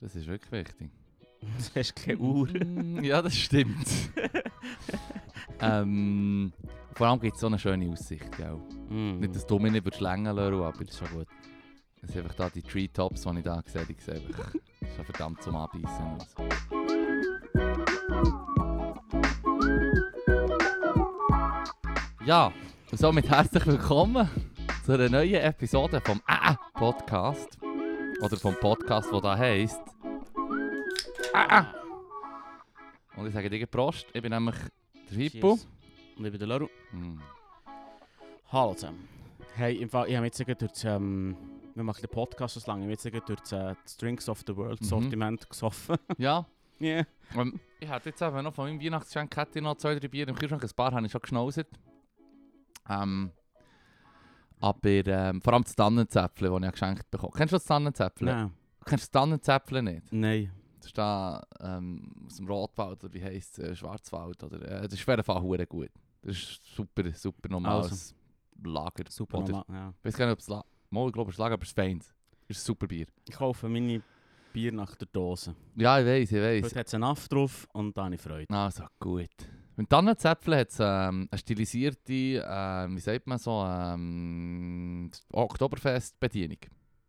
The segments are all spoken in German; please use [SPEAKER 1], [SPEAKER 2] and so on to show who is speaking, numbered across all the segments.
[SPEAKER 1] Das ist wirklich wichtig.
[SPEAKER 2] Du hast keine Uhr.
[SPEAKER 1] Mm, ja, das stimmt. ähm, vor allem gibt es so eine schöne Aussicht, gell?
[SPEAKER 2] Mm.
[SPEAKER 1] Nicht, dass du mich nicht schlängen lassen würdest, aber das ist schon gut. Es sind einfach da die Treetops, die ich da sehe, die sehe einfach. Das ist ja verdammt zum Abbeissen. und so. Ja, und somit herzlich willkommen zu einer neuen Episode vom AA Podcast. Oder vom Podcast, der da heisst. AA! Und ich sage dir Prost, ich bin nämlich der Hippo.
[SPEAKER 2] Cheers. Und ich bin der Laru.
[SPEAKER 1] Mm.
[SPEAKER 2] Hallo zusammen. Hey, im Fall, ich habe jetzt gerade durch das, ähm, wir machen den Podcast so lange, ich habe jetzt gerade durch das, äh, das Drinks of the World
[SPEAKER 1] Mhm.
[SPEAKER 2] Sortiment gesoffen.
[SPEAKER 1] Ja,
[SPEAKER 2] yeah.
[SPEAKER 1] Ähm, ich hätte jetzt eben noch von meinem Weihnachtsgeschenk hätte ich noch zwei, drei Bier im Kühlschrank. Ein paar habe ich schon geschnauzert. Ähm, aber ähm, vor allem das Tannenzäpfle, das ich geschenkt bekomme. Kennst du das Tannenzäpfle?
[SPEAKER 2] Nein.
[SPEAKER 1] Kennst du das Tannenzäpfle nicht?
[SPEAKER 2] Nein.
[SPEAKER 1] Das ist da ähm, aus dem Rotwald oder wie heisst es? Äh, Schwarzwald. Oder, äh, das ist auf jeden Fall verdammt gut. Das ist super, super normales Lager.
[SPEAKER 2] Also. Super.
[SPEAKER 1] Oder,
[SPEAKER 2] normal, ja.
[SPEAKER 1] ich weiß gar nicht, ob es Lager ist. Ich glaube, es ist Lager, aber es ist feins. Es ist ein super Bier.
[SPEAKER 2] Ich kaufe meine Bier nach der Dose.
[SPEAKER 1] Ja, ich weiß, ich weiß.
[SPEAKER 2] Heute hat es einen Aff drauf und da habe ich Freude.
[SPEAKER 1] Also gut. Beim Tannenzäpfel hat es ähm, eine stilisierte, ähm, wie sagt man so, ähm, Oktoberfest-Bedienung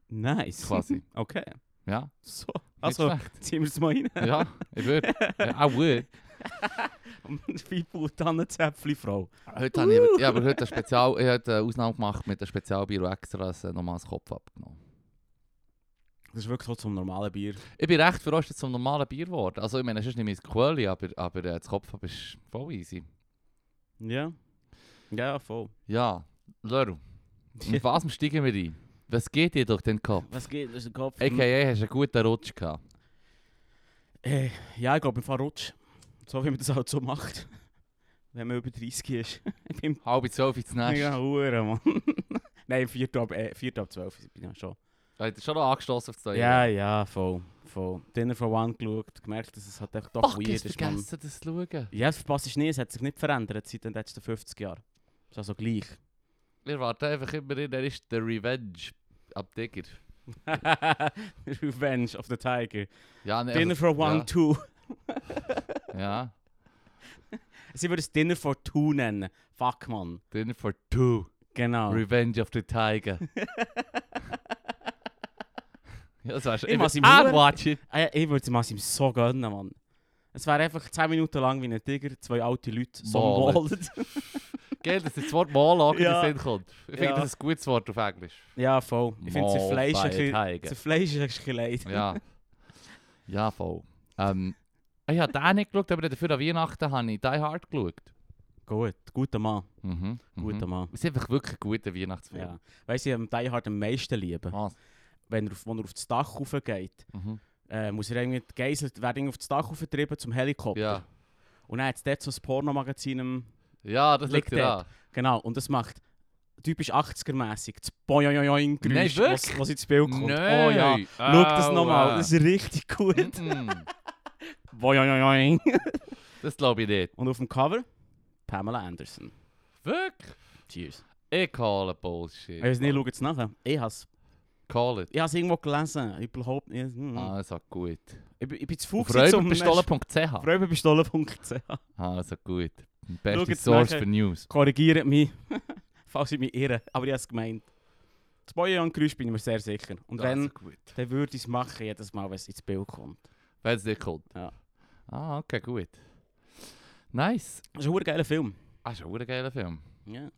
[SPEAKER 2] Nice.
[SPEAKER 1] quasi.
[SPEAKER 2] Okay.
[SPEAKER 1] ja,
[SPEAKER 2] So.
[SPEAKER 1] nicht
[SPEAKER 2] Also,
[SPEAKER 1] schlecht.
[SPEAKER 2] ziehen wir es mal rein.
[SPEAKER 1] Ja, ich würde. ja, I would.
[SPEAKER 2] Und Fibu, Tannenzäpfli-Frau.
[SPEAKER 1] Heute habe ich, ja, aber heute eine, Spezial, ich habe eine Ausnahme gemacht mit einem Spezialbier und extra ein äh, normales Kopf abgenommen.
[SPEAKER 2] Das ist wirklich so zum normalen Bier.
[SPEAKER 1] Ich bin recht verrostet zum normalen Bier geworden. Also ich meine, es ist nicht mein Quelli, aber, aber äh, das Kopf ist voll easy.
[SPEAKER 2] Ja. Ja, voll.
[SPEAKER 1] Ja, Leru, mit was steigen wir ein? Was geht dir durch den Kopf?
[SPEAKER 2] Was geht? Das ist ein Kopf.
[SPEAKER 1] A.k.a. hast du einen guten Rutsch gehabt.
[SPEAKER 2] Äh, ja, ich glaube, im Fall rutscht. So wie man das halt so macht. Wenn man über 30 ist. ich bin
[SPEAKER 1] Halb zwölf ins Nest.
[SPEAKER 2] mega
[SPEAKER 1] Ja.
[SPEAKER 2] Hure, Mann. Nein, 4 ab, äh, vier ab 12 bin ich schon.
[SPEAKER 1] Hat er schon noch angestoßen auf zwei?
[SPEAKER 2] Ja, ja, voll. voll. Dinner for One geschaut, gemerkt, dass es halt echt doch
[SPEAKER 1] Fuck,
[SPEAKER 2] weird
[SPEAKER 1] ich
[SPEAKER 2] ist. Mann.
[SPEAKER 1] vergessen, das zu schauen.
[SPEAKER 2] Ja, das verpasst ist nie, es hat sich nicht verändert seit den letzten 50 Jahren. Ist also gleich.
[SPEAKER 1] Wir warten einfach immer in, er ist der Revenge. Ab Digger.
[SPEAKER 2] Revenge of the Tiger.
[SPEAKER 1] Ja, nee,
[SPEAKER 2] Dinner for One,
[SPEAKER 1] ja.
[SPEAKER 2] Two.
[SPEAKER 1] Ja,
[SPEAKER 2] Sie würde es Dinner for Two nennen. Fuck, Mann.
[SPEAKER 1] Dinner for Two.
[SPEAKER 2] Genau.
[SPEAKER 1] Revenge of the Tiger. ja, das war's.
[SPEAKER 2] Ich muss ihm
[SPEAKER 1] Ah,
[SPEAKER 2] nur-
[SPEAKER 1] watch it.
[SPEAKER 2] Ey, Ich würde es Massim so gönnen, Mann. Es wäre einfach 10 Minuten lang wie ein Tiger, zwei alte Leute so
[SPEAKER 1] Malen.
[SPEAKER 2] malen.
[SPEAKER 1] Gell, dass das Wort Monolog
[SPEAKER 2] Ja.
[SPEAKER 1] in den Sinn kommt. Ich finde,
[SPEAKER 2] Ja.
[SPEAKER 1] das ist ein gutes Wort auf Englisch.
[SPEAKER 2] ja, voll. Ich finde, das
[SPEAKER 1] Mauled
[SPEAKER 2] Fleisch
[SPEAKER 1] by a
[SPEAKER 2] ein bisschen-
[SPEAKER 1] tiger.
[SPEAKER 2] das Fleisch ist ein bisschen leid.
[SPEAKER 1] Ja. Ja, voll. Ähm, ich habe den nicht geschaut, aber dafür an Weihnachten habe ich Die Hard geschaut.
[SPEAKER 2] Gut, guter Mann.
[SPEAKER 1] Mhm.
[SPEAKER 2] Guter
[SPEAKER 1] mhm.
[SPEAKER 2] Mann.
[SPEAKER 1] Es ist einfach wirklich ein guter Weihnachtsfilm.
[SPEAKER 2] Ja. Weißt du, ich am Die Hard am meisten lieben.
[SPEAKER 1] Was?
[SPEAKER 2] Wenn er auf, wenn er auf das Dach raufgeht,
[SPEAKER 1] Mhm.
[SPEAKER 2] äh, muss er irgendwie gegeißelt werden, auf das Dach raufgetrieben zum Helikopter.
[SPEAKER 1] Ja.
[SPEAKER 2] Und dann hat es dort so ein Pornomagazin. im-
[SPEAKER 1] ja, das liegt
[SPEAKER 2] Liegt
[SPEAKER 1] dir an.
[SPEAKER 2] Genau, und das macht typisch 80er-mässig das Boing-Geräusch,
[SPEAKER 1] Nein,
[SPEAKER 2] was,
[SPEAKER 1] wirklich?
[SPEAKER 2] was ins Bild kommt.
[SPEAKER 1] Nein.
[SPEAKER 2] Oh ja. Schau das nochmal,
[SPEAKER 1] Aua.
[SPEAKER 2] das ist richtig gut.
[SPEAKER 1] Ah, oh, Mm-mm.
[SPEAKER 2] Boing-oing-oing.
[SPEAKER 1] Das glaube ich nicht.
[SPEAKER 2] Und auf dem Cover Pamela Anderson.
[SPEAKER 1] Wirklich?
[SPEAKER 2] Cheers.
[SPEAKER 1] Ich call
[SPEAKER 2] Ich
[SPEAKER 1] Bullshit.
[SPEAKER 2] weiß nicht, schau jetzt nachher. Ich has,
[SPEAKER 1] Call it.
[SPEAKER 2] ich has irgendwo gelesen. Ich überhaupt nicht. hm.
[SPEAKER 1] Also gut.
[SPEAKER 2] Ich, bin- ich bin zu
[SPEAKER 1] Auf
[SPEAKER 2] fuchs
[SPEAKER 1] räuberpistolen.ch.
[SPEAKER 2] Räuberpistolen.ch
[SPEAKER 1] Also gut.
[SPEAKER 2] Schau
[SPEAKER 1] Beste
[SPEAKER 2] jetzt
[SPEAKER 1] Source
[SPEAKER 2] nachher.
[SPEAKER 1] für News.
[SPEAKER 2] Korrigiert mich, falls ich mich irre. Aber ich habe es gemeint. Das Boing-Geräusch bin ich mir sehr sicher. Und wenn,
[SPEAKER 1] Also gut.
[SPEAKER 2] dann würde ich es machen, jedes Mal, wenn es ins Bild kommt.
[SPEAKER 1] Wenn es nicht kommt.
[SPEAKER 2] Ja.
[SPEAKER 1] Ah, okay, gut. Nice. Ah,
[SPEAKER 2] Das ist ein verdammt geiler Film.
[SPEAKER 1] Das ist ein verdammt geiler Film.
[SPEAKER 2] Ja.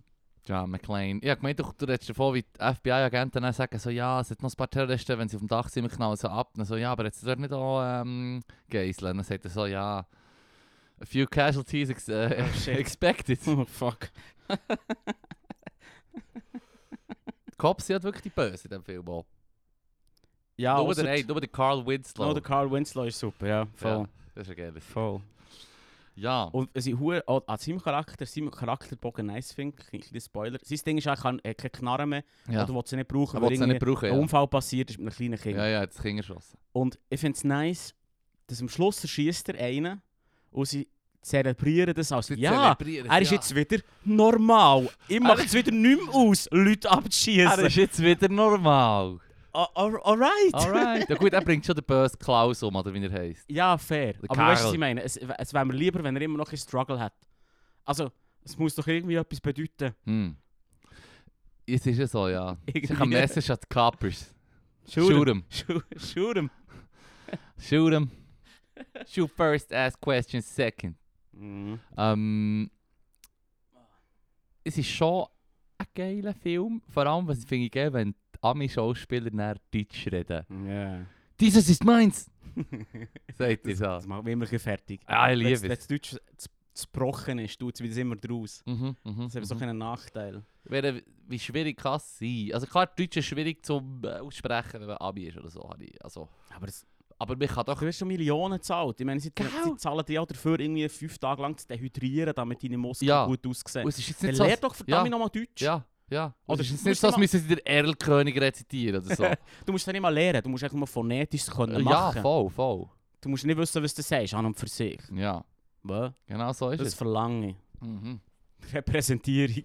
[SPEAKER 1] John McClane. Ich habe gemeint, du, du redest davon, wie die FBI-Agenten dann sagen, so, ja, es hat noch ein paar Terroristen, wenn sie auf dem Dach sind, wir knallen so ab. Dann so, ja, aber jetzt dort nicht auch ähm, Geiseln. Dann sagt er so, ja, a few casualties ex äh,
[SPEAKER 2] Oh, shit.
[SPEAKER 1] expected. Die
[SPEAKER 2] Oh, fuck.
[SPEAKER 1] Cops sind halt wirklich die Böse in diesem Film auch.
[SPEAKER 2] Ja,
[SPEAKER 1] nur,
[SPEAKER 2] ausser-
[SPEAKER 1] der, ey, nur der Carl Winslow.
[SPEAKER 2] Oh, der Carl Winslow ist super, ja. Voll.
[SPEAKER 1] ja, das ist ein geiles.
[SPEAKER 2] Voll.
[SPEAKER 1] Ja,
[SPEAKER 2] Und es ist hure- oh, an seinem Charakter, seinem Charakterbogen nice finde, ein kleiner Spoiler. Sein Ding ist, er kann er hat keine Knarre mehr
[SPEAKER 1] ja.
[SPEAKER 2] oder will sie nicht brauchen,
[SPEAKER 1] Er
[SPEAKER 2] weil
[SPEAKER 1] will sie nicht
[SPEAKER 2] irgendwie
[SPEAKER 1] brauchen,
[SPEAKER 2] ein
[SPEAKER 1] ja.
[SPEAKER 2] Unfall passiert ist mit einem kleinen Kind.
[SPEAKER 1] Ja, ja, das Kind erschossen.
[SPEAKER 2] Und ich finde es nice, dass am Schluss erschießt er einen und sie zelebrieren das als
[SPEAKER 1] Sie
[SPEAKER 2] «Ja,
[SPEAKER 1] zelebrieren es,
[SPEAKER 2] er ist
[SPEAKER 1] ja.
[SPEAKER 2] jetzt wieder normal. Ich
[SPEAKER 1] Er-
[SPEAKER 2] mache es wieder nicht mehr aus, Leute
[SPEAKER 1] Er
[SPEAKER 2] abzuschießen.»
[SPEAKER 1] ist jetzt wieder normal.
[SPEAKER 2] Ah, al- Alright.
[SPEAKER 1] Alright. Ja gut, er bringt schon den bösen Klaus um, oder wie er heisst.
[SPEAKER 2] Ja, fair.
[SPEAKER 1] Der
[SPEAKER 2] Aber weißt du, was
[SPEAKER 1] Karl.
[SPEAKER 2] ich meine? Es, es wäre mir lieber, wenn er immer noch ein Struggle hat. Also, es muss doch irgendwie etwas bedeuten.
[SPEAKER 1] Hm. Jetzt ist es so, ja. Ich
[SPEAKER 2] Irgendwie.
[SPEAKER 1] habe ein Message an die Kappers. Shoot
[SPEAKER 2] Shoot
[SPEAKER 1] 'em.
[SPEAKER 2] Shoot shoot 'em.
[SPEAKER 1] Shoot 'em. Shoot first, ask questions second.
[SPEAKER 2] Mhm.
[SPEAKER 1] Ähm, es ist schon ein geiler Film. Vor allem, was ich finde, geil, wenn die Ami-Schauspieler nach Deutsch reden.
[SPEAKER 2] Ja.
[SPEAKER 1] Dieses ist meins! Sagt ihr so.
[SPEAKER 2] Das macht mich immer ein bisschen fertig.
[SPEAKER 1] Ah, ich
[SPEAKER 2] Wenn
[SPEAKER 1] liebe es.
[SPEAKER 2] das Deutsch z- zerbrochen ist, tut es immer draus.
[SPEAKER 1] Mhm, mhm,
[SPEAKER 2] Das ist so
[SPEAKER 1] mhm.
[SPEAKER 2] ein Nachteil.
[SPEAKER 1] Wer- Wie schwierig kann es sein? Also klar, Deutsch ist schwierig zum äh, aussprechen, wenn man Abi ist oder so. habe ich- Also,
[SPEAKER 2] Aber es,
[SPEAKER 1] aber man kann
[SPEAKER 2] du
[SPEAKER 1] doch...
[SPEAKER 2] wirst schon Millionen gezahlt. Ich meine, sie,
[SPEAKER 1] Gell?
[SPEAKER 2] sie zahlen dir auch dafür, irgendwie fünf Tage lang zu dehydrieren, damit deine Muskeln
[SPEAKER 1] Ja.
[SPEAKER 2] gut
[SPEAKER 1] Und
[SPEAKER 2] aussehen.
[SPEAKER 1] Oh, es ist jetzt
[SPEAKER 2] Dann
[SPEAKER 1] nicht so...
[SPEAKER 2] lern doch verdammt
[SPEAKER 1] Ja.
[SPEAKER 2] nochmal Deutsch.
[SPEAKER 1] Ja, ja.
[SPEAKER 2] Oder
[SPEAKER 1] Oder es ist
[SPEAKER 2] musst
[SPEAKER 1] nicht
[SPEAKER 2] du
[SPEAKER 1] so, als
[SPEAKER 2] mal-
[SPEAKER 1] müssen sie der Erlkönig rezitieren oder so. Äh,
[SPEAKER 2] Du musst das nicht mal lernen, du musst einfach mal phonetisch können
[SPEAKER 1] ja,
[SPEAKER 2] Äh, machen.
[SPEAKER 1] voll, voll.
[SPEAKER 2] du musst nicht wissen, was du sagst, an und für sich.
[SPEAKER 1] Ja,
[SPEAKER 2] Was?
[SPEAKER 1] genau so ist
[SPEAKER 2] Das
[SPEAKER 1] es.
[SPEAKER 2] verlange ich.
[SPEAKER 1] Mhm.
[SPEAKER 2] Repräsentierung.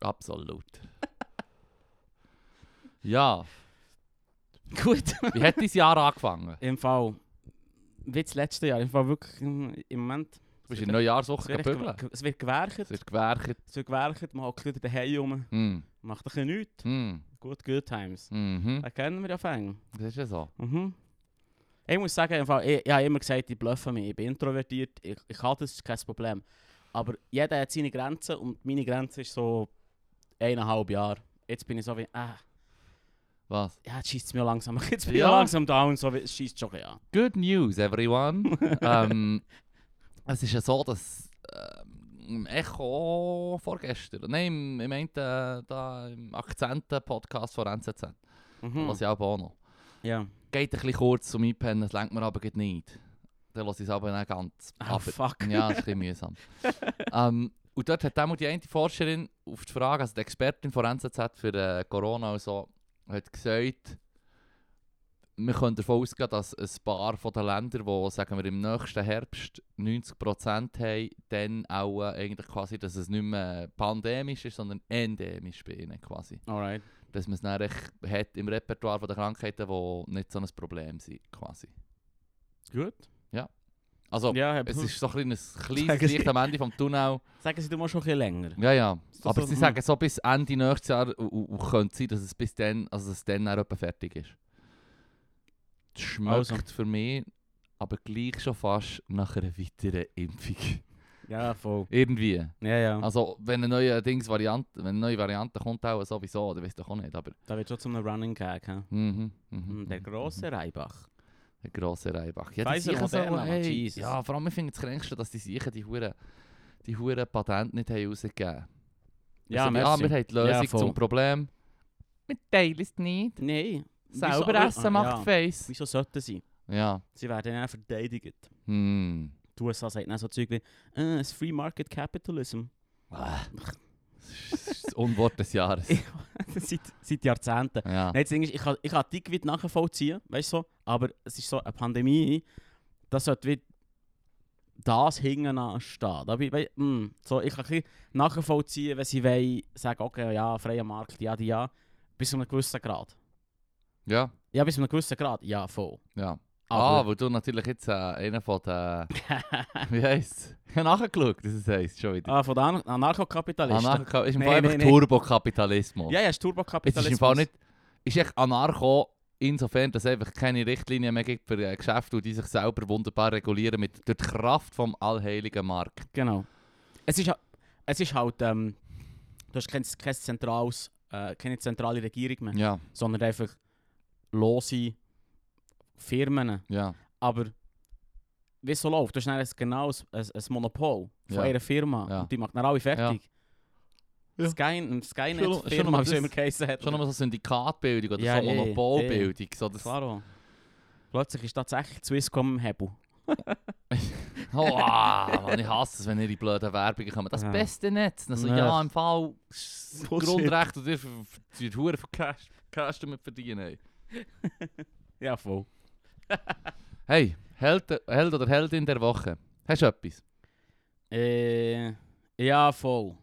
[SPEAKER 1] Absolut. ja,
[SPEAKER 2] gut.
[SPEAKER 1] wie hat dein Jahr angefangen?
[SPEAKER 2] Im Fall, wie das letzte Jahr, im Fall wirklich im im Moment.
[SPEAKER 1] Du bist in der Neujahrswoche
[SPEAKER 2] Es wird, echt
[SPEAKER 1] gebügelt.
[SPEAKER 2] gew- es wird gewerkt,
[SPEAKER 1] Es ist gewerkt.
[SPEAKER 2] es wird gewerkt, man hockt wieder daheim rum,
[SPEAKER 1] Hm,
[SPEAKER 2] macht ein bisschen nichts.
[SPEAKER 1] hm,
[SPEAKER 2] Gut, good times.
[SPEAKER 1] Mhm.
[SPEAKER 2] Das kennen wir ja fängen.
[SPEAKER 1] Das ist ja so.
[SPEAKER 2] Mhm. Ich muss sagen, im Fall, ich, ich habe immer gesagt, ich bluffe mich, ich bin introvertiert, ich, ich habe das, ist kein Problem. Aber jeder hat seine Grenzen und meine Grenze ist so eineinhalb Jahre. Jetzt bin ich so wie, ah,
[SPEAKER 1] Was?
[SPEAKER 2] ja, jetzt schießt es mir langsam, jetzt bin
[SPEAKER 1] Ja.
[SPEAKER 2] ich langsam down, so wie, es schießt schon ein bisschen an.
[SPEAKER 1] Good news, everyone. ähm, es ist ja so, dass ähm, im Echo vorgestern, nein, im, im, einen, äh, da, im Akzenten-Podcast von NZZ,
[SPEAKER 2] Mhm.
[SPEAKER 1] was ich auch noch.
[SPEAKER 2] Ja.
[SPEAKER 1] Geht ein bisschen kurz zum Einpennen, das lenkt mir aber grad nicht. Dann lasse ich es aber nicht ganz.
[SPEAKER 2] Ah,
[SPEAKER 1] aber,
[SPEAKER 2] fuck.
[SPEAKER 1] ja, das ist ein bisschen mühsam. ähm, und dort hat dann die eine Forscherin auf die Frage, also die Expertin von NZZ für äh, Corona und so, hat gesagt, wir können davon ausgehen, dass ein paar von den Ländern, die sagen wir, im nächsten Herbst 90% haben, dann auch äh, eigentlich quasi, dass es nicht mehr pandemisch ist, sondern endemisch bei ihnen quasi
[SPEAKER 2] Alright.
[SPEAKER 1] dass man es dann echt hat im Repertoire von der Krankheiten, die nicht so ein Problem sind, quasi.
[SPEAKER 2] Gut.
[SPEAKER 1] Also,
[SPEAKER 2] Ja,
[SPEAKER 1] es ist so ein kleines, kleines
[SPEAKER 2] Sagen Sie-
[SPEAKER 1] Licht am Ende vom Tunnel.
[SPEAKER 2] Sagen Sie, du machst schon ein bisschen länger.
[SPEAKER 1] Ja, ja.
[SPEAKER 2] Ist das
[SPEAKER 1] Aber
[SPEAKER 2] so-
[SPEAKER 1] sie
[SPEAKER 2] hm.
[SPEAKER 1] sagen so bis Ende nächstes Jahr und, und, und könnte sein, dass es bis dann, also dass es dann auch etwa fertig ist. Das schmeckt
[SPEAKER 2] Also.
[SPEAKER 1] für mich aber gleich schon fast nach einer weiteren Impfung.
[SPEAKER 2] Ja, voll.
[SPEAKER 1] Irgendwie.
[SPEAKER 2] Ja, ja.
[SPEAKER 1] Also, wenn eine neue Dings Variante, wenn eine neue Variante kommt, auch sowieso, dann weißt du auch nicht, aber...
[SPEAKER 2] da wird schon zum Running Gag. hä?
[SPEAKER 1] Mhm, mhm,
[SPEAKER 2] Hm, Der
[SPEAKER 1] mhm,
[SPEAKER 2] grosse Reibach.
[SPEAKER 1] Der grosse Reibach. Ja, die
[SPEAKER 2] Pfizer,
[SPEAKER 1] Siechen so,
[SPEAKER 2] Moderna, Mann,
[SPEAKER 1] hey,
[SPEAKER 2] Jesus.
[SPEAKER 1] Ja, vor allem, ich finde das Kränkste, dass die Siechen die Huren die Huren Patent nicht haben rausgegeben haben.
[SPEAKER 2] Ja,
[SPEAKER 1] also, ja,
[SPEAKER 2] merci.
[SPEAKER 1] wir haben Dus die Lösung
[SPEAKER 2] Ja, voll.
[SPEAKER 1] zum Problem. Wir teilen es nicht.
[SPEAKER 2] Nein.
[SPEAKER 1] Selber essen macht
[SPEAKER 2] Ah, ja.
[SPEAKER 1] Face.
[SPEAKER 2] Wieso sollten sie?
[SPEAKER 1] Ja.
[SPEAKER 2] Sie werden dann verteidigt.
[SPEAKER 1] Hm.
[SPEAKER 2] Die USA sagt dann so Zeug wie, äh, es ist Free Market Capitalism.
[SPEAKER 1] Ah. Das ist das ist das Unwort des Jahres.
[SPEAKER 2] seit, seit Jahrzehnten.
[SPEAKER 1] Ja.
[SPEAKER 2] Nein, das Ding ist, ich kann, ich kann dick weit nachvollziehen, weißt du, so, aber es ist so eine Pandemie, das sollte wie das hinten anstehen. Da bin, ich- wei- mm, so, ich kann ein bisschen nachvollziehen, wenn sie wollen, sagen, okay, ja, freier Markt, ja, die, ja, bis zu einem gewissen Grad.
[SPEAKER 1] Ja.
[SPEAKER 2] Ja, bis zu einem gewissen Grad, ja, voll.
[SPEAKER 1] Ja. Ah,
[SPEAKER 2] Aber,
[SPEAKER 1] weil du natürlich jetzt äh, einer von den. Wie heisst es? Ich habe nachgeschaut, dass es heisst schon wieder.
[SPEAKER 2] ah, von den An- Anarchokapitalisten.
[SPEAKER 1] Anarcho ist im
[SPEAKER 2] Nein,
[SPEAKER 1] Fall einfach
[SPEAKER 2] nein, nein.
[SPEAKER 1] Turbokapitalismus.
[SPEAKER 2] ja, ja, ist
[SPEAKER 1] Es
[SPEAKER 2] Turbokapitalismus.
[SPEAKER 1] ist im Fall nicht. Ist echt Anarcho insofern, dass es einfach keine Richtlinien mehr gibt für äh, Geschäfte, und die sich selber wunderbar regulieren mit durch die Kraft vom allheiligen Markt.
[SPEAKER 2] Genau. Es ist, ha- es ist halt, ähm, du hast kein, kein zentrales, äh, keine zentrale Regierung mehr.
[SPEAKER 1] Ja,
[SPEAKER 2] sondern einfach lose Firmen.
[SPEAKER 1] ja,
[SPEAKER 2] Aber wie es so läuft, du hast dann ein- genau ein, ein, ein Monopol von
[SPEAKER 1] Ja.
[SPEAKER 2] einer Firma
[SPEAKER 1] Ja.
[SPEAKER 2] und die macht dann alle fertig.
[SPEAKER 1] Ja.
[SPEAKER 2] Sky,
[SPEAKER 1] Schon-
[SPEAKER 2] Skynet,
[SPEAKER 1] schon
[SPEAKER 2] Firma,
[SPEAKER 1] mal
[SPEAKER 2] wie es immer
[SPEAKER 1] das-
[SPEAKER 2] geheissen hat.
[SPEAKER 1] schon nochmal so Syndikatbildung oder
[SPEAKER 2] Ja,
[SPEAKER 1] so
[SPEAKER 2] eh,
[SPEAKER 1] Monopolbildung. So das,
[SPEAKER 2] Klaro. Plötzlich ist tatsächlich Swisscom im Hebel.
[SPEAKER 1] oh, Mann, ich hasse es, wenn ihre blöden Werbungen kommen. Das
[SPEAKER 2] Ja.
[SPEAKER 1] beste Netz. Also,
[SPEAKER 2] Ja.
[SPEAKER 1] ja, im Fall ist das
[SPEAKER 2] Bullshit.
[SPEAKER 1] Grundrecht und ihr ver- ver- die Huren von Cash, Cash damit verdienen. ey.
[SPEAKER 2] Ja, voll.
[SPEAKER 1] Hey, Held, Held oder Heldin der Woche. Hast du etwas?
[SPEAKER 2] Äh, ja, voll.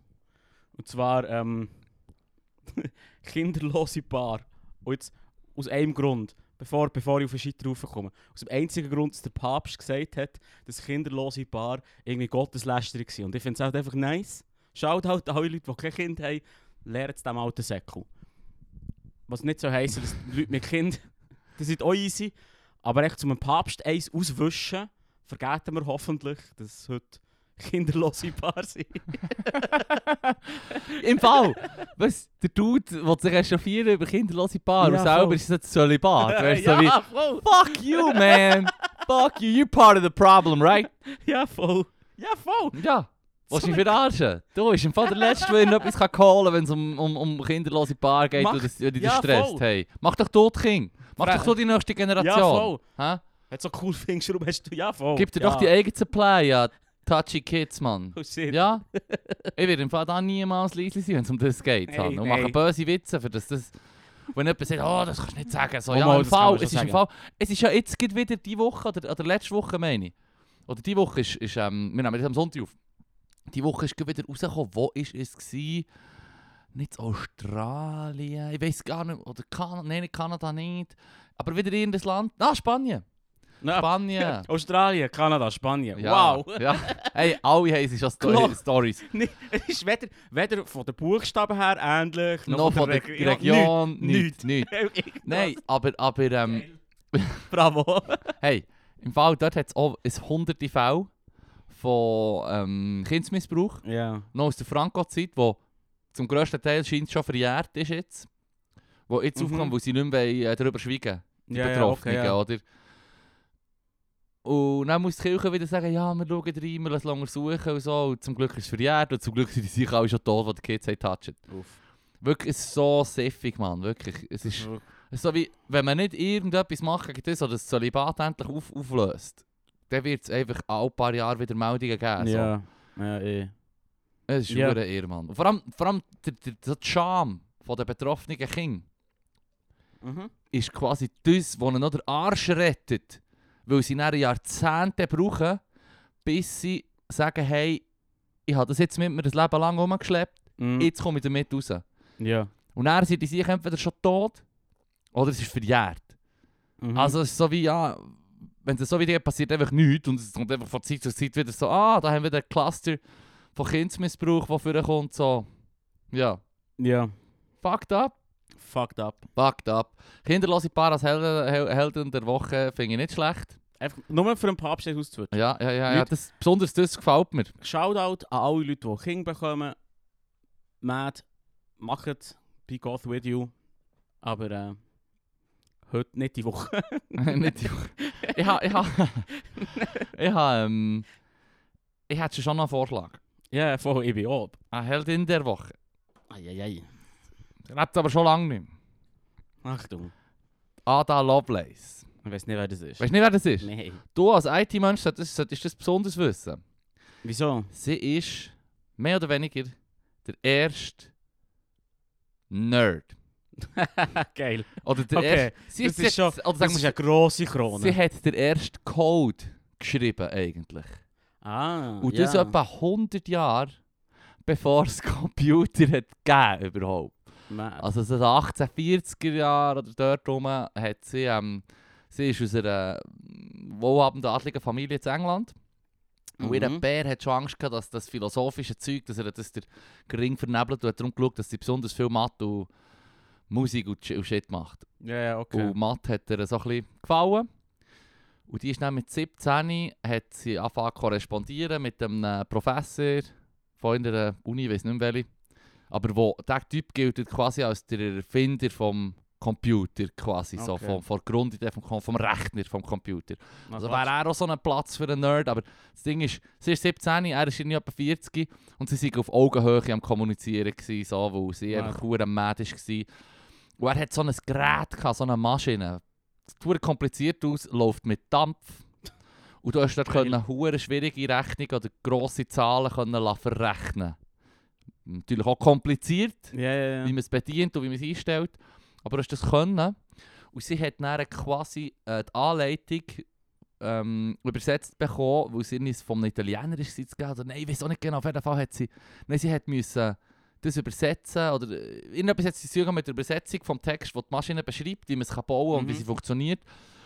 [SPEAKER 2] Und zwar ähm, kinderlose ehm, Paar Und jetzt aus einem Grund, bevor, bevor ich auf den Scheiter raufkomme, aus dem einzigen Grund, dass der Papst gesagt hat, dass kinderlose Paar irgendwie Gotteslästerung sind. Und ich finde es halt einfach nice. Schaut halt alle Leute, die kein Kind haben, lernt es dem alten Säckel. Was nicht so heisst, dass die Leute mit Kind, das sind auch easy. Aber echt zum Papst eins auswischen, vergeten wir hoffentlich, dass heute kinderlose Paar sind.
[SPEAKER 1] Im Fall, was, der Dude will sich echauffieren über kinderlose Paare
[SPEAKER 2] Ja,
[SPEAKER 1] und selber
[SPEAKER 2] voll.
[SPEAKER 1] ist es ein Zölibat. Weißt du, so wie,
[SPEAKER 2] ja, voll!
[SPEAKER 1] fuck you, man! fuck you, you're part of the problem, right?
[SPEAKER 2] Ja, voll! Ja, voll!
[SPEAKER 1] Ja. Was
[SPEAKER 2] So
[SPEAKER 1] mich verarschen? Du bist im Fall der Letzte, der etwas kann callen kann, wenn es um, um, um kinderlose Paare geht,
[SPEAKER 2] Mach-
[SPEAKER 1] die das- die dich
[SPEAKER 2] Ja,
[SPEAKER 1] stresst.
[SPEAKER 2] voll.
[SPEAKER 1] Hey, mach doch tot, Kind. Mach
[SPEAKER 2] Fra-
[SPEAKER 1] doch so die nächste Generation.
[SPEAKER 2] Ja, voll!
[SPEAKER 1] Hä?
[SPEAKER 2] Hat so cool Fingst rum, hast du. Ja, voll!
[SPEAKER 1] Gib dir
[SPEAKER 2] ja.
[SPEAKER 1] doch die eigenen Play, ja. Touchy Kids, Mann.
[SPEAKER 2] Oh shit.
[SPEAKER 1] Ja? Ich werde im Fall da niemals leise sein, wenn es um das geht.
[SPEAKER 2] Nein,
[SPEAKER 1] Hanno. und
[SPEAKER 2] nein.
[SPEAKER 1] mache böse Witze, für das das... Wenn jemand sagt, oh, das kannst du nicht sagen. So,
[SPEAKER 2] Oh,
[SPEAKER 1] ja,
[SPEAKER 2] mal,
[SPEAKER 1] im
[SPEAKER 2] das kann
[SPEAKER 1] Fall,
[SPEAKER 2] man schon
[SPEAKER 1] es ist im Fall...
[SPEAKER 2] sagen.
[SPEAKER 1] Es ist ja jetzt gerade wieder die Woche, oder, oder letzte Woche meine ich. Oder die Woche ist... ist ähm, wir nehmen das am Sonntag auf. Die Woche ist gerade wieder rausgekommen. Wo ist es gewesen? Nicht in Australien, ich weiß gar nicht, oder Kanada, nein, nicht Kanada nicht. Aber wieder irgendein Land. Ah, Spanien!
[SPEAKER 2] Na,
[SPEAKER 1] Spanien!
[SPEAKER 2] Australien, Kanada, Spanien.
[SPEAKER 1] Ja,
[SPEAKER 2] Wow!
[SPEAKER 1] Ja. Hey, alle haben sich schon Sto
[SPEAKER 2] Klar.
[SPEAKER 1] Stories.
[SPEAKER 2] Nee, es ist weder, weder von den Buchstaben her ähnlich,
[SPEAKER 1] Noch,
[SPEAKER 2] noch,
[SPEAKER 1] von der
[SPEAKER 2] Regi- ja,
[SPEAKER 1] Region, nichts,
[SPEAKER 2] nichts,
[SPEAKER 1] nichts.
[SPEAKER 2] nichts. Irgendwas.
[SPEAKER 1] Nein, aber, aber ähm,
[SPEAKER 2] Bravo.
[SPEAKER 1] hey, im Fall dort hat es auch ein hunderte Fälle von ähm, Kindesmissbrauch,
[SPEAKER 2] Ja.
[SPEAKER 1] noch aus der Franco-Zeit, wo zum grössten Teil scheint schon verjährt ist jetzt, wo jetzt
[SPEAKER 2] Mhm.
[SPEAKER 1] aufkommt, weil sie nicht mehr wollen, äh, darüber schweigen die
[SPEAKER 2] Ja, ja, okay,
[SPEAKER 1] Betroffenen,
[SPEAKER 2] ja.
[SPEAKER 1] oder? Und dann muss die Kirche wieder sagen, ja, wir schauen rein, wir lassen lange suchen und so. Und zum Glück ist es verjährt und zum Glück sind die sicher alle schon tot, die die Kids haben touched. Wirklich, es ist so siffig, Mann. Wirklich. Es ist es ist so wie, wenn man nicht irgendetwas macht gegen das oder das Zölibat endlich auf, auflöst, dann wird es einfach alle paar Jahre wieder Meldungen geben. So.
[SPEAKER 2] Ja. Ja, eh.
[SPEAKER 1] Es ist
[SPEAKER 2] Ja.
[SPEAKER 1] yeah. Irre, Mann. Und vor allem, vor allem der, der, der Charme von der betroffenen Kinder
[SPEAKER 2] Mhm.
[SPEAKER 1] ist quasi das, was ihnen noch den Arsch rettet. Weil sie dann Jahrzehnte brauchen, bis sie sagen, hey, ich habe das jetzt mit mir das Leben lang rumgeschleppt,
[SPEAKER 2] Mhm.
[SPEAKER 1] jetzt komme ich damit raus.
[SPEAKER 2] Ja.
[SPEAKER 1] Und dann sind die sich entweder schon tot oder es ist verjährt.
[SPEAKER 2] Mhm.
[SPEAKER 1] Also es ist so wie, ja, wenn es so wie dir passiert, einfach nichts und es kommt einfach von Zeit zu Zeit wieder so, ah, da haben wir den Cluster von Kindesmissbrauch, der vorher kommt, so, ja,
[SPEAKER 2] Ja.
[SPEAKER 1] fucked up.
[SPEAKER 2] Fucked up.
[SPEAKER 1] Fucked up. Kinderlose Paar als Helden, Hel- Helden der Woche finde ich nicht schlecht.
[SPEAKER 2] Einfach nur für ein paar Abschnitte auszuwählen.
[SPEAKER 1] Ja, ja, ja, ja
[SPEAKER 2] Nicht-
[SPEAKER 1] das, besonders das gefällt mir.
[SPEAKER 2] Shoutout an alle Leute, die Kinder bekommen. Matt, macht Be God with you. Aber äh, heute nicht die Woche.
[SPEAKER 1] Nicht die- ich habe, ich habe, ich habe, ähm, ich hätte schon noch einen Vorschlag.
[SPEAKER 2] Ja, voll, ich bin ab.
[SPEAKER 1] Eine Heldin der Woche.
[SPEAKER 2] Eieiei.
[SPEAKER 1] Die Lebt aber schon lange nicht mehr.
[SPEAKER 2] Achtung.
[SPEAKER 1] Ada Lovelace.
[SPEAKER 2] Ich weiß nicht, wer das ist.
[SPEAKER 1] Weißt du nicht, wer das ist?
[SPEAKER 2] Nee.
[SPEAKER 1] Du als IT-Mensch solltest, solltest das besonders wissen.
[SPEAKER 2] Wieso?
[SPEAKER 1] Sie ist mehr oder weniger der erste Nerd. Ah,
[SPEAKER 2] Geil.
[SPEAKER 1] Oder der
[SPEAKER 2] Okay,
[SPEAKER 1] erste. Sie
[SPEAKER 2] Das
[SPEAKER 1] sie
[SPEAKER 2] ist schon.
[SPEAKER 1] hat- oder
[SPEAKER 2] das
[SPEAKER 1] sagen
[SPEAKER 2] ist
[SPEAKER 1] wir,
[SPEAKER 2] eine grosse Krone.
[SPEAKER 1] sie hat den ersten Code geschrieben eigentlich.
[SPEAKER 2] ah.
[SPEAKER 1] Und
[SPEAKER 2] ja.
[SPEAKER 1] das etwa 100 Jahre bevor es Computer hat gegeben überhaupt.
[SPEAKER 2] Ma-
[SPEAKER 1] Also so 1840er Jahre oder dort rum hat sie, ähm, sie ist aus einer ähm, wohlhabenden adligen Familie in England. Und ihr
[SPEAKER 2] Mhm.
[SPEAKER 1] Bär hat schon Angst gehabt, dass das philosophische Zeug, dass er das der gering vernebelt und hat darum geschaut, dass sie besonders viel Mathe und Musik und Sch- und Shit macht.
[SPEAKER 2] Ja, ja, okay.
[SPEAKER 1] Und Mathe hat ihr so ein bisschen gefallen. Und die ist dann mit 17 hat sie angefangen zu korrespondieren mit einem äh, Professor von der Uni, ich weiß nicht mehr welche. Aber wo, der Typ gilt quasi als der Erfinder vom Computer, quasi so,
[SPEAKER 2] Okay.
[SPEAKER 1] vom, von der Grundidee vom, Kom- vom Rechner vom Computer.
[SPEAKER 2] Na,
[SPEAKER 1] Also
[SPEAKER 2] Quatsch.
[SPEAKER 1] wäre er auch so ein Platz für einen Nerd, aber das Ding ist, sie ist 17, er ist irgendwie etwa 40 und sie waren auf Augenhöhe am Kommunizieren, gewesen, so, weil sie
[SPEAKER 2] Ja.
[SPEAKER 1] einfach verdammt mad war. Und er hat so ein Gerät, gehabt, so eine Maschine. Das sieht verdammt kompliziert aus, läuft mit Dampf. Und du hast dort
[SPEAKER 2] Geil.
[SPEAKER 1] können verdammt schwierige Rechnungen oder grosse Zahlen können lassen verrechnen Natürlich auch kompliziert
[SPEAKER 2] Ja, ja,
[SPEAKER 1] wie
[SPEAKER 2] ja.
[SPEAKER 1] man es bedient und wie man es einstellt. Aber hast du das können? Und sie hat dann quasi äh, die Anleitung ähm, übersetzt Also, bekommen, weil sie nicht von einem Italiener ist, sie zu geben. Oder nein, ich weiß auch nicht genau, auf jeden Fall hat sie... Nein, sie hat müssen das übersetzen oder äh, irgendetwas hat sie zu tun gehabt mit der Übersetzung vom Text, den die Maschine beschreibt, wie man es kann bauen und wie
[SPEAKER 2] Mhm.
[SPEAKER 1] sie funktioniert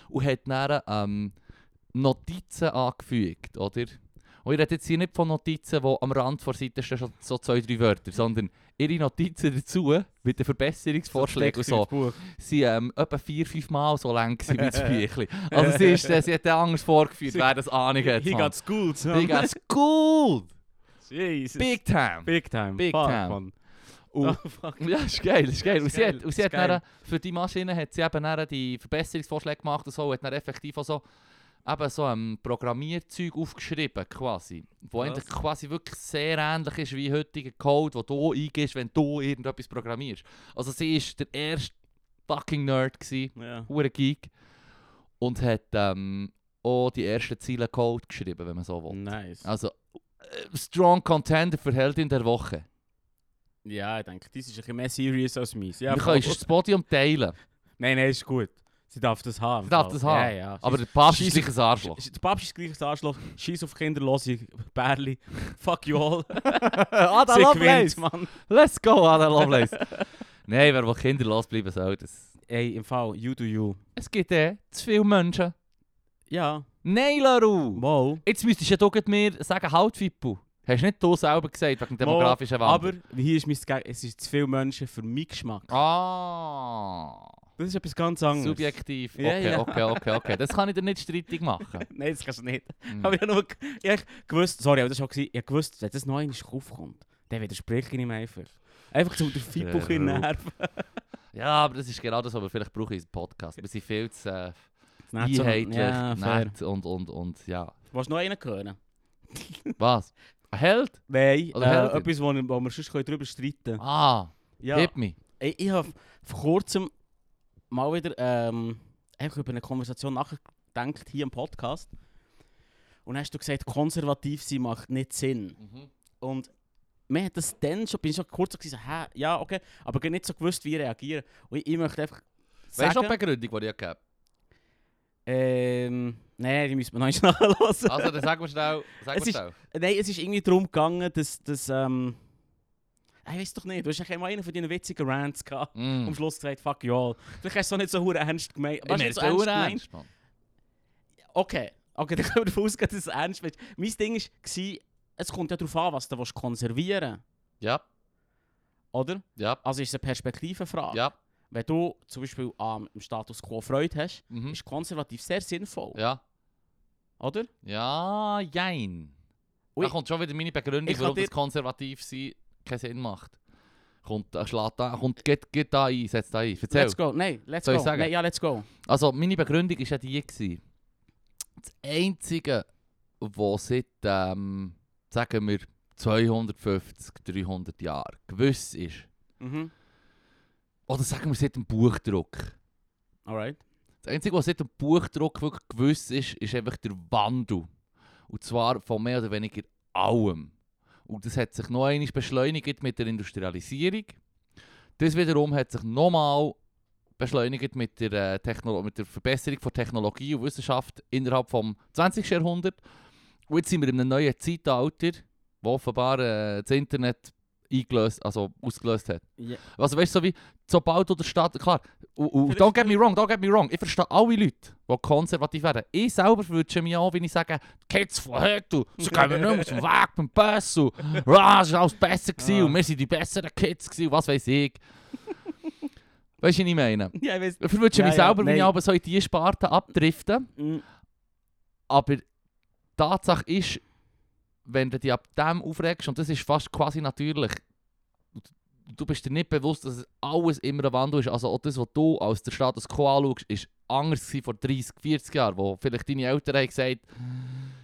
[SPEAKER 1] und hat dann ähm, Notizen angefügt, oder? Und ich rede jetzt hier nicht von Notizen, die am Rand vor Seite stehen, schon so zwei, drei Wörter, sondern ihre Notizen dazu mit den Verbesserungsvorschlägen und so sie ähm, etwa vier, fünf Mal so lang gewesen wie das Büchlein. Also sie, ist, äh, sie hat Angst vorgeführt,
[SPEAKER 2] Sie-
[SPEAKER 1] wer das Ahnung hat.
[SPEAKER 2] He
[SPEAKER 1] Mann.
[SPEAKER 2] got schooled.
[SPEAKER 1] He got schooled!
[SPEAKER 2] Jesus.
[SPEAKER 1] Big time!
[SPEAKER 2] Big time.
[SPEAKER 1] Big
[SPEAKER 2] Fuck,
[SPEAKER 1] time.
[SPEAKER 2] Mann.
[SPEAKER 1] Und-
[SPEAKER 2] Oh, fuck.
[SPEAKER 1] Ja, ist geil, ist geil. Und
[SPEAKER 2] Ist
[SPEAKER 1] sie hat,
[SPEAKER 2] geil,
[SPEAKER 1] und sie
[SPEAKER 2] ist
[SPEAKER 1] hat dann,
[SPEAKER 2] geil.
[SPEAKER 1] für die Maschine hat sie eben dann die Verbesserungsvorschläge gemacht und so, und hat dann effektiv auch so, eben so ein Programmierzeug aufgeschrieben, quasi. Wo
[SPEAKER 2] Krass.
[SPEAKER 1] eigentlich quasi wirklich sehr ähnlich ist wie heutiger Code, den du eingibst, wenn du irgendetwas programmierst. Also sie ist der erste fucking Nerd gewesen.
[SPEAKER 2] Ja.
[SPEAKER 1] hure Geek. Und hat ähm, auch die ersten Ziele Code geschrieben, wenn man so
[SPEAKER 2] Mhm.
[SPEAKER 1] will.
[SPEAKER 2] Nice.
[SPEAKER 1] Also, äh, strong contender für Heldin der Woche.
[SPEAKER 2] Ja, ich denke, dies ist ein bisschen mehr serious als meins. Ja,
[SPEAKER 1] wir
[SPEAKER 2] voll.
[SPEAKER 1] können das Podium teilen,
[SPEAKER 2] Nein, nein, ist gut. Sie darf das haben.
[SPEAKER 1] Sie darf
[SPEAKER 2] voll.
[SPEAKER 1] das haben.
[SPEAKER 2] Ja, ja.
[SPEAKER 1] aber der Papst ist
[SPEAKER 2] scheiss-
[SPEAKER 1] gleich ein Arschloch.
[SPEAKER 2] Sch- Der Papst ist gleich ein Arschloch. Scheiß auf kinderlose Bärli. Fuck you all.
[SPEAKER 1] Ada
[SPEAKER 2] Sie gewinnt, Mann.
[SPEAKER 1] Let's go, ah, Ada Lovelace! Nein, wer will kinderlos bleiben soll, das...
[SPEAKER 2] Ey, im Fall, you do you.
[SPEAKER 1] Es gibt eh zu viele Menschen.
[SPEAKER 2] Ja,
[SPEAKER 1] Nein, Laru!
[SPEAKER 2] wow.
[SPEAKER 1] Jetzt müsstest ja du gerade mir sagen, halt, Fippo. Hast nicht du selber gesagt, wegen dem
[SPEAKER 2] Mal,
[SPEAKER 1] demografischen
[SPEAKER 2] Aber
[SPEAKER 1] Wandel?
[SPEAKER 2] hier ist mein Gag, es ist zu viele Menschen für meinen Geschmack.
[SPEAKER 1] Ah...
[SPEAKER 2] Das ist etwas ganz anderes.
[SPEAKER 1] Subjektiv.
[SPEAKER 2] Ja,
[SPEAKER 1] Okay,
[SPEAKER 2] ja.
[SPEAKER 1] okay, okay, okay. Das kann ich dir nicht streitig machen.
[SPEAKER 2] Nein, das kannst du nicht.
[SPEAKER 1] Mm.
[SPEAKER 2] Aber ich habe nur ge- ich hab gewusst, sorry, aber das war auch, gewesen, ich hab gewusst, wenn das noch einmal aufkommt, dann widerspreche ich ihm einfach. Einfach zum der Fippo
[SPEAKER 1] Verrückt.
[SPEAKER 2] nerven.
[SPEAKER 1] ja, aber das ist genau das, was wir vielleicht brauchen in diesem Podcast. Wir sind viel zu äh,
[SPEAKER 2] Nicht so-
[SPEAKER 1] einheitlich,
[SPEAKER 2] Ja, fair.
[SPEAKER 1] nett und, und, und ja.
[SPEAKER 2] Willst du noch einen hören?
[SPEAKER 1] Was? Ein Held?
[SPEAKER 2] Nein,
[SPEAKER 1] Oder
[SPEAKER 2] äh,
[SPEAKER 1] Heldin?
[SPEAKER 2] etwas, wo, wo wir sonst können drüber streiten können.
[SPEAKER 1] Ah,
[SPEAKER 2] Ja,
[SPEAKER 1] hit me.
[SPEAKER 2] ich, ich habe vor kurzem mal wieder ähm, einfach über eine Konversation nachgedacht, hier im Podcast. Und dann hast du gesagt, konservativ sein macht nicht Sinn. Und mir hat das dann schon, bin ich schon kurz so gesagt, hä, ja, okay, aber ich hab nicht so gewusst, wie ich reagiere. Und ich, ich möchte einfach
[SPEAKER 1] Weißt du noch
[SPEAKER 2] sagen,
[SPEAKER 1] die Begründung, die ich gegeben
[SPEAKER 2] ähm, nein, die müssen wir noch einmal nachhören.
[SPEAKER 1] habe? Also, dann sag mir schnell. Sag
[SPEAKER 2] Es
[SPEAKER 1] mir
[SPEAKER 2] ist-
[SPEAKER 1] schnell.
[SPEAKER 2] Nein, es ist irgendwie darum gegangen, dass, dass ähm, ich weiß doch nicht, du hast eigentlich mal einen von deinen witzigen Rants gehabt.
[SPEAKER 1] Mm.
[SPEAKER 2] Am Schluss gesagt, fuck you all. Vielleicht hast du es auch nicht so hure ernst gemeint.
[SPEAKER 1] Ich
[SPEAKER 2] Weißt du,
[SPEAKER 1] meine,
[SPEAKER 2] so
[SPEAKER 1] es ist
[SPEAKER 2] ernst
[SPEAKER 1] auch
[SPEAKER 2] gemeint?
[SPEAKER 1] ernst, Mann.
[SPEAKER 2] Okay, okay, dann können wir davon ausgehen, dass es ernst wird. Mein Ding war, es kommt ja darauf an, was du willst konservieren
[SPEAKER 1] Ja,
[SPEAKER 2] oder?
[SPEAKER 1] ja,
[SPEAKER 2] Also ist es eine Perspektivenfrage.
[SPEAKER 1] ja.
[SPEAKER 2] Wenn du zum Beispiel am im Status Quo Freude hast,
[SPEAKER 1] Mhm.
[SPEAKER 2] ist konservativ sehr sinnvoll,
[SPEAKER 1] Ja,
[SPEAKER 2] oder?
[SPEAKER 1] ja, jein.
[SPEAKER 2] Ui.
[SPEAKER 1] Da kommt schon wieder meine Begründung,
[SPEAKER 2] Ich kann
[SPEAKER 1] warum
[SPEAKER 2] dir-
[SPEAKER 1] das konservativ sein keinen Sinn macht. Kommt, äh, schlägt da, kommt, geht, geht da ein, setzt da ein. Erzähl.
[SPEAKER 2] Let's go, nein, let's
[SPEAKER 1] Soll ich
[SPEAKER 2] go.
[SPEAKER 1] sagen?
[SPEAKER 2] Nein, ja, let's go.
[SPEAKER 1] Also, meine Begründung war ja die. Gewesen. Das Einzige, was seit, ähm, sagen wir, 250, 300 Jahren gewiss ist,
[SPEAKER 2] Mhm.
[SPEAKER 1] oder sagen wir seit dem Buchdruck,
[SPEAKER 2] Alright.
[SPEAKER 1] das Einzige, was seit dem Buchdruck wirklich gewiss ist, ist einfach der Wandel. Und zwar von mehr oder weniger allem. Und das hat sich noch einmal beschleunigt mit der Industrialisierung. Das wiederum hat sich nochmal beschleunigt mit der, äh, Techno mit der Verbesserung von Technologie und Wissenschaft innerhalb des 20. Jahrhunderts. Und jetzt sind wir in einem neuen Zeitalter, wo offenbar äh, das Internet eingelöst, also ausgelöst hat.
[SPEAKER 2] Ja.
[SPEAKER 1] Also weißt du, so wie, sobald du der Staat, klar, und, und,
[SPEAKER 2] Vielleicht-
[SPEAKER 1] don't get me wrong, don't get me wrong, ich verstehe alle Leute, die konservativ werden. Ich selber wünsche mir auch, wenn ich sage, die Kids von heute, sie kommen nicht mehr aus dem Weg beim Bus und «Ah, es war alles besser gewesen,
[SPEAKER 2] Ah.
[SPEAKER 1] und wir sind die besseren Kids gewesen, und was weiß ich. weißt du, was ich meine?
[SPEAKER 2] Ja, ich weiß.
[SPEAKER 1] Ich verwünsche
[SPEAKER 2] Ja,
[SPEAKER 1] mich
[SPEAKER 2] ja,
[SPEAKER 1] selber, wenn
[SPEAKER 2] nein.
[SPEAKER 1] ich aber so in diese Sparte abdrifte.
[SPEAKER 2] Mm,
[SPEAKER 1] Aber die Tatsache ist, wenn du dich ab dem aufregst, und das ist fast quasi natürlich, und du bist dir nicht bewusst, dass es alles immer ein Wandel ist. Also auch das, was du als der Status quo anschaust, ist anders gewesen vor 30, 40 Jahren, wo vielleicht deine Eltern haben gesagt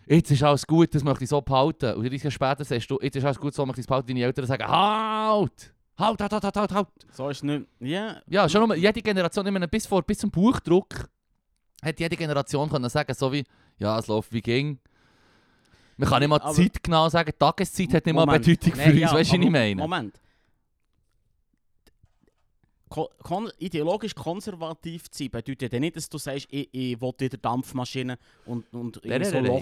[SPEAKER 1] jetzt ist alles gut, das möchte ich so behalten. Und 30 Jahre später sagst du, jetzt ist alles gut, so möchte ich es behalten. Deine Eltern sagen, halt! Halt, halt, halt, halt, halt, halt!
[SPEAKER 2] So ist nicht. Ja,
[SPEAKER 1] Ja, schon nur, jede Generation, ich meine, bis, vor, bis zum Buchdruck hat jede Generation können sagen, so wie, ja, es läuft wie ging. Man kann nicht mal
[SPEAKER 2] Aber-
[SPEAKER 1] Zeit genau sagen, die Tageszeit hat nicht mal
[SPEAKER 2] Moment.
[SPEAKER 1] Bedeutung für
[SPEAKER 2] Nein,
[SPEAKER 1] uns,
[SPEAKER 2] ja,
[SPEAKER 1] weißt du, was
[SPEAKER 2] aber
[SPEAKER 1] ich meine?
[SPEAKER 2] Moment. Ko kon ideologisch konservativ zu sein bedeutet ja nicht, dass du sagst, ich, ich will wieder Dampfmaschinen und, und
[SPEAKER 1] Nein,
[SPEAKER 2] irgendwie so
[SPEAKER 1] nein, nein, nein.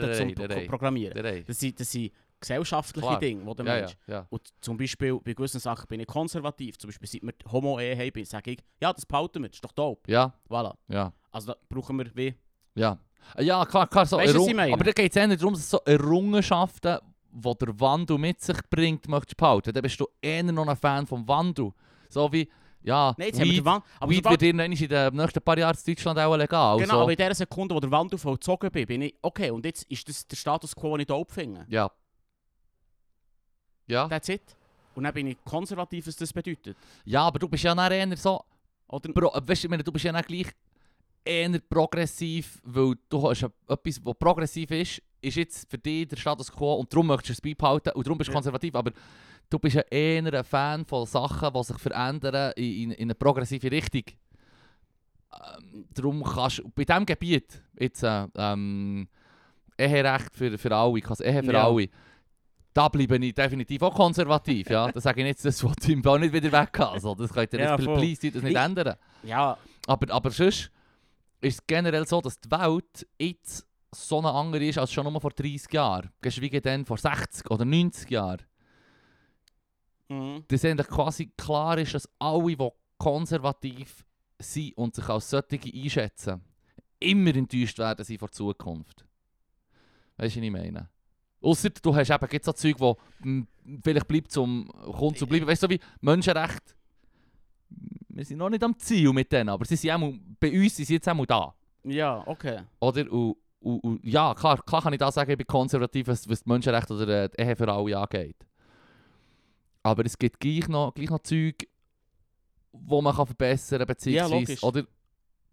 [SPEAKER 1] Nein, nein,
[SPEAKER 2] zum
[SPEAKER 1] nein,
[SPEAKER 2] Pro-
[SPEAKER 1] nein.
[SPEAKER 2] Programmieren.
[SPEAKER 1] Der Rey.
[SPEAKER 2] Das sind, das sind gesellschaftliche
[SPEAKER 1] Klar.
[SPEAKER 2] Dinge, die du
[SPEAKER 1] ja, ja,
[SPEAKER 2] meinst.
[SPEAKER 1] ja.
[SPEAKER 2] Und zum Beispiel bei gewissen Sachen bin ich konservativ. Zum Beispiel, seit wir Homo-Ehe haben, sage ich, ja, das behalten wir, das ist doch dope.
[SPEAKER 1] Ja,
[SPEAKER 2] Voilà.
[SPEAKER 1] ja,
[SPEAKER 2] Also da brauchen wir wie.
[SPEAKER 1] ja. Ja, klar, klar. So
[SPEAKER 2] Weißt du, was
[SPEAKER 1] Errung-
[SPEAKER 2] ich meine?
[SPEAKER 1] Aber da geht es eher darum, dass so Errungenschaften, die der Wandel mit sich bringt, möchtest behalten. Dann bist du eher noch ein Fan vom Wandel. So wie, ja,
[SPEAKER 2] Nein, jetzt haben wir
[SPEAKER 1] Weed,
[SPEAKER 2] den Wand. Aber,
[SPEAKER 1] Weed
[SPEAKER 2] sobald,
[SPEAKER 1] wird irgendwann in den nächsten paar Jahren in Deutschland auch legal.
[SPEAKER 2] genau,
[SPEAKER 1] so.
[SPEAKER 2] aber in der Sekunde, wo der Wandel vollzogen bin, bin ich, okay, und jetzt ist das der Status quo, den ich dope finde.
[SPEAKER 1] Ja. Ja.
[SPEAKER 2] That's it. Und dann bin ich konservativ, was das bedeutet.
[SPEAKER 1] ja, aber du bist ja dann eher so.
[SPEAKER 2] Oder?
[SPEAKER 1] Pro, eh, weißt du, ich meine, du bist ja dann gleich eher progressiv, weil du hast ja etwas, was progressiv ist, ist jetzt für dich der Status quo und darum möchtest du es beibehalten und darum bist du
[SPEAKER 2] Ja.
[SPEAKER 1] konservativ. Aber du bist ja eher ein Fan von Sachen, die sich verändern in, in, in eine progressive Richtung. Ähm, darum kannst du bei diesem Gebiet jetzt äh, ähm, Eherecht für, für alle, kannst Ehe für
[SPEAKER 2] Ja.
[SPEAKER 1] alle. Da bleibe ich definitiv auch konservativ, ja. Das sage ich jetzt, das will ich im Fall nicht wieder weg haben. Also, das könnt ihr
[SPEAKER 2] Ja,
[SPEAKER 1] jetzt,
[SPEAKER 2] voll.
[SPEAKER 1] please, tut das nicht
[SPEAKER 2] Ich-
[SPEAKER 1] ändern.
[SPEAKER 2] Ja,
[SPEAKER 1] Aber, aber sonst ist es generell so, dass die Welt jetzt so eine andere ist als schon nur vor 30 Jahren. Geschwiegen dann vor 60 oder 90 Jahren.
[SPEAKER 2] mhm.
[SPEAKER 1] Dass eigentlich quasi klar ist, dass alle, die konservativ sind und sich als solche einschätzen, immer enttäuscht werden sie vor Zukunft. Weißt du, was ich meine? Ausser du hast eben jetzt so Zeug, wo mm, vielleicht bleibt zum kommt zu bleiben. Weißt du, so wie Menschenrecht. Wir sind noch nicht am Ziel mit denen, aber sie sind auch, bei uns sind sie jetzt auch da.
[SPEAKER 2] ja, okay.
[SPEAKER 1] Oder? Und, und, und, ja, klar, klar kann ich da sagen, ich bin konservativ, was, was die Menschenrechte oder äh, die Ehe für alle angeht. Aber es gibt gleich noch, gleich noch Zeug, wo man kann verbessern kann, beziehungsweise...
[SPEAKER 2] logisch.
[SPEAKER 1] oder,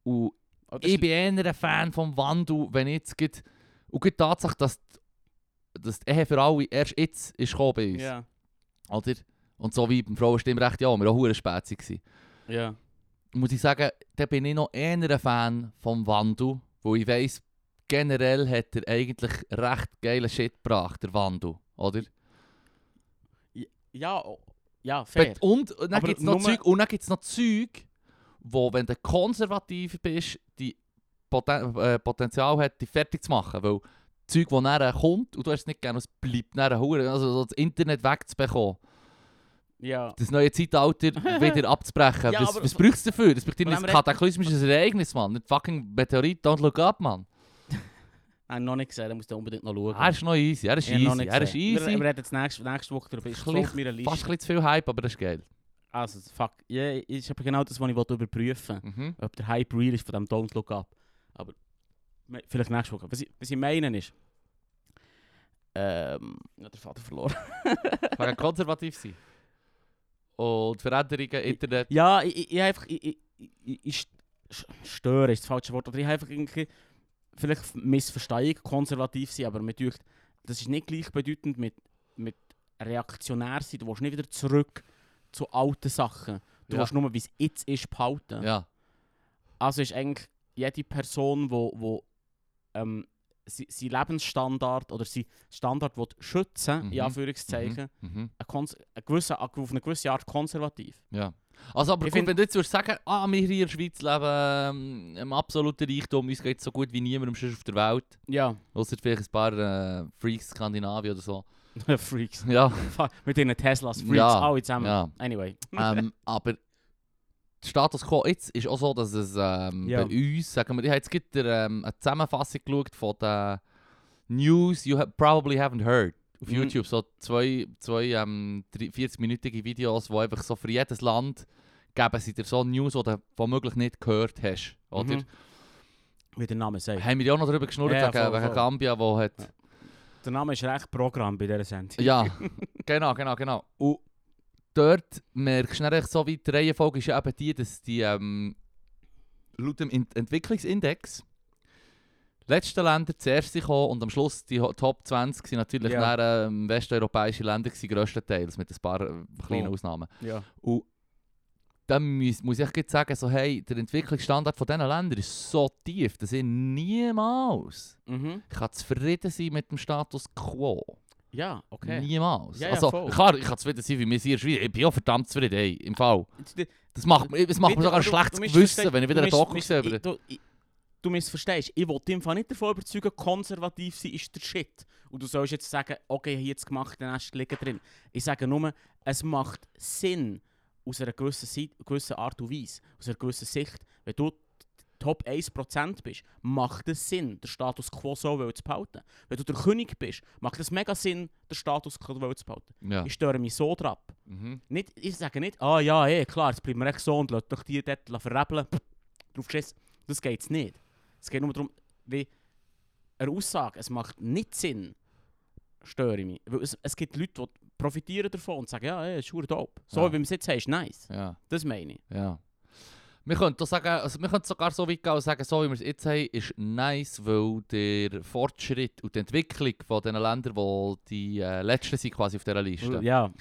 [SPEAKER 1] und
[SPEAKER 2] Aber das
[SPEAKER 1] ich bin eher ein Fan vom Wandel, wenn jetzt geht Und geht die Tatsache, dass die, dass die Ehe für alle erst jetzt ist gekommen bei uns.
[SPEAKER 2] Ja,
[SPEAKER 1] Oder? Und so wie beim Frauenstimmrecht, ja, wir waren auch verdammt spät. Gewesen
[SPEAKER 2] ja.
[SPEAKER 1] muss ich sagen, da bin ich noch eher ein Fan vom Wandel, wo ich weiss, generell hat er eigentlich recht geilen Shit gebracht, der Wandel, oder?
[SPEAKER 2] Ja, o- ja, fair.
[SPEAKER 1] Bet- Und, und dann
[SPEAKER 2] Aber
[SPEAKER 1] gibt es noch
[SPEAKER 2] nur-
[SPEAKER 1] Zeug, und dann gibt's noch Zeug, wo, wenn du konservativ bist, die Poten äh, Potenzial hat, die fertig zu machen, weil Zeug, das nachher kommt, und du hast es nicht gerne, es bleibt nachher verdammt. also so das Internet wegzubekommen,
[SPEAKER 2] Ja.
[SPEAKER 1] das neue Zeitalter wieder abzubrechen,
[SPEAKER 2] Ja,
[SPEAKER 1] was,
[SPEAKER 2] aber-
[SPEAKER 1] was brauchst du dafür? Das braucht
[SPEAKER 2] Von
[SPEAKER 1] ein
[SPEAKER 2] dem red-
[SPEAKER 1] kataklysmisches Ereignis, Mann, nicht fucking Meteorit, don't look up, Mann.
[SPEAKER 2] Nein, noch nicht gesehen, da musst du unbedingt noch schauen.
[SPEAKER 1] Er Ah, ist noch easy, er ist
[SPEAKER 2] Ich hab noch
[SPEAKER 1] easy,
[SPEAKER 2] nicht
[SPEAKER 1] er ist
[SPEAKER 2] gesehen. Wir,
[SPEAKER 1] easy.
[SPEAKER 2] wir reden jetzt nächste, nächste Woche darüber. Ist schon
[SPEAKER 1] Gleich-
[SPEAKER 2] auf meiner Liste.
[SPEAKER 1] Fast ein bisschen zu viel Hype, aber das ist geil.
[SPEAKER 2] Also, fuck. Ja, ist aber genau das, was ich wollte überprüfen
[SPEAKER 1] Mhm.
[SPEAKER 2] Ob der Hype real ist von dem Don't Look Up. Aber me- vielleicht nächste Woche. Was ich, was ich meine ist... Ähm... Ja, der Vater verloren.
[SPEAKER 1] Kann konservativ sein. Und Veränderungen, Internet.
[SPEAKER 2] Ja, ich, ich, ich hab einfach... Ich, ich, ich, ich st- störe ist das falsche Wort. Oder ich hab einfach irgendwie... Vielleicht missverstehe ich konservativ sein, aber mir dünkt, das ist nicht gleichbedeutend mit, mit reaktionär sein. Du willst nicht wieder zurück zu alten Sachen. Du
[SPEAKER 1] Ja.
[SPEAKER 2] willst nur, wie es jetzt ist, behalten.
[SPEAKER 1] Ja,
[SPEAKER 2] Also ist eigentlich jede Person, wo, wo ähm, sie, sie Lebensstandard oder sie Standard will schützen in
[SPEAKER 1] Mhm.
[SPEAKER 2] Anführungszeichen,
[SPEAKER 1] mhm.
[SPEAKER 2] ein Kons- ein gewisser, ein- auf eine gewisse Art konservativ.
[SPEAKER 1] ja. Also, aber
[SPEAKER 2] Ich
[SPEAKER 1] gut,
[SPEAKER 2] find-
[SPEAKER 1] wenn du jetzt würdest sagen, ah, wir hier in der Schweiz leben ähm, im absoluten Reichtum, uns geht es so gut wie niemandem sonst auf der Welt.
[SPEAKER 2] Ja,
[SPEAKER 1] Außer vielleicht ein paar äh, Freaks Skandinavien oder so.
[SPEAKER 2] Freaks.
[SPEAKER 1] Ja,
[SPEAKER 2] Fuck, Mit ihren Teslas, Freaks,
[SPEAKER 1] Ja,
[SPEAKER 2] alle zusammen.
[SPEAKER 1] ja.
[SPEAKER 2] Anyway.
[SPEAKER 1] ähm, aber der Status quo jetzt ist auch so, dass es ähm,
[SPEAKER 2] Ja.
[SPEAKER 1] bei uns, sagen wir, ich habe jetzt gerade der, ähm, eine Zusammenfassung geschaut von den News you ha probably haven't heard auf
[SPEAKER 2] Mhm.
[SPEAKER 1] YouTube. So zwei, zwei ähm, 40-minütige Videos, wo einfach so für jedes Land geben sie dir so News, die du womöglich nicht gehört hast. Oder?
[SPEAKER 2] Mhm. Wie der Name sagt.
[SPEAKER 1] Haben wir ja auch noch darüber geschnurrt,
[SPEAKER 2] Ja,
[SPEAKER 1] wegen,
[SPEAKER 2] voll,
[SPEAKER 1] wegen
[SPEAKER 2] voll.
[SPEAKER 1] Gambia, wo hat...
[SPEAKER 2] Der Name ist recht Programm bei dieser Sendung.
[SPEAKER 1] Ja, genau, genau, genau. Und dort merkst du dann echt so, wie die Reihenfolge ist ja eben die, dass die ähm, laut dem Ent Entwicklungsindex letzte Länder zuerst sind gekommen und am Schluss die Ho- Top 20 sind natürlich
[SPEAKER 2] Ja.
[SPEAKER 1] dann, ähm, westeuropäische Länder gewesen, grösstenteils, mit ein paar äh, kleinen
[SPEAKER 2] Cool.
[SPEAKER 1] Ausnahmen.
[SPEAKER 2] Ja.
[SPEAKER 1] Und dann muss, muss ich gerade sagen, so, hey, der Entwicklungsstandard von diesen Ländern ist so tief, dass ich niemals
[SPEAKER 2] Mhm.
[SPEAKER 1] kann zufrieden sein mit dem Status Quo.
[SPEAKER 2] Ja, okay.
[SPEAKER 1] Niemals.
[SPEAKER 2] Ja, ja,
[SPEAKER 1] also,
[SPEAKER 2] voll.
[SPEAKER 1] klar, ich kann zufrieden sein, wie wir hier in der Schweiz. Ich bin ja verdammt zufrieden, ey, im Fall.
[SPEAKER 2] Jetzt-
[SPEAKER 1] Das macht, mir- das macht mir sogar
[SPEAKER 2] Wieder-
[SPEAKER 1] ein
[SPEAKER 2] du-
[SPEAKER 1] schlechtes
[SPEAKER 2] du musst
[SPEAKER 1] Gewissen,
[SPEAKER 2] verstehen,
[SPEAKER 1] wenn ich wieder
[SPEAKER 2] du
[SPEAKER 1] einen
[SPEAKER 2] musst-
[SPEAKER 1] Doku
[SPEAKER 2] musst-
[SPEAKER 1] sehe.
[SPEAKER 2] ich-
[SPEAKER 1] über-
[SPEAKER 2] Du, ich- du missverstehst. Ich wollte im Fall nicht davon überzeugen, konservativ sein ist der Shit. Und du sollst jetzt sagen, okay, hier jetzt gemacht, dann hast du liegen drin. Ich sage nur, es macht Sinn aus einer gewissen, Seite, gewissen Art und Weise, aus einer gewissen Sicht. Wenn du die Top 1% bist, macht es Sinn, den Status quo so wollen zu behalten. Wenn du der König bist, macht es mega Sinn, den Status quo wollen zu behalten.
[SPEAKER 1] Ja.
[SPEAKER 2] Ich störe mich so dran.
[SPEAKER 1] Mhm.
[SPEAKER 2] Nicht, ich sage nicht, ah ja, eh, klar, jetzt bleiben wir echt so und lassen doch die dort verrebeln. Pff, Drauf geschissen. Das geht's nicht. Es geht nur darum, wie eine Aussage, es macht nicht Sinn, störe ich mich. Weil es, es gibt Leute, die profitieren davon und sagen, ja, ey, ist verdammt dope. So
[SPEAKER 1] Ja.
[SPEAKER 2] wie wir es jetzt haben, ist nice.
[SPEAKER 1] ja,
[SPEAKER 2] Das meine ich.
[SPEAKER 1] ja. Wir könnten doch sagen, also wir könnten sogar so weit gehen und sagen, so wie wir es jetzt haben, ist nice, weil der Fortschritt und die Entwicklung von den Ländern, wo die äh, letzten sind quasi auf dieser Liste,
[SPEAKER 2] Ja,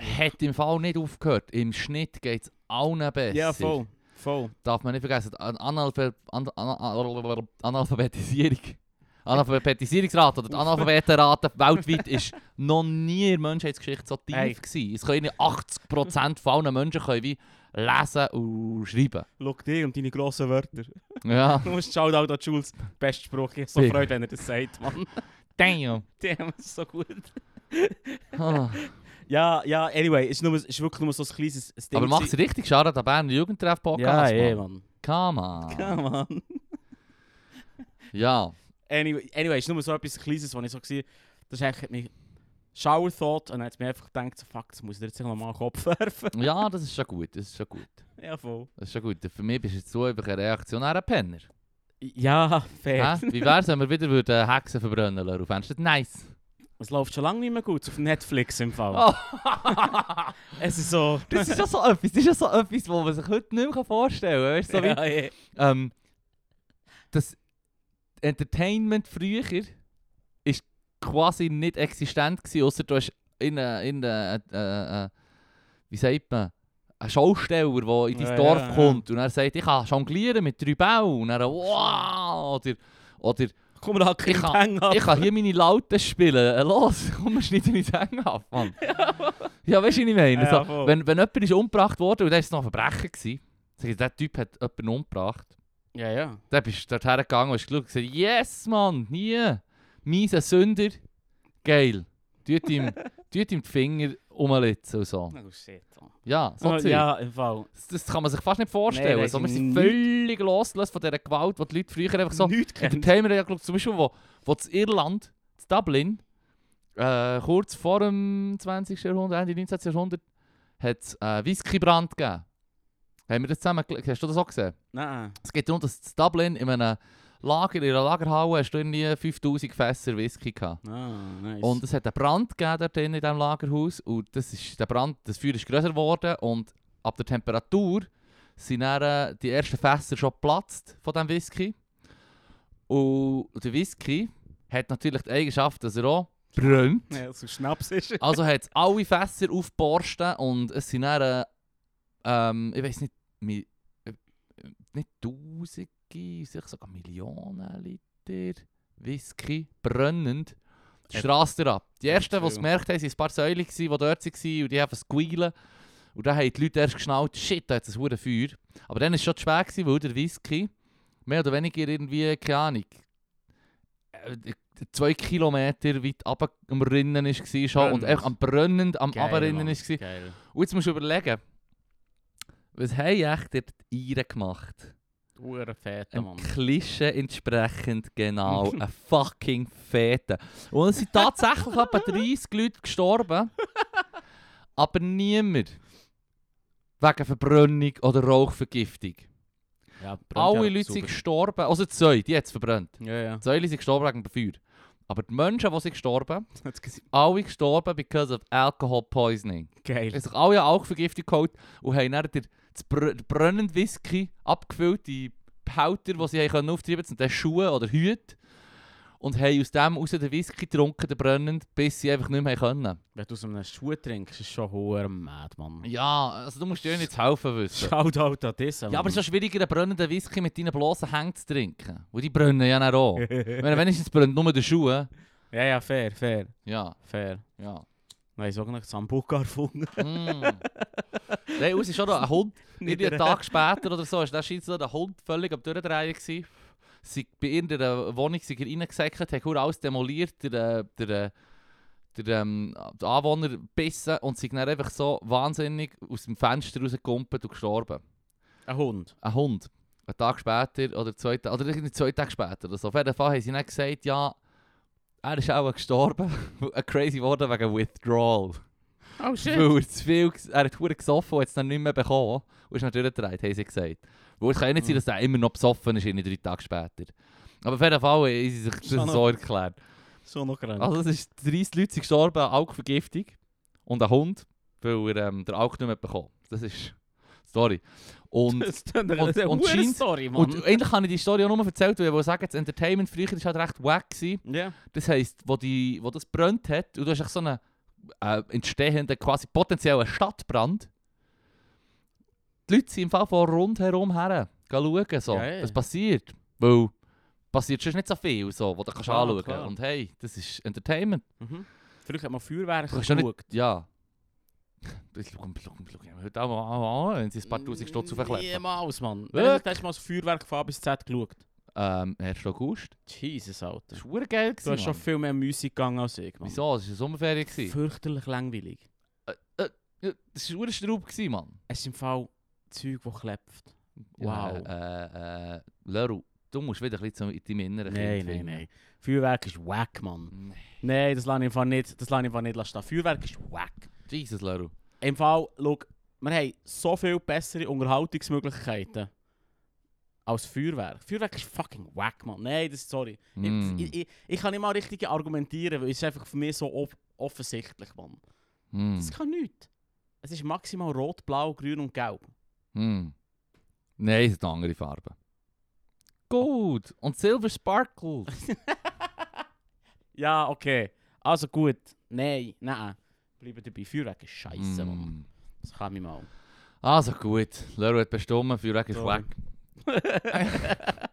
[SPEAKER 1] hat im Fall nicht aufgehört. Im Schnitt geht es allen besser.
[SPEAKER 2] ja voll. voll.
[SPEAKER 1] Darf man nicht vergessen, an Analpha- an an Analphabetisierung. Analphabetisierungsrate oder die Analphabetenrate weltweit ist noch nie in der Menschheitsgeschichte so tief
[SPEAKER 2] Hey.
[SPEAKER 1] gewesen. Es können nicht 80% von allen Menschen können wie lesen und schreiben.
[SPEAKER 2] Schau dich und deine grossen Wörter.
[SPEAKER 1] Ja,
[SPEAKER 2] Du musst schauen, auch da Jules. Bester Spruch. Ich habe so
[SPEAKER 1] Big.
[SPEAKER 2] Freude, wenn er das sagt, Mann.
[SPEAKER 1] damn.
[SPEAKER 2] Damn, das ist so gut.
[SPEAKER 1] Ah.
[SPEAKER 2] Ja, ja, anyway, es ist, nur, es ist wirklich nur so ein kleines ein Ding.
[SPEAKER 1] Aber mach's richtig, Schara, der Berner
[SPEAKER 2] Ja,
[SPEAKER 1] Jugendtreff-Podcast.
[SPEAKER 2] eh,
[SPEAKER 1] Mann.
[SPEAKER 2] Mann.
[SPEAKER 1] Come on.
[SPEAKER 2] Ja, Mann.
[SPEAKER 1] Ja,
[SPEAKER 2] Anyway, anyway, es ist nur so etwas Kleines, was ich so gesehen Das ist eigentlich hat mich Shower Thought und dann hat mir einfach gedacht, so, fuck, das muss ich dir jetzt noch mal in den Kopf werfen.
[SPEAKER 1] ja, das ist schon gut, das ist schon gut.
[SPEAKER 2] ja, voll.
[SPEAKER 1] Das ist schon gut. Für mich bist du jetzt so einfach ein reaktionärer Penner.
[SPEAKER 2] Ja, fair.
[SPEAKER 1] Hä? Wie wär's, wenn wir wieder würden Hexen verbrennen lassen? Fändest du das nice?
[SPEAKER 2] Es läuft schon lange nicht mehr gut, auf Netflix im Fall.
[SPEAKER 1] Oh.
[SPEAKER 2] Es ist so...
[SPEAKER 1] das ist ja so etwas, das ist ja so etwas, wo man sich heute nicht mehr vorstellen kann. Weißt, du, so wie,
[SPEAKER 2] ja, eh.
[SPEAKER 1] ähm, das Entertainment früher ist quasi nicht existent gewesen, außer du hast in eine, in eine, äh, äh, wie sagt man, einen Schausteller, der in dein
[SPEAKER 2] Ja,
[SPEAKER 1] Dorf
[SPEAKER 2] ja, ja.
[SPEAKER 1] kommt und er sagt, ich kann jonglieren mit drei Bällen und er wow, oder, oder
[SPEAKER 2] Komm, da
[SPEAKER 1] Ich
[SPEAKER 2] krieg ich
[SPEAKER 1] kann-
[SPEAKER 2] Hang ab.
[SPEAKER 1] Ich kann hier meine Lauten spielen. Äh, Los, komm, wir schneiden uns Hänge ab, Mann. ja, weißt du, was ich meine?
[SPEAKER 2] Ja,
[SPEAKER 1] Also,
[SPEAKER 2] voll.
[SPEAKER 1] wenn, wenn jemand ist umgebracht wurde und der war noch ein Verbrecher, gewesen, sag ich, der Typ hat jemanden umgebracht,
[SPEAKER 2] Ja, ja.
[SPEAKER 1] dann bist du dort hergegangen und hast geschaut und gesagt, yes, Mann, hier, miese Sünder, geil. Tut ihm, tut ihm die Finger rumlitzen und so.
[SPEAKER 2] Oh shit. Mann.
[SPEAKER 1] Ja, so
[SPEAKER 2] Oh,
[SPEAKER 1] Zeug.
[SPEAKER 2] ja, im Fall.
[SPEAKER 1] Das, das kann man sich fast nicht vorstellen.
[SPEAKER 2] Nein,
[SPEAKER 1] also, wir
[SPEAKER 2] das ist
[SPEAKER 1] sind
[SPEAKER 2] nicht-
[SPEAKER 1] völlig losgelöst von dieser Gewalt, die die Leute früher einfach so...
[SPEAKER 2] Nichts kennt.
[SPEAKER 1] Entertainment ja glaub, zum Beispiel, wo, wo in Irland, in Dublin, äh, kurz vor dem 20. Jahrhundert, Ende 19. Jahrhundert, hat es äh, Whiskybrand gegeben. Haben wir das zusammen gele- Hast du das auch gesehen?
[SPEAKER 2] Nein.
[SPEAKER 1] Es geht darum, dass in Dublin in einem Lager, in einer Lagerhalle, hast du irgendwie 5000 Fässer Whisky gehabt.
[SPEAKER 2] Ah, nice.
[SPEAKER 1] Und es hat einen Brand gegeben dort drin in diesem Lagerhaus und das ist, der Brand, das Feuer ist grösser geworden und ab der Temperatur sind dann, äh, die ersten Fässer schon geplatzt von diesem Whisky. Und der Whisky hat natürlich die Eigenschaft, dass er auch brennt.
[SPEAKER 2] Ja, so Schnaps ist er.
[SPEAKER 1] Also hat es alle Fässer aufgeborsten und es sind dann, äh, ähm, ich weiß nicht, mi, äh, nicht Tausende, sicher sogar Millionen Liter Whisky brennend die
[SPEAKER 2] Äh,
[SPEAKER 1] Straße ab. Die
[SPEAKER 2] echt
[SPEAKER 1] ersten, die es
[SPEAKER 2] viel.
[SPEAKER 1] gemerkt haben, waren ein paar Säulen, die dort waren und die haben squealen. Und dann haben die Leute erst geschnallt, shit, da hat es ein verdammtes Feuer. Aber dann war es schon zu schwer, gewesen, weil der Whisky mehr oder weniger irgendwie, keine Ahnung, äh, zwei Kilometer weit ab am Rinnen war schon und
[SPEAKER 2] Brennend.
[SPEAKER 1] einfach am Brennen, am
[SPEAKER 2] Geil,
[SPEAKER 1] Abrinnen
[SPEAKER 2] Mann.
[SPEAKER 1] war.
[SPEAKER 2] Geil.
[SPEAKER 1] Und jetzt musst du überlegen, was haben echt dort die Iren gemacht?
[SPEAKER 2] Hure fette,
[SPEAKER 1] Ein
[SPEAKER 2] Mann.
[SPEAKER 1] Klischee entsprechend genau, ein fucking Fete. Und es sind tatsächlich etwa 30 Leute gestorben, aber niemand wegen Verbrennung oder Rauchvergiftung.
[SPEAKER 2] Ja,
[SPEAKER 1] Alle Leute sind gestorben, also zwei, die hat es verbrannt.
[SPEAKER 2] Ja, ja.
[SPEAKER 1] Die Säule sind gestorben wegen dem Feuer. Aber die Menschen, die sind gestorben,
[SPEAKER 2] Hat's gesehen.
[SPEAKER 1] alle gestorben because of alcohol poisoning. Sie
[SPEAKER 2] Geil.
[SPEAKER 1] haben sich alle eine Alkvergiftung geholt und haben dann den, das br den brennenden Whisky abgefüllt, die Behälter, die sie haben können auftreiben konnten, den Schuhe oder Hüte. Und haben aus dem raus den Whisky getrunken, den brennend, bis sie einfach nicht mehr haben können.
[SPEAKER 2] Wenn du aus einem Schuh trinkst, ist schon hoher Mad, Mann.
[SPEAKER 1] Ja, also du musst dir nicht zu helfen wissen.
[SPEAKER 2] Shoutout an diesen.
[SPEAKER 1] Ja, aber es ist auch schwieriger, einen brennenden Whisky mit deinen bloßen Händen zu trinken. Weil die brennen ja dann auch. Ich meine, wenigstens brennt nur der Schuhe.
[SPEAKER 2] Ja, ja, fair, fair,
[SPEAKER 1] Ja,
[SPEAKER 2] fair.
[SPEAKER 1] ja.
[SPEAKER 2] Nein, ich sag nicht, Sambuca erfunden.
[SPEAKER 1] Mm. Nein, es ist schon noch ein Hund. Irgendwie einen Tag später oder so, ist der scheint so der Hund völlig am Durchdrehen gewesen. sie bei irgendeiner Wohnung sind sie reingesackt, haben verdammt alles demoliert, der, äh, der, äh, der ähm, die Anwohner gebissen und sind dann einfach so wahnsinnig aus dem Fenster rausgekumpelt und gestorben.
[SPEAKER 2] Ein Hund.
[SPEAKER 1] Ein Hund. Einen Tag später oder zwei, Ta- oder irgendwie zwei Tage Dus später oder so. Auf jeden Fall haben sie dann gesagt, ja, er ist auch gestorben, ein crazy geworden wegen Withdrawal.
[SPEAKER 2] Oh
[SPEAKER 1] Weil er zu viel, ges- er hat hure gesoffen und hat es dann nicht mehr bekommen. Und ist dann durchgedreht, haben sie gesagt. Weil es kann ja nicht
[SPEAKER 2] Mhm.
[SPEAKER 1] sein, dass er immer noch besoffen ist, in drei Tage später. Aber auf jeden Fall haben sie sich das
[SPEAKER 2] Schon
[SPEAKER 1] so erklärt.
[SPEAKER 2] So noch krank.
[SPEAKER 1] Also es ist 30 Leute sind gestorben an Alkvergiftung und ein Hund, weil er ähm, den Alk nicht mehr bekommen hat. Das ist die Story. Und,
[SPEAKER 2] Das ist eine
[SPEAKER 1] und- und
[SPEAKER 2] hohe
[SPEAKER 1] scheint-
[SPEAKER 2] Story,
[SPEAKER 1] und
[SPEAKER 2] Mann.
[SPEAKER 1] eigentlich habe ich die Story auch nur erzählt, weil ich wollte sagen, das Entertainment früher war halt recht wack. Gewesen.
[SPEAKER 2] Ja.
[SPEAKER 1] Das heisst, wo, die, wo das brennt hat, und du hast echt so einen äh, entstehenden, quasi potenziellen Stadtbrand. Die Leute sind im Fall von rundherum her gehen schauen, so.
[SPEAKER 2] Geil.
[SPEAKER 1] was passiert. Weil passiert sonst nicht so viel, so, wo du kannst
[SPEAKER 2] Klar,
[SPEAKER 1] anschauen
[SPEAKER 2] klar.
[SPEAKER 1] Und hey, das ist Entertainment.
[SPEAKER 2] Mhm. Früher hat man Feuerwerk
[SPEAKER 1] Du kannst ja
[SPEAKER 2] geschaut.
[SPEAKER 1] nicht... Ja. Ich schau, schau, schau, schau, heute auch mal an, wenn sie ein paar tausend Stutz aufkleppen.
[SPEAKER 2] Niemals, Mann.
[SPEAKER 1] Wirklich?
[SPEAKER 2] Wer hat das mal das Feuerwerk von A bis Z geschaut?
[SPEAKER 1] Ähm, 1. August.
[SPEAKER 2] Jesus, Alter.
[SPEAKER 1] Das war verdammt geil.
[SPEAKER 2] Du hast schon viel mehr Musik gegangen als ich, Mann.
[SPEAKER 1] Wieso? Es war eine Sommerferie. gewesen.
[SPEAKER 2] Fürchterlich langweilig.
[SPEAKER 1] Ja, Das war ein Straub, Mann.
[SPEAKER 2] Es ist im Fall Zeug, das klepft. Wow.
[SPEAKER 1] Ja, äh, äh, Leru, du musst wieder ein bisschen zu deinem inneren
[SPEAKER 2] Nein,
[SPEAKER 1] Kind
[SPEAKER 2] nein,
[SPEAKER 1] finden.
[SPEAKER 2] nein. Feuerwerk ist wack, Mann.
[SPEAKER 1] Nee.
[SPEAKER 2] Nein, das lasse ich im Fall nicht, das lasse ich im Fall nicht lassen. Feuerwerk ist wack.
[SPEAKER 1] Jesus, Leru.
[SPEAKER 2] Im Fall, schau, wir haben so viel bessere Unterhaltungsmöglichkeiten als Feuerwerk. Feuerwerk ist fucking wack, Mann. Nein, das, sorry. Ich-
[SPEAKER 1] Mm.
[SPEAKER 2] Ich, ich, ich kann nicht mal richtig argumentieren, weil es ist einfach für mich so off- offensichtlich, Mann.
[SPEAKER 1] Mm.
[SPEAKER 2] Das kann nichts. Es ist maximal rot, blau, grün und gelb.
[SPEAKER 1] Mm. Nein, es sind andere Farben. Gut. Und Silver Sparkle.
[SPEAKER 2] Ja, okay. Also gut. Nein, nein. Bleiben dabei. Feuerwerk ist scheiße, Mann.
[SPEAKER 1] Mm.
[SPEAKER 2] Das kann mich mal.
[SPEAKER 1] Also gut. Leru hat bestimmt, Feuerwerk ist
[SPEAKER 2] Sorry.
[SPEAKER 1] weg.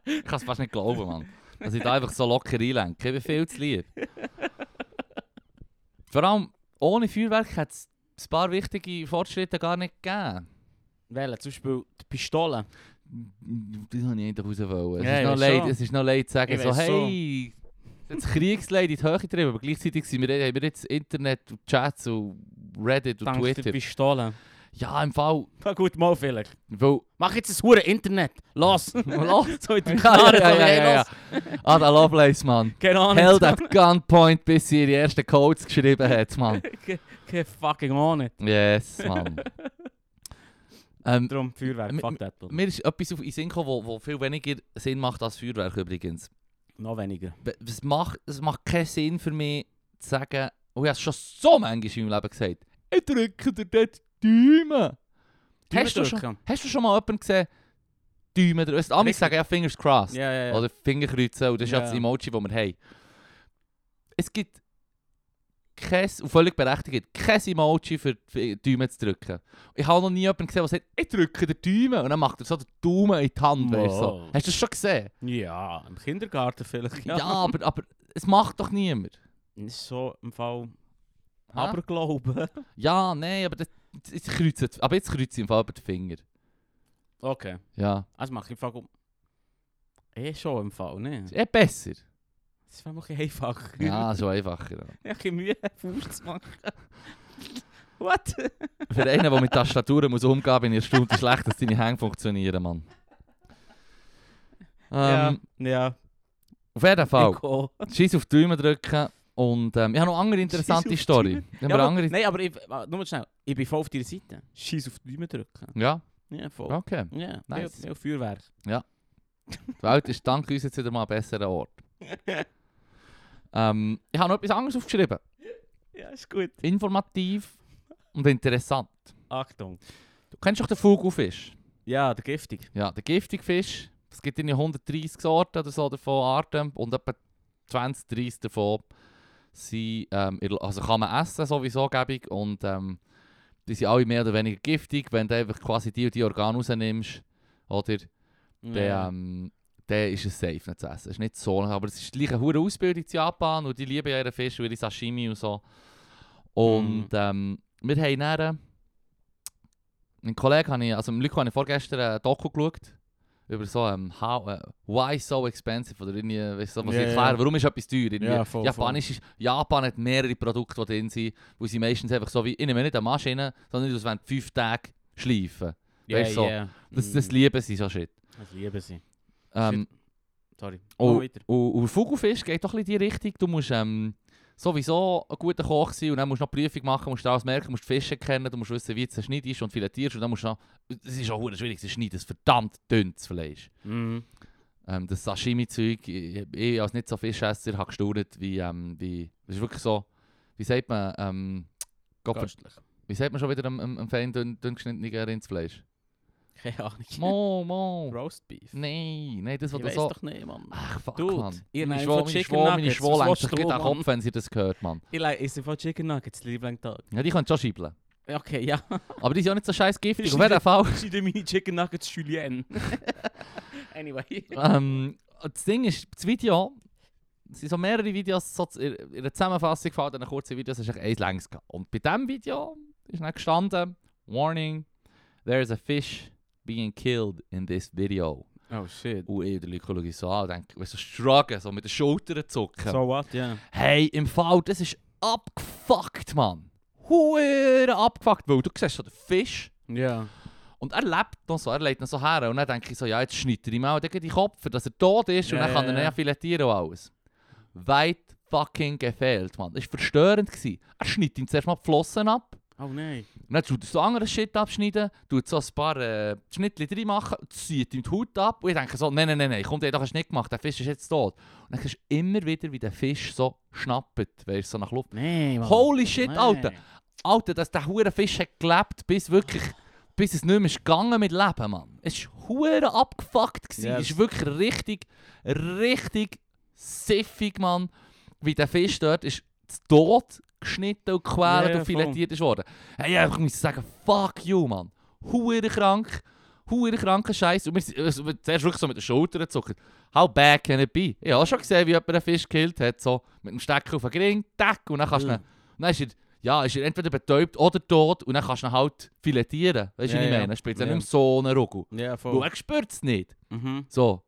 [SPEAKER 1] ich kann es fast nicht glauben, Mann. Dass ich da einfach so locker einlenke. Ich bin viel zu lieb. Vor allem, ohne Feuerwerk hat es ein paar wichtige Fortschritte gar nicht gegeben.
[SPEAKER 2] Wählen, zum Beispiel die Pistole.
[SPEAKER 1] Das habe ich eigentlich raus wollen. Es,
[SPEAKER 2] Ja,
[SPEAKER 1] ist noch
[SPEAKER 2] ich weiss
[SPEAKER 1] leid,
[SPEAKER 2] schon.
[SPEAKER 1] es ist noch leid zu sagen,
[SPEAKER 2] Ich
[SPEAKER 1] so,
[SPEAKER 2] weiss schon.
[SPEAKER 1] hey, jetzt Kriegsleid in die Höhe getrieben, aber gleichzeitig sind wir, haben wir jetzt Internet und Chats und Reddit und
[SPEAKER 2] Dank der
[SPEAKER 1] Twitter.
[SPEAKER 2] Pistole.
[SPEAKER 1] Ja, im Fall,
[SPEAKER 2] Na gut, mal vielleicht.
[SPEAKER 1] weil...
[SPEAKER 2] Mach jetzt das hure Internet. Los!
[SPEAKER 1] Los.
[SPEAKER 2] so in
[SPEAKER 1] ja,
[SPEAKER 2] den Knarren.
[SPEAKER 1] ja, ja, ja, ja.
[SPEAKER 2] los.
[SPEAKER 1] Ada Lovelace, Mann.
[SPEAKER 2] Keine Ahnung.
[SPEAKER 1] Held at gunpoint, bis sie ihre ersten Codes geschrieben hat, Mann.
[SPEAKER 2] Keine fucking Ahnung.
[SPEAKER 1] Yes, Mann. ähm,
[SPEAKER 2] Darum Feuerwerk.
[SPEAKER 1] M-
[SPEAKER 2] Fuck that. Bro.
[SPEAKER 1] mir ist etwas auf in den Sinn gekommen, wo, wo viel weniger Sinn macht als Feuerwerk übrigens.
[SPEAKER 2] Noch weniger.
[SPEAKER 1] Be- es macht, es macht keinen Sinn für mich zu sagen, oh, ich habe es schon so manchmal in meinem Leben gesagt, ich drücke dir dort die Daumen. Hast du, schon,
[SPEAKER 2] Drücken.
[SPEAKER 1] hast du schon mal jemanden gesehen, Daumen drücken? Also, Amis
[SPEAKER 2] Richtig.
[SPEAKER 1] sagen ja Fingers crossed
[SPEAKER 2] Ja, ja, ja.
[SPEAKER 1] oder Fingerkreuzen und das ist ja
[SPEAKER 2] Ja.
[SPEAKER 1] das Emoji, das wir haben. Es gibt kein, und völlig berechtigt, kein Emoji für die Daumen zu drücken. Ich habe noch nie jemanden gesehen, der sagt, ich drücke den Daumen und dann macht er so den Daumen in die Hand. Weißt, du, so.
[SPEAKER 2] Wow.
[SPEAKER 1] Hast du das schon gesehen?
[SPEAKER 2] ja, im Kindergarten vielleicht.
[SPEAKER 1] Ja, aber, aber es macht doch niemand.
[SPEAKER 2] Ist so im Fall.
[SPEAKER 1] Hä?
[SPEAKER 2] Aberglauben.
[SPEAKER 1] Ja, nee, aber das, das, jetzt kreuzen, die- aber jetzt kreuzen sie im Fall über den Finger.
[SPEAKER 2] Okay.
[SPEAKER 1] Ja,
[SPEAKER 2] Also mach ich im Fall gut. Eh schon im Fall, ne?
[SPEAKER 1] ist eh besser.
[SPEAKER 2] Das wäre ein einfach.
[SPEAKER 1] Ja, so einfacher. ja.
[SPEAKER 2] Ich habe Mühe, Fuß zu machen. What?
[SPEAKER 1] Für einen, der mit Tastaturen muss umgehen muss, bin ich erstaunt, wie schlecht dass deine Hänge funktionieren, Mann. Ähm,
[SPEAKER 2] ja. Oh
[SPEAKER 1] Auf jeden Fall,
[SPEAKER 2] Echo.
[SPEAKER 1] Scheiß auf die Daumen drücken und ähm, ich habe noch andere interessante
[SPEAKER 2] Scheiss auf
[SPEAKER 1] Story.
[SPEAKER 2] die Daumen.
[SPEAKER 1] Ich habe
[SPEAKER 2] Ja,
[SPEAKER 1] noch
[SPEAKER 2] aber,
[SPEAKER 1] andere...
[SPEAKER 2] Nein, aber ich, wa- nur mal schnell. Ich bin voll auf deiner Seite. Scheiß auf die Däume drücken.
[SPEAKER 1] Ja,
[SPEAKER 2] Ja, voll.
[SPEAKER 1] okay.
[SPEAKER 2] Ja,
[SPEAKER 1] Nice.
[SPEAKER 2] mehr, mehr Feuerwerk.
[SPEAKER 1] Die Welt ist dank uns jetzt wieder mal ein besserer Ort. ähm, ich habe noch etwas anderes aufgeschrieben.
[SPEAKER 2] Ja, ist gut.
[SPEAKER 1] Informativ und interessant.
[SPEAKER 2] Achtung.
[SPEAKER 1] Du kennst doch den Vogelfisch.
[SPEAKER 2] Ja, der giftig.
[SPEAKER 1] Ja, der Giftigfisch. Es gibt irgendwie 130 Sorten oder so davon, Arten. Und etwa 20, 30 davon sind, ähm, in- also kann man essen sowieso, gäbig. Und ähm, die sind alle mehr oder weniger giftig. Wenn du einfach quasi die und die Organe rausnimmst, oder,
[SPEAKER 2] Ja.
[SPEAKER 1] dann, ähm, dann ist es safe nicht zu essen. Es ist nicht so, aber es ist gleich eine hohe Ausbildung in Japan und die lieben ja ihren Fisch und ihre Sashimi und so. Und
[SPEAKER 2] Mhm.
[SPEAKER 1] ähm, wir haben dann... Ein Kollege habe ich, also mit Luc habe ich vorgestern ein Doku geschaut über so ähm, how, äh, why so expensive oder irgendwie, weißt du, was
[SPEAKER 2] Ja,
[SPEAKER 1] ich erkläre,
[SPEAKER 2] ja.
[SPEAKER 1] warum ist etwas teuer? Irgendwie.
[SPEAKER 2] Ja, voll,
[SPEAKER 1] Japanisch ist, Japan hat mehrere Produkte, die drin sind, wo sie meistens einfach so wie, ich nehme nicht eine Maschine, sondern das wollen fünf Tage schleifen.
[SPEAKER 2] Yeah,
[SPEAKER 1] Weißt du, so,
[SPEAKER 2] yeah.
[SPEAKER 1] Das, das
[SPEAKER 2] Mm.
[SPEAKER 1] lieben sie so shit.
[SPEAKER 2] Das lieben sie.
[SPEAKER 1] Ähm,
[SPEAKER 2] Sorry.
[SPEAKER 1] Oh.
[SPEAKER 2] Mach weiter.
[SPEAKER 1] Und, und Vogelfisch geht doch ein bisschen in die Richtung. Du musst ähm, sowieso ein guter Koch sein und dann musst du noch die Prüfung machen, musst du alles merken, musst die Fische kennen, du musst wissen, wie du sie schneidest und filetierst. Und dann musst du noch... Es ist auch verdammt schwierig, sie schneiden ein verdammt dünnes Fleisch.
[SPEAKER 2] Mhm.
[SPEAKER 1] Ähm, das Sashimi-Zeug, ich, ich als nicht so Fischesser habe gestaunt, wie, ähm, wie... Das ist wirklich so... Wie sagt man... Ähm, Gott, ver-
[SPEAKER 2] Köstlich.
[SPEAKER 1] wie sagt man schon wieder am, am, am fein dünn, dünn geschnittenen Rindsfleisch?
[SPEAKER 2] Keine Ahnung.
[SPEAKER 1] Mo, mo.
[SPEAKER 2] Roast Beef.
[SPEAKER 1] Nein, nein, das, was
[SPEAKER 2] ich
[SPEAKER 1] du
[SPEAKER 2] weiß
[SPEAKER 1] so...
[SPEAKER 2] doch nicht, Mann.
[SPEAKER 1] Ach, fuck,
[SPEAKER 2] Dude,
[SPEAKER 1] Mann.
[SPEAKER 2] ihr
[SPEAKER 1] Meine
[SPEAKER 2] nehmt
[SPEAKER 1] Schwol-
[SPEAKER 2] von
[SPEAKER 1] meine
[SPEAKER 2] Chicken
[SPEAKER 1] Schwol- meine
[SPEAKER 2] Nuggets,
[SPEAKER 1] Schwol
[SPEAKER 2] was
[SPEAKER 1] lenkt sich
[SPEAKER 2] willst du,
[SPEAKER 1] gleich an den
[SPEAKER 2] Mann?
[SPEAKER 1] Kopf, wenn sie das gehört, Mann.
[SPEAKER 2] Ich like, esse von Chicken Nuggets den lieben Tag.
[SPEAKER 1] Ja, die können schon schiebeln.
[SPEAKER 2] Okay, ja.
[SPEAKER 1] Aber die sind auch nicht so scheiß giftig.
[SPEAKER 2] Ist
[SPEAKER 1] Auf jeden
[SPEAKER 2] nicht-
[SPEAKER 1] Fall.
[SPEAKER 2] Ich sind meine Chicken Nuggets Julien. anyway.
[SPEAKER 1] Ähm, das Ding ist, das Video, es sind so mehrere Videos, so zu- in in der Zusammenfassung von all diesen kurzen Videos, ist echt eins längs gegangen. Und bei diesem Video ist dann gestanden, Warning, there is a fish being killed in this video.
[SPEAKER 2] Oh shit.
[SPEAKER 1] Und ich, der Leute schaue ich so an und denke, weißt du, struggle, so mit den Schultern zucken.
[SPEAKER 2] So what, ja.
[SPEAKER 1] Hey, im Fall, das ist abgefuckt, Mann. Huere abgefuckt, weil du siehst so den Fisch.
[SPEAKER 2] Ja.
[SPEAKER 1] Und er lebt noch so, er legt noch so her. Und dann denke ich so, ja, jetzt schneidet er ihm auch den Kopf, dass er tot ist. Und
[SPEAKER 2] Ja,
[SPEAKER 1] dann kann
[SPEAKER 2] ja,
[SPEAKER 1] er ihn
[SPEAKER 2] ja.
[SPEAKER 1] ja filetieren und alles. Weit fucking gefehlt, Mann. Das war verstörend. Gewesen. Er schneidet ihm zuerst mal die Flossen ab.
[SPEAKER 2] Oh nein.
[SPEAKER 1] Und dann tut er so anderes Shit abschneiden, tut so ein paar äh, Schnittchen drin machen, zieht ihm die Haut ab. Und ich denke so, nein, nein, nein, nein, komm, der hat doch einen Schnitt gemacht, der Fisch ist jetzt tot. Und dann siehst du immer wieder, wie der Fisch so schnappt, weißt du, so nach Luft.
[SPEAKER 2] Nein, Mann.
[SPEAKER 1] Holy shit,
[SPEAKER 2] Nein.
[SPEAKER 1] Alter! Alter, dass der hure Fisch hat gelebt, bis wirklich, bis es nicht mehr ist gegangen mit Leben, Mann. Es war hure abgefuckt. Gewesen.
[SPEAKER 2] Ja,
[SPEAKER 1] Es
[SPEAKER 2] das-
[SPEAKER 1] war wirklich richtig, richtig siffig, Mann. Wie der Fisch dort ist zu tot geschnitten und gequält
[SPEAKER 2] Ja, ja,
[SPEAKER 1] und filetiert ist worden. Hey, ja, ich muss sagen, fuck you, Mann. Hure krank. Hure kranker Scheiß. Und wir sind also, wir- zuerst wirklich so mit den Schultern gezuckt. How bad can it be? Ich habe auch schon gesehen, wie jemand einen Fisch gekillt hat. So mit einem Stecker auf den Gring, tack, und dann kannst du
[SPEAKER 2] Mhm.
[SPEAKER 1] ihn Und Dann ist er, ja, ist er entweder betäubt oder tot und dann kannst du ihn halt filetieren. Weißt du,
[SPEAKER 2] Ja,
[SPEAKER 1] wie ich
[SPEAKER 2] ja.
[SPEAKER 1] meine? Dann spielt es
[SPEAKER 2] Ja. Oh.
[SPEAKER 1] nicht mehr so einen Ruggel.
[SPEAKER 2] Ja,
[SPEAKER 1] Weil
[SPEAKER 2] voll.
[SPEAKER 1] er spürt es nicht.
[SPEAKER 2] Mhm.
[SPEAKER 1] So.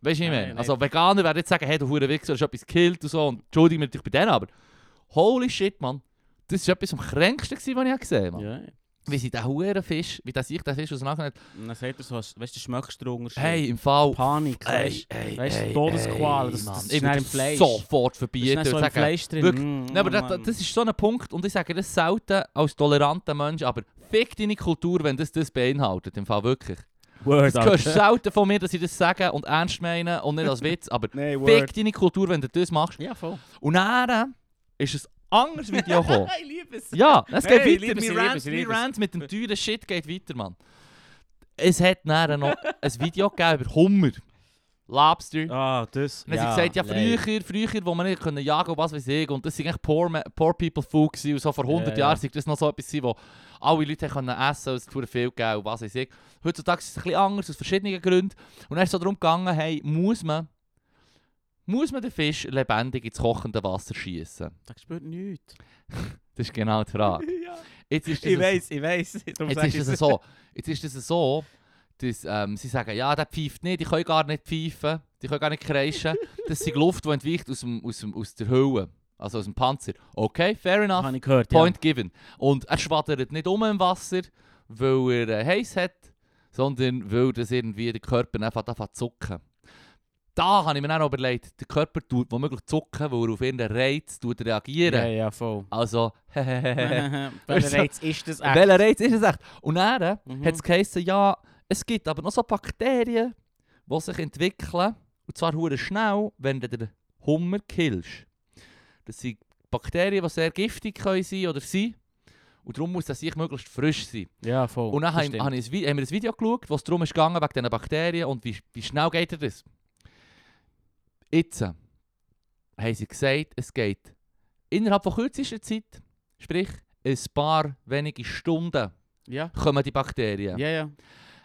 [SPEAKER 1] Weißt du, wie ich
[SPEAKER 2] Nein,
[SPEAKER 1] meine?
[SPEAKER 2] nein.
[SPEAKER 1] Also, Veganer werden jetzt sagen, hey, du Hure Wichser, hast etwas gekillt und so. Und entschuldige mich natürlich bei denen, aber holy shit, Mann. Das war etwas am kränksten, gewesen, was ich gesehen habe.
[SPEAKER 2] Ja.
[SPEAKER 1] Wie sie den Huren Fisch, wie der sich den Fisch auseinandergenommen hat.
[SPEAKER 2] Und dann sagt er so, weißt du, schmeckst du den Unterschied?
[SPEAKER 1] Hey, im Fall.
[SPEAKER 2] Panik.
[SPEAKER 1] Ey,
[SPEAKER 2] Ey.
[SPEAKER 1] ey,
[SPEAKER 2] weißt du,
[SPEAKER 1] ey,
[SPEAKER 2] Todesqualen,
[SPEAKER 1] ey,
[SPEAKER 2] das- das
[SPEAKER 1] Mann.
[SPEAKER 2] ist
[SPEAKER 1] Ich
[SPEAKER 2] nicht
[SPEAKER 1] würde
[SPEAKER 2] im Fleisch.
[SPEAKER 1] sofort
[SPEAKER 2] Das ist
[SPEAKER 1] verbieten
[SPEAKER 2] nicht
[SPEAKER 1] und
[SPEAKER 2] so im
[SPEAKER 1] sagen,
[SPEAKER 2] Fleisch drin.
[SPEAKER 1] wirklich-
[SPEAKER 2] Mm,
[SPEAKER 1] Nein, aber
[SPEAKER 2] oh,
[SPEAKER 1] das,
[SPEAKER 2] Mann.
[SPEAKER 1] das ist so ein Punkt und ich sage das selten als toleranter Mensch, aber fick deine Kultur, wenn das das beinhaltet, im Fall wirklich.
[SPEAKER 2] Word,
[SPEAKER 1] Das hörst du selten von mir, dass ich das sage und ernst meine und nicht als Witz, aber
[SPEAKER 2] Nein,
[SPEAKER 1] fick deine Kultur, wenn du das machst.
[SPEAKER 2] Ja, voll.
[SPEAKER 1] Und dann ist ein anderes Video gekommen.
[SPEAKER 2] ich liebe es.
[SPEAKER 1] Ja, es geht
[SPEAKER 2] Nein, ich
[SPEAKER 1] weiter.
[SPEAKER 2] liebe es,
[SPEAKER 1] Mein
[SPEAKER 2] ich liebe
[SPEAKER 1] Rant,
[SPEAKER 2] es, ich liebe
[SPEAKER 1] mein
[SPEAKER 2] es.
[SPEAKER 1] Rant mit dem teuren Shit geht weiter, Mann. Es hat dann noch ein Video gegeben über Hummer, Lobster.
[SPEAKER 2] Ah, das.
[SPEAKER 1] Dann haben sie gesagt, ja, früher, früher, wo man nicht können jagen und was weiß ich, und das waren eigentlich poor, Ma- poor people food gewesen, und so vor 100
[SPEAKER 2] Ja, ja.
[SPEAKER 1] Jahren war das noch so etwas, gewesen, wo alle Leute haben können essen und es wurde viel gegeben und was weiß ich. Heutzutage ist es ein bisschen anders, dus aus verschiedenen Gründen. Und dann ist es so darum gegangen, hey, muss man, muss man den Fisch lebendig ins kochende Wasser schießen?
[SPEAKER 2] Das spürt nichts.
[SPEAKER 1] Das ist genau die Frage. Jetzt ist das
[SPEAKER 2] Ich weiß, ich weiß.
[SPEAKER 1] Jetzt ist es so. Jetzt ist es so, dass ähm, sie sagen, ja, der pfeift nicht, die können gar nicht pfeifen, die können gar nicht kreischen. Das sind Luft, die entweicht aus, dem, aus, dem, aus der Hülle, also aus dem Panzer. Okay, fair enough,
[SPEAKER 2] Habe ich gehört,
[SPEAKER 1] point given. Und er schwadert nicht um im Wasser, weil er äh, heiß hat, sondern weil das irgendwie der Körper einfach anfängt zu zucken. Da habe ich mir dann auch überlegt, der Körper tut womöglich zucken, weil er auf irgendeinen Reiz tut
[SPEAKER 2] ja.
[SPEAKER 1] reagieren.
[SPEAKER 2] Ja, ja, voll.
[SPEAKER 1] Also,
[SPEAKER 2] Welcher Reiz ist das echt?
[SPEAKER 1] Welcher Reiz ist es echt? Und dann äh,
[SPEAKER 2] Mhm.
[SPEAKER 1] hat es geheißen, ja, es gibt aber noch so Bakterien, die sich entwickeln. Und zwar hure schnell, wenn du den Hummer killst. Das sind Bakterien, die sehr giftig können sein oder sind. Und darum muss das sich möglichst frisch sein.
[SPEAKER 2] Ja, voll.
[SPEAKER 1] Und dann
[SPEAKER 2] Das
[SPEAKER 1] haben,
[SPEAKER 2] stimmt.
[SPEAKER 1] haben, wir ein Video geschaut, wo es darum ist gegangen, wegen diesen Bakterien und wie, wie schnell geht dir das. Jetzt äh, haben sie gesagt, es geht innerhalb von kürzester Zeit, sprich ein paar wenige Stunden,
[SPEAKER 2] Ja,
[SPEAKER 1] kommen die Bakterien.
[SPEAKER 2] ja, ja.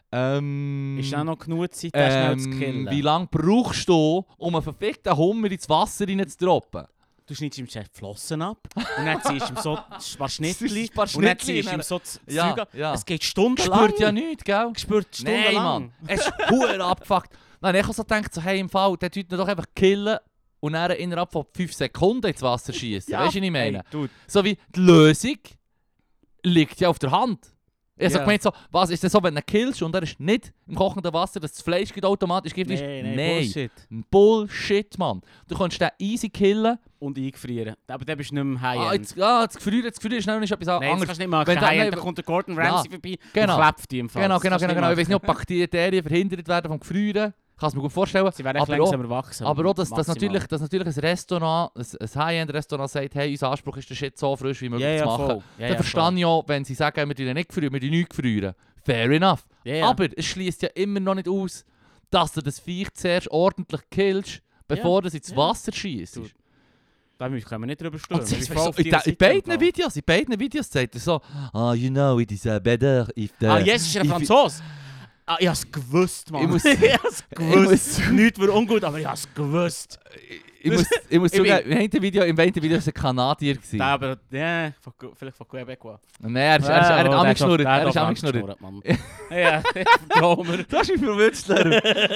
[SPEAKER 1] Ähm,
[SPEAKER 2] Ist auch noch genug Zeit, das schnell zu
[SPEAKER 1] ähm,
[SPEAKER 2] killen?
[SPEAKER 1] wie lange brauchst du, um einen verfickten Hummer ins Wasser rein zu droppen?
[SPEAKER 2] du schneidest ihm die Flossen ab und dann ziehst du ihm so ein paar Schnittchen
[SPEAKER 1] Ein paar
[SPEAKER 2] und
[SPEAKER 1] Schnittchen
[SPEAKER 2] dann ziehst du ihm
[SPEAKER 1] rein.
[SPEAKER 2] so das
[SPEAKER 1] Ja,
[SPEAKER 2] Zeug an.
[SPEAKER 1] ja.
[SPEAKER 2] Es geht stundenlang.
[SPEAKER 1] Spürt ja nichts, gell?
[SPEAKER 2] Gespürt
[SPEAKER 1] Nein,
[SPEAKER 2] stundenlang.
[SPEAKER 1] Mann. Es ist huere abgefuckt. Nein, ich habe so gedacht, so, hey, im Fall, der tut ihn doch einfach killen und dann innerhalb von 5 Sekunden ins Wasser schießen. Weißt du, was ich meine?
[SPEAKER 2] Ey, dude.
[SPEAKER 1] So wie die Lösung liegt ja auf der Hand. Ich yeah.
[SPEAKER 2] Ja.
[SPEAKER 1] habe gemeint, so, was ist das so, wenn du ihn killst und er ist nicht im kochenden Wasser, dass das Fleisch geht automatisch giftig
[SPEAKER 2] Nein,
[SPEAKER 1] ist?
[SPEAKER 2] nein, Bullshit.
[SPEAKER 1] Ein Bullshit, Mann. Du kannst den easy killen.
[SPEAKER 2] Und eingefrieren. Aber dann bist du nicht mehr
[SPEAKER 1] Ah,
[SPEAKER 2] high-end.
[SPEAKER 1] jetzt, ah, jetzt gefriert, jetzt gefriert, schnell ist etwas
[SPEAKER 2] Nein, das
[SPEAKER 1] anderes.
[SPEAKER 2] kannst du nicht machen.
[SPEAKER 1] wenn
[SPEAKER 2] Wenn
[SPEAKER 1] da-
[SPEAKER 2] High
[SPEAKER 1] nein,
[SPEAKER 2] End, dann kommt der Gordon Ramsay vorbei
[SPEAKER 1] genau.
[SPEAKER 2] und klappt die im Fall.
[SPEAKER 1] Genau,
[SPEAKER 2] Das
[SPEAKER 1] genau,
[SPEAKER 2] kannst
[SPEAKER 1] genau,
[SPEAKER 2] du nicht
[SPEAKER 1] genau. Ich
[SPEAKER 2] machen.
[SPEAKER 1] weiß nicht, ob Bakterien verhindert werden vom Gefrieren. Ich kann es mir gut vorstellen.
[SPEAKER 2] Sie werden echt
[SPEAKER 1] aber auch-
[SPEAKER 2] langsam erwachsen.
[SPEAKER 1] Aber auch, dass, dass,
[SPEAKER 2] maximal.
[SPEAKER 1] natürlich, dass natürlich ein Restaurant, ein, ein High-End-Restaurant sagt, hey, unser Anspruch ist, den Shit so frisch wie möglich
[SPEAKER 2] Ja, ja,
[SPEAKER 1] zu machen.
[SPEAKER 2] voll. Ja,
[SPEAKER 1] Dann
[SPEAKER 2] ja,
[SPEAKER 1] verstehe ich auch, wenn sie sagen, wir tun ihn nicht früher, wir tun nichts früher. Fair enough.
[SPEAKER 2] voll. Ja, ja.
[SPEAKER 1] Aber es schließt ja immer noch nicht aus, dass du das Viech zuerst ordentlich killst, bevor du es ins
[SPEAKER 2] ja.
[SPEAKER 1] Wasser schießt.
[SPEAKER 2] Du- Da müssen wir nicht drüber stören.
[SPEAKER 1] Und sie- so, in, de- in beiden Videos, in beiden Videos sagt er so, ah, you know, it is uh, better if the...
[SPEAKER 2] Ah, yes, ist er
[SPEAKER 1] if-
[SPEAKER 2] Franzose. Ah, ich hab's gewusst, Mann.
[SPEAKER 1] Ich muss-
[SPEAKER 2] ich hab's gewusst.
[SPEAKER 1] muss-
[SPEAKER 2] Nichts war ungut, aber ich hab's gewusst.
[SPEAKER 1] Ich muss, ich muss
[SPEAKER 2] Ich bin-
[SPEAKER 1] zugeben, im einen Video, im einen Video war es ein Kanadier. gewesen.
[SPEAKER 2] Nein, aber, ja, von Gu- vielleicht von Quebec. wa?
[SPEAKER 1] Nein, er ist, er ist, er
[SPEAKER 2] Ja,
[SPEAKER 1] hat
[SPEAKER 2] oh, der
[SPEAKER 1] angeschnurrt,
[SPEAKER 2] doch- der
[SPEAKER 1] er
[SPEAKER 2] hat
[SPEAKER 1] ist
[SPEAKER 2] doch
[SPEAKER 1] angeschnurrt.
[SPEAKER 2] Mann. Ja, Daumen.
[SPEAKER 1] Du hast mich verwünscht, Leru.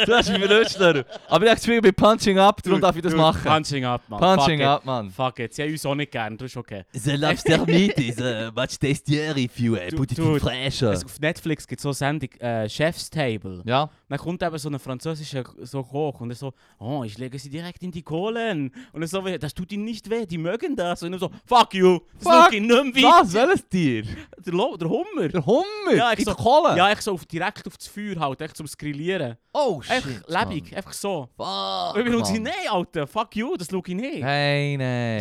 [SPEAKER 1] Du hast mich verwünscht, Leru. Aber ich habe das Gefühl, ich bin punching up, darum darf ich das
[SPEAKER 2] Dude,
[SPEAKER 1] machen.
[SPEAKER 2] Punching up, Mann.
[SPEAKER 1] Punching
[SPEAKER 2] Ah, Fuck
[SPEAKER 1] up, Mann.
[SPEAKER 2] It. Fuck it, sie haben uns auch nicht gern, das ist okay.
[SPEAKER 1] The lobster meat is uh, much tastier if you uh,
[SPEAKER 2] Du- put it in dude.
[SPEAKER 1] fresher.
[SPEAKER 2] Also auf Netflix gibt es so eine Sendung, äh, Chef's Table.
[SPEAKER 1] Ja,
[SPEAKER 2] Dann kommt eben so ein französischer so Koch und er so, oh, ich lege sie direkt in die Kohlen. Und er so, das tut ihnen nicht weh, die mögen das. Und er so, fuck you, das
[SPEAKER 1] Fuck.
[SPEAKER 2] schau ich nicht mehr
[SPEAKER 1] was? Welches Tier?
[SPEAKER 2] weit. Der, Lo- der Hummer.
[SPEAKER 1] Der Hummer?
[SPEAKER 2] Ja, ich
[SPEAKER 1] Gibt
[SPEAKER 2] sag-
[SPEAKER 1] Kohle?
[SPEAKER 2] Ja, echt so auf, direkt auf das Feuer halt, echt zum Skrillieren.
[SPEAKER 1] Oh, shit,
[SPEAKER 2] Echt lebendig, einfach so.
[SPEAKER 1] Mann.
[SPEAKER 2] Und ich bin uns
[SPEAKER 1] Fuck, Mann.
[SPEAKER 2] nein, Alter, fuck you, das schau ich nicht.
[SPEAKER 1] Hey,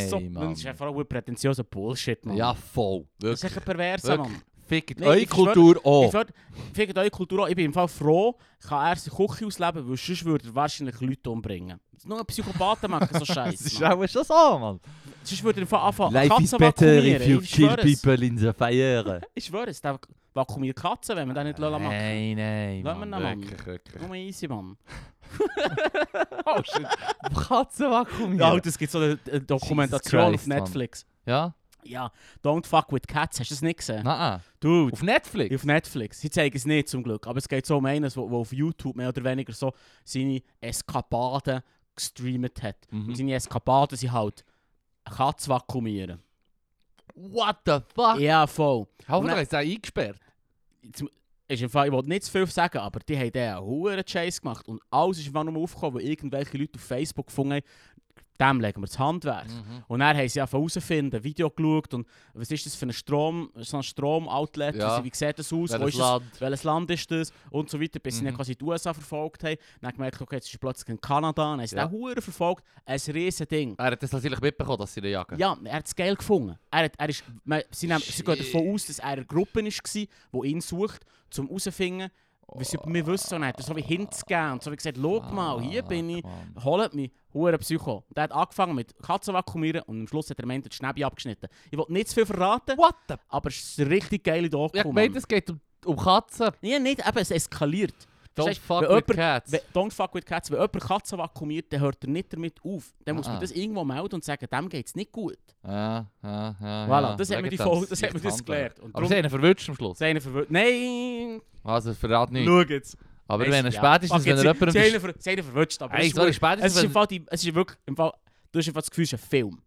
[SPEAKER 2] so,
[SPEAKER 1] nein,
[SPEAKER 2] das ist
[SPEAKER 1] Mann.
[SPEAKER 2] einfach auch prätentiöser Bullshit, Mann.
[SPEAKER 1] Ja, voll.
[SPEAKER 2] Das ist
[SPEAKER 1] Wirklich.
[SPEAKER 2] echt ein Perverser,
[SPEAKER 1] Wirklich.
[SPEAKER 2] Mann.
[SPEAKER 1] Fickt
[SPEAKER 2] Nein,
[SPEAKER 1] eure
[SPEAKER 2] ich schwör-
[SPEAKER 1] Kultur
[SPEAKER 2] Ich
[SPEAKER 1] an.
[SPEAKER 2] würde, vielleicht eure Kultur auch. Ich bin im Fall froh, kann er seine Küche ausleben, weil sonst würde er wahrscheinlich Leute umbringen. Nur Psychopathen machen so
[SPEAKER 1] Das ist
[SPEAKER 2] Scheiße.
[SPEAKER 1] auch schon so, Mann.
[SPEAKER 2] sonst würde er im Fall anfangen,
[SPEAKER 1] Life is
[SPEAKER 2] Katzen
[SPEAKER 1] better if
[SPEAKER 2] vakuumieren.
[SPEAKER 1] you
[SPEAKER 2] Ich
[SPEAKER 1] kill
[SPEAKER 2] schwöre es.
[SPEAKER 1] people in the fire.
[SPEAKER 2] Ich schwöre es, der vakuumiert Katzen, wenn man das nicht machen lassen kann.
[SPEAKER 1] Nein, nein,
[SPEAKER 2] Lass mir
[SPEAKER 1] Mann.
[SPEAKER 2] noch, Mann.
[SPEAKER 1] Wirklich, wirklich.
[SPEAKER 2] Nur easy, Mann.
[SPEAKER 1] Oh shit. Katzenvakuum
[SPEAKER 2] Ja, das gibt so eine, eine Dokumentation
[SPEAKER 1] Jesus Christ,
[SPEAKER 2] auf Netflix.
[SPEAKER 1] Ja?
[SPEAKER 2] Ja, Don't Fuck With Cats, hast du das nicht gesehen?
[SPEAKER 1] Nein.
[SPEAKER 2] Dude.
[SPEAKER 1] Auf Netflix?
[SPEAKER 2] Auf Netflix. Sie zeigen es nicht zum Glück, aber es geht so um einen, der auf YouTube mehr oder weniger so seine Eskapaden gestreamt hat.
[SPEAKER 1] Mhm.
[SPEAKER 2] Und seine Eskapaden sind halt eine Katze vakuumieren.
[SPEAKER 1] What the fuck?
[SPEAKER 2] Ja, voll.
[SPEAKER 1] Hoffentlich
[SPEAKER 2] Ne-
[SPEAKER 1] ist er eingesperrt.
[SPEAKER 2] Jetzt, ist im Fall, ich will nicht zu viel sagen, aber die haben den hohen Chase gemacht. Und alles ist einfach nur aufgekommen, weil irgendwelche Leute auf Facebook gefunden haben, dem legen wir das Handwerk.
[SPEAKER 1] Mhm.
[SPEAKER 2] Und dann haben sie einfach herausfinden, Video geschaut und was ist das für ein Strom, so ein Strom-Outlet,
[SPEAKER 1] Ja.
[SPEAKER 2] wie sieht das aus, wo
[SPEAKER 1] Welches
[SPEAKER 2] ist das
[SPEAKER 1] Land?
[SPEAKER 2] welches Land ist das und so weiter, bis sie dann
[SPEAKER 1] Mhm.
[SPEAKER 2] quasi die USA verfolgt haben. Dann gemerkt, okay, jetzt ist er plötzlich in Kanada, dann haben sie
[SPEAKER 1] Ja.
[SPEAKER 2] den Huren verfolgt, ein riesen Ding.
[SPEAKER 1] Er hat das natürlich mitbekommen, dass sie ihn jagen.
[SPEAKER 2] Ja, er hat das Geld gefunden. Er hat, er ist, man, sie, nehmen, sie gehen davon aus, dass er eine Gruppe war, die ihn sucht, um herauszufinden, was sie über mich wissen. Und er hat er so wie hinzugeben und so wie gesagt, schau mal, hier bin ich,
[SPEAKER 1] Mann.
[SPEAKER 2] holt mich, Huren Psycho. Der hat angefangen mit Katzen vakuumieren und am Schluss hat er am Ende die Schnäbi abgeschnitten. Ich will nicht zu viel verraten,
[SPEAKER 1] What the?
[SPEAKER 2] aber es ist eine richtig geile Doku,
[SPEAKER 1] Ich
[SPEAKER 2] Mann.
[SPEAKER 1] meine, es geht um, um Katzen.
[SPEAKER 2] Nee, nicht, eben, es eskaliert.
[SPEAKER 1] Don't
[SPEAKER 2] Verstehst du?
[SPEAKER 1] fuck
[SPEAKER 2] Wenn
[SPEAKER 1] with
[SPEAKER 2] jemand-
[SPEAKER 1] cats.
[SPEAKER 2] Wenn, don't fuck with cats. Wenn jemand Katzen vakuumiert, dann hört er nicht damit auf. Dann muss
[SPEAKER 1] Ah.
[SPEAKER 2] man das irgendwo melden und sagen, dem geht es nicht gut.
[SPEAKER 1] Ja, ja, Ah, ja.
[SPEAKER 2] voilà,
[SPEAKER 1] ja.
[SPEAKER 2] das hat
[SPEAKER 1] Wegen
[SPEAKER 2] mir die
[SPEAKER 1] dem
[SPEAKER 2] Folge, das hat
[SPEAKER 1] Sicht
[SPEAKER 2] mir das
[SPEAKER 1] Handwerk.
[SPEAKER 2] gelernt. Und
[SPEAKER 1] Aber
[SPEAKER 2] darum
[SPEAKER 1] sie haben ihn verwünscht am Schluss.
[SPEAKER 2] sie haben ihn verwirrt. Nein!
[SPEAKER 1] Also, verrat nicht.
[SPEAKER 2] Schau jetzt.
[SPEAKER 1] Aber
[SPEAKER 2] Weisst
[SPEAKER 1] wenn er
[SPEAKER 2] du,
[SPEAKER 1] spätestens,
[SPEAKER 2] Fuck
[SPEAKER 1] wenn
[SPEAKER 2] it,
[SPEAKER 1] er jemandem...
[SPEAKER 2] Sie, sie haben ihn ver- sie haben ihn verwirrt, aber
[SPEAKER 1] Hey,
[SPEAKER 2] das ist
[SPEAKER 1] sorry,
[SPEAKER 2] gut.
[SPEAKER 1] spätestens,
[SPEAKER 2] Es ist im
[SPEAKER 1] wenn-
[SPEAKER 2] Fall, die, es ist wirklich, im Fall, du hast im Fall das Gefühl, es ist ein Film.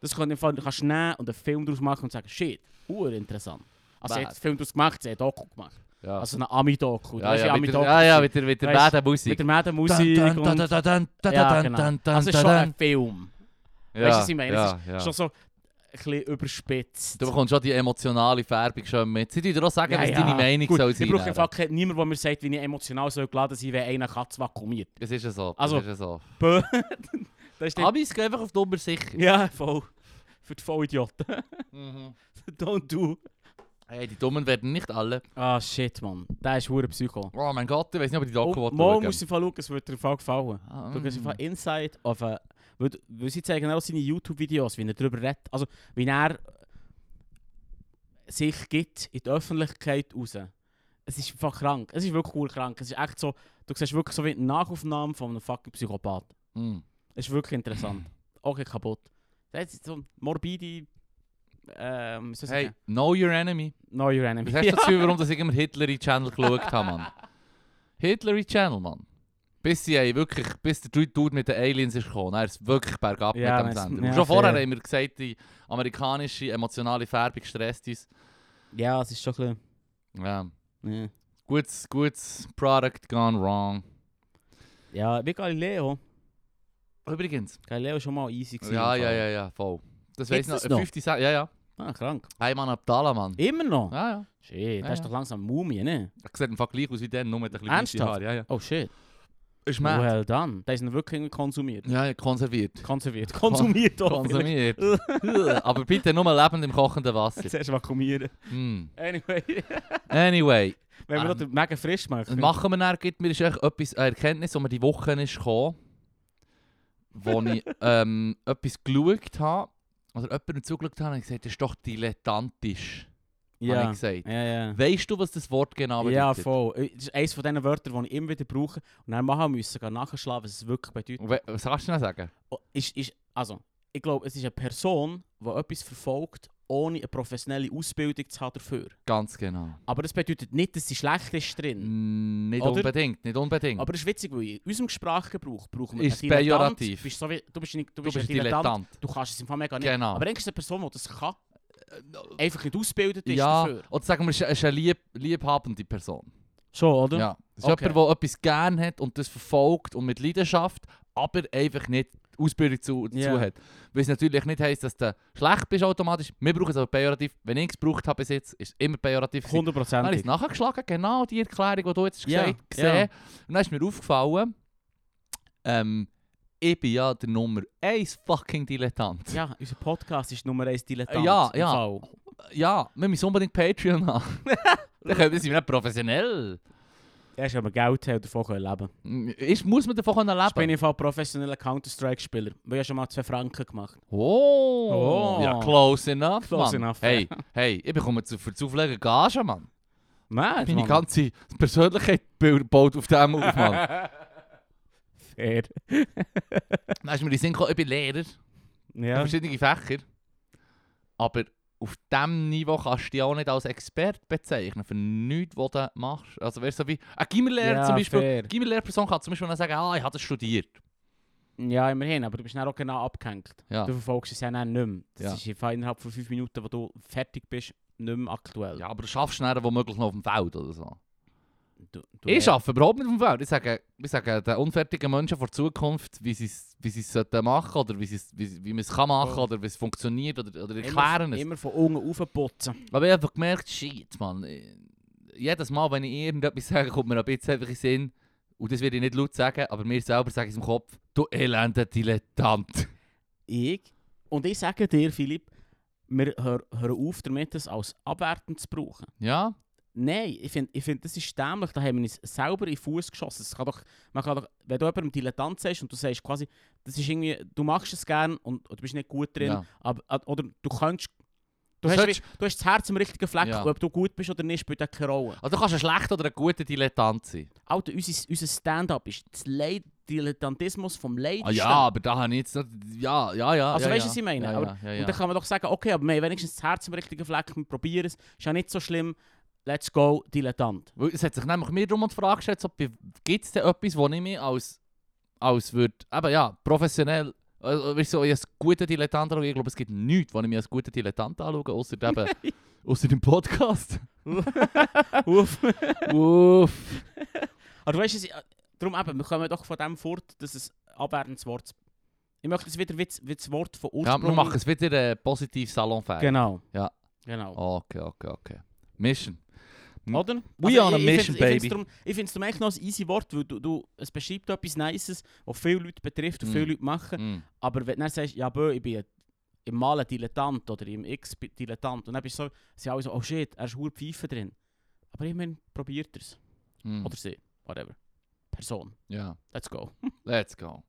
[SPEAKER 2] Das kann, im Fall, du kannst nehmen und einen Film daraus machen und sagen, shit, urinteressant. Also sie
[SPEAKER 1] Bad.
[SPEAKER 2] hat einen Film daraus gemacht, sie hat einen Doku gemacht.
[SPEAKER 1] Ja.
[SPEAKER 2] Also eine Ami-Doku.
[SPEAKER 1] ja,
[SPEAKER 2] Das ist
[SPEAKER 1] ja,
[SPEAKER 2] eine
[SPEAKER 1] mit der,
[SPEAKER 2] Ami-Doku.
[SPEAKER 1] ja, ja, mit der, mit der
[SPEAKER 2] Weisst du,
[SPEAKER 1] baden Musik.
[SPEAKER 2] Mit der Mädenmusik und... Ja, genau. Also es ist schon ein Film.
[SPEAKER 1] Ja,
[SPEAKER 2] weißt du, was ich meine?
[SPEAKER 1] Ja,
[SPEAKER 2] es ist
[SPEAKER 1] ja.
[SPEAKER 2] schon so ein bisschen überspitzt.
[SPEAKER 1] Du bekommst schon die emotionale Färbung schon mit. Sie tun dir auch sagen, was deine Meinung
[SPEAKER 2] Gut,
[SPEAKER 1] soll sein.
[SPEAKER 2] Ich brauche im
[SPEAKER 1] Aaron.
[SPEAKER 2] Fall keinen- niemanden, der mir sagt, wie ich emotional soll geladen sein wenn einer Katze vakuumiert.
[SPEAKER 1] Es ist ja so.
[SPEAKER 2] Also-
[SPEAKER 1] es ist ja so.
[SPEAKER 2] Bö. das ist nicht...
[SPEAKER 1] Abis gehen einfach auf Nummer sicher.
[SPEAKER 2] Ja, voll. Für die Vollidioten.
[SPEAKER 1] Mhm.
[SPEAKER 2] Don't do.
[SPEAKER 1] Hey, die Dummen werden nicht alle.
[SPEAKER 2] Ah, shit, Mann. Der ist hure Psycho.
[SPEAKER 1] Oh mein Gott, ich weiß nicht, ob ich die Doku
[SPEAKER 2] Oh,
[SPEAKER 1] oh,
[SPEAKER 2] Mal musst du im Fall schauen, es wird dir im Fall gefallen.
[SPEAKER 1] Ah,
[SPEAKER 2] Du
[SPEAKER 1] mm.
[SPEAKER 2] gehst einfach Inside auf äh, weil, weil sie zeigen auch seine YouTube-Videos, wie er darüber redet. Also, wie er sich gibt in die Öffentlichkeit raus. Es ist einfach krank. Es ist wirklich cool krank. Es ist echt so, du siehst wirklich so wie eine Nachaufnahme von einem fucking Psychopath.
[SPEAKER 1] Mm.
[SPEAKER 2] Es ist wirklich interessant. Okay, kaputt. Das ist so morbide. Ähm, wie soll ich
[SPEAKER 1] Hey,
[SPEAKER 2] sagen?
[SPEAKER 1] know your enemy.
[SPEAKER 2] Know your enemy.
[SPEAKER 1] Was hast du dazu, warum dass ich immer Hitler-Channel geschaut habe, Mann? Hitler-Channel, Mann. Bis sie haben wirklich, bis der Dude mit den Aliens ist gekommen, dann ist es wirklich bergab
[SPEAKER 2] Ja,
[SPEAKER 1] mit
[SPEAKER 2] wenn's-
[SPEAKER 1] dem Sender.
[SPEAKER 2] ja,
[SPEAKER 1] Und schon vorher
[SPEAKER 2] fair.
[SPEAKER 1] haben wir gesagt, die amerikanische emotionale Färbung stresst uns.
[SPEAKER 2] Ja, es ist schon ein
[SPEAKER 1] Ja.
[SPEAKER 2] bisschen. Ja.
[SPEAKER 1] Gutes, gutes Product gone wrong.
[SPEAKER 2] Ja, wie Galileo.
[SPEAKER 1] Übrigens.
[SPEAKER 2] Galileo ist schon mal easy gewesen.
[SPEAKER 1] Ja,
[SPEAKER 2] im
[SPEAKER 1] ja,
[SPEAKER 2] Fall.
[SPEAKER 1] ja, ja, voll. Das weiß
[SPEAKER 2] Gibt's
[SPEAKER 1] noch.
[SPEAKER 2] das noch?
[SPEAKER 1] 50 Cent, ja, ja.
[SPEAKER 2] Ah, krank.
[SPEAKER 1] Heimann Abdallah, Mann.
[SPEAKER 2] Immer noch?
[SPEAKER 1] Ja, ja.
[SPEAKER 2] Shit,
[SPEAKER 1] Ja,
[SPEAKER 2] das ist
[SPEAKER 1] ja.
[SPEAKER 2] doch langsam Mumie, ne?
[SPEAKER 1] Er sieht im Fall gleich aus wie der, nur mit ein bisschen weissen
[SPEAKER 2] Ernsthaft?
[SPEAKER 1] Haar. Ja, ja.
[SPEAKER 2] Oh shit.
[SPEAKER 1] Ist mad.
[SPEAKER 2] Well done. Der ist noch wirklich irgendwie konsumiert.
[SPEAKER 1] Ja, ja, konserviert.
[SPEAKER 2] Konserviert. Konsumiert auch.
[SPEAKER 1] Konsumiert. Aber bitte nur lebend im kochenden Wasser.
[SPEAKER 2] Zuerst vakuumieren.
[SPEAKER 1] Hm.
[SPEAKER 2] Anyway.
[SPEAKER 1] Anyway,
[SPEAKER 2] Wenn wir
[SPEAKER 1] Ähm,
[SPEAKER 2] noch den mega frisch machen.
[SPEAKER 1] machen wir dann, gibt mir ist echt etwas, eine Erkenntnis, die mir die Woche ist gekommen, wo ich ähm, etwas geschaut habe, oder jemandem zugeschaut habe und gesagt, das ist doch dilettantisch, habe ich
[SPEAKER 2] Ja.
[SPEAKER 1] gesagt.
[SPEAKER 2] Ja, ja.
[SPEAKER 1] Weißt du, was das Wort genau bedeutet?
[SPEAKER 2] Ja, voll. Äh, Das ist eines von diesen Wörtern, die ich immer wieder brauche. Und dann machen müssen, gehen nachschlagen, was es wirklich bedeutet.
[SPEAKER 1] Und we- Was kannst du denn sagen?
[SPEAKER 2] Oh, Ist, ist, also, ich glaube, es ist eine Person, die etwas verfolgt, ohne eine professionelle Ausbildung zu haben dafür.
[SPEAKER 1] Ganz genau.
[SPEAKER 2] Aber das bedeutet nicht, dass sie schlecht ist drin.
[SPEAKER 1] Mm, Nicht
[SPEAKER 2] Hm. Oder?
[SPEAKER 1] unbedingt, nicht unbedingt.
[SPEAKER 2] Aber das ist witzig, weil in unserem Sprachgebrauch brauchen wir
[SPEAKER 1] Hm. Ist
[SPEAKER 2] einen Dilettant.
[SPEAKER 1] pejorativ.
[SPEAKER 2] Du bist, so wie, du bist, nicht, du
[SPEAKER 1] du
[SPEAKER 2] bist,
[SPEAKER 1] bist
[SPEAKER 2] ein Dilettant.
[SPEAKER 1] Dilettant.
[SPEAKER 2] Du kannst es im Fall mega nicht.
[SPEAKER 1] Genau.
[SPEAKER 2] Aber eigentlich ist es eine Person, die das kann, einfach nicht ausgebildet ist
[SPEAKER 1] ja,
[SPEAKER 2] dafür.
[SPEAKER 1] oder sagen wir, es ist eine- es ist eine lieb, liebhabende Person.
[SPEAKER 2] Schon, oder?
[SPEAKER 1] Ja, es ist
[SPEAKER 2] Okay.
[SPEAKER 1] jemand, der etwas gern hat und das verfolgt und mit Leidenschaft, aber einfach nicht Ausbildung zu, dazu
[SPEAKER 2] Ja.
[SPEAKER 1] hat. Weil es natürlich nicht heisst, dass du schlecht bist automatisch. Wir brauchen es aber pejorativ. Wenn ich es gebraucht habe bis jetzt, ist es immer pejorativ. gewesen. Dann habe ich es
[SPEAKER 2] 100%.
[SPEAKER 1] nachgeschlagen, genau die Erklärung, die du jetzt
[SPEAKER 2] Ja,
[SPEAKER 1] gesagt hast.
[SPEAKER 2] ja.
[SPEAKER 1] gesehen. Und dann ist mir aufgefallen, ähm, ich bin ja der Nummer 1 fucking Dilettant.
[SPEAKER 2] Ja, unser Podcast ist Nummer 1 Dilettant.
[SPEAKER 1] Ja,
[SPEAKER 2] im
[SPEAKER 1] ja.
[SPEAKER 2] Fall.
[SPEAKER 1] Ja, wir müssen unbedingt Patreon haben. Dann können wir- sind wir nicht professionell.
[SPEAKER 2] Erst wenn wir Geld haben, davon können leben können.
[SPEAKER 1] Ist, muss man davon können leben
[SPEAKER 2] Ich bin im Fall professioneller Counter-Strike-Spieler. Wir haben schon mal 2 Franken gemacht.
[SPEAKER 1] Oh,
[SPEAKER 2] Oh.
[SPEAKER 1] ja, close enough,
[SPEAKER 2] Close
[SPEAKER 1] Mann.
[SPEAKER 2] enough,
[SPEAKER 1] Hey, hey, ich bekomme zu, für Zuflegen Gage, Mann.
[SPEAKER 2] Mann,
[SPEAKER 1] Meine
[SPEAKER 2] Mann.
[SPEAKER 1] ganze Persönlichkeit bau- baut auf dem auf, Mann.
[SPEAKER 2] Fair.
[SPEAKER 1] Dann ist mir in den Sinn gekommen, ich bin Lehrer,
[SPEAKER 2] Ja.
[SPEAKER 1] verschiedene Fächer. Aber auf diesem Niveau kannst du dich auch nicht als Experte bezeichnen, für nichts, was du machst. Also wäre so wie, ein Gimmerlehrer
[SPEAKER 2] Ja,
[SPEAKER 1] zum Beispiel,
[SPEAKER 2] fair.
[SPEAKER 1] eine Gimmerlehrperson kann zum Beispiel dann sagen, ah, ich habe das studiert.
[SPEAKER 2] Ja, immerhin, aber du bist dann auch genau abgehängt.
[SPEAKER 1] Ja.
[SPEAKER 2] Du verfolgst es ja dann nicht mehr. Das
[SPEAKER 1] Ja.
[SPEAKER 2] ist einfach innerhalb von 5 Minuten, wo du fertig bist, nicht mehr aktuell.
[SPEAKER 1] ja, aber du schaffst schneller womöglich noch auf dem Feld oder so.
[SPEAKER 2] Du, du
[SPEAKER 1] Ich arbeite überhaupt nicht auf dem Feld. Ich sage, ich sage den unfertigen Menschen vor Zukunft, wie sie es wie sie es sollten machen oder wie, sie es- wie, sie- wie man es kann machen
[SPEAKER 2] Oh.
[SPEAKER 1] oder wie es funktioniert oder, oder erklären
[SPEAKER 2] immer,
[SPEAKER 1] es.
[SPEAKER 2] immer von unten aufputzen.
[SPEAKER 1] Aber ich habe einfach gemerkt, shit, Mann. ich- Jedes Mal, wenn ich irgendetwas sage, kommt mir ab jetzt einfach in den Sinn. Und das werde ich nicht laut sagen, aber mir selber sage ich es im Kopf. Du elender Dilettant.
[SPEAKER 2] Ich. Und ich sage dir, Philipp, wir hör, hören auf damit, das als abwertend zu brauchen.
[SPEAKER 1] Ja?
[SPEAKER 2] Nein, ich finde, ich find, das ist dämlich. Da haben wir uns selber in den Fuß geschossen. Es kann doch, man kann doch, wenn du jemandem Dilettant sagst und du sagst quasi, das ist irgendwie, du machst es gern und, und du bist nicht gut drin,
[SPEAKER 1] Ja.
[SPEAKER 2] aber, oder du kannst. Du
[SPEAKER 1] Das
[SPEAKER 2] hast, wie,
[SPEAKER 1] hättest-
[SPEAKER 2] du hast das Herz im richtigen Fleck,
[SPEAKER 1] Ja.
[SPEAKER 2] und ob du gut bist oder nicht, spielt auch keine Rolle.
[SPEAKER 1] Also du kannst ein schlechter oder ein guter Dilettant sein.
[SPEAKER 2] Alter, unser, unser Stand-up ist das Leid, Dilettantismus vom Leid.
[SPEAKER 1] Ah, ja, aber da habe ich jetzt... noch- Ja, ja, ja.
[SPEAKER 2] Also
[SPEAKER 1] ja,
[SPEAKER 2] weißt du,
[SPEAKER 1] ja.
[SPEAKER 2] was ich meine?
[SPEAKER 1] Ja,
[SPEAKER 2] Aber-
[SPEAKER 1] ja, ja, ja.
[SPEAKER 2] Und dann kann man doch sagen, okay, aber wir haben wenigstens das Herz im richtigen Fleck, wir probieren es, ist ja nicht so schlimm, let's go, Dilettant.
[SPEAKER 1] Weil es hat sich nämlich mir darum die Frage gestellt, so, gibt es denn etwas, wo ich mich als, als würd, eben ja, professionell, also, weißt du, so, als guter Dilettant anschaue. Ich glaube, es gibt nichts, wo ich mich als guter Dilettant anschaue, außer eben, außer dem Podcast.
[SPEAKER 2] Uff.
[SPEAKER 1] Uff.
[SPEAKER 2] Aber du weißt es, äh, darum eben, wir kommen doch von dem fort, dass es abwertendes Wort ist. Ich möchte es wieder wie das- wie das Wort von
[SPEAKER 1] Ja,
[SPEAKER 2] Ursprung.
[SPEAKER 1] wir machen es wieder äh, positiv salonfähig.
[SPEAKER 2] Genau.
[SPEAKER 1] Ja.
[SPEAKER 2] Genau.
[SPEAKER 1] Okay, okay, okay. Mission. Mm.
[SPEAKER 2] Oder?
[SPEAKER 1] We on a
[SPEAKER 2] ich-
[SPEAKER 1] mission,
[SPEAKER 2] ich find's-
[SPEAKER 1] baby.
[SPEAKER 2] Ich finde es find's darum eigentlich noch ein easy Wort, weil du, du, es beschreibt etwas Nices, was viele Leute betrifft und
[SPEAKER 1] Mm.
[SPEAKER 2] viele Leute machen.
[SPEAKER 1] Mm.
[SPEAKER 2] Aber wenn du dann sagst, ja, bö, ich bin ein- im Malen Dilettant oder im X bin Dilettant, und dann bist du so, sind alle so, oh shit, er ist hure Pfeife drin. Aber ich meine, probiert er es.
[SPEAKER 1] Mm.
[SPEAKER 2] Oder sie, whatever. Person,
[SPEAKER 1] Ja,
[SPEAKER 2] let's go.
[SPEAKER 1] let's go.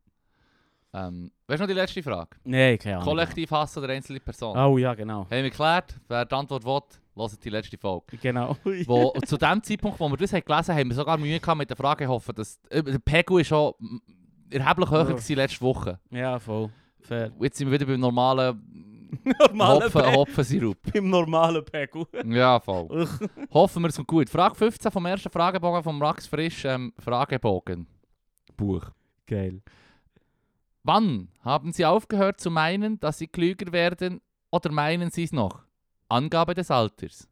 [SPEAKER 1] Ähm, weißt du noch die letzte Frage?
[SPEAKER 2] Nein, keine
[SPEAKER 1] Kollektiv Hass oder einzelne Person?
[SPEAKER 2] Oh ja, genau.
[SPEAKER 1] Haben wir geklärt? Wer die Antwort will, hört die letzte Folge.
[SPEAKER 2] Genau.
[SPEAKER 1] wo, und zu dem Zeitpunkt, wo wir das haben gelesen haben, haben wir sogar Mühe gehabt mit der Frage, ich hoffe, dass äh, der Pegu ist schon mm, erheblich höher
[SPEAKER 2] Ja.
[SPEAKER 1] gewesen letzte Woche.
[SPEAKER 2] ja, voll. Fair.
[SPEAKER 1] Jetzt sind wir wieder beim normalen
[SPEAKER 2] Normalen
[SPEAKER 1] Hopfen,
[SPEAKER 2] Pe-
[SPEAKER 1] Hopfensirup.
[SPEAKER 2] Beim normalen Pegel.
[SPEAKER 1] Ja, voll. Hoffen wir es kommt gut. Frage 15 vom ersten Fragebogen vom Rax Frisch. Ähm, Fragebogen. Buch.
[SPEAKER 2] Geil.
[SPEAKER 1] Wann haben Sie aufgehört zu meinen, dass Sie klüger werden oder meinen Sie es noch? Angabe des Alters.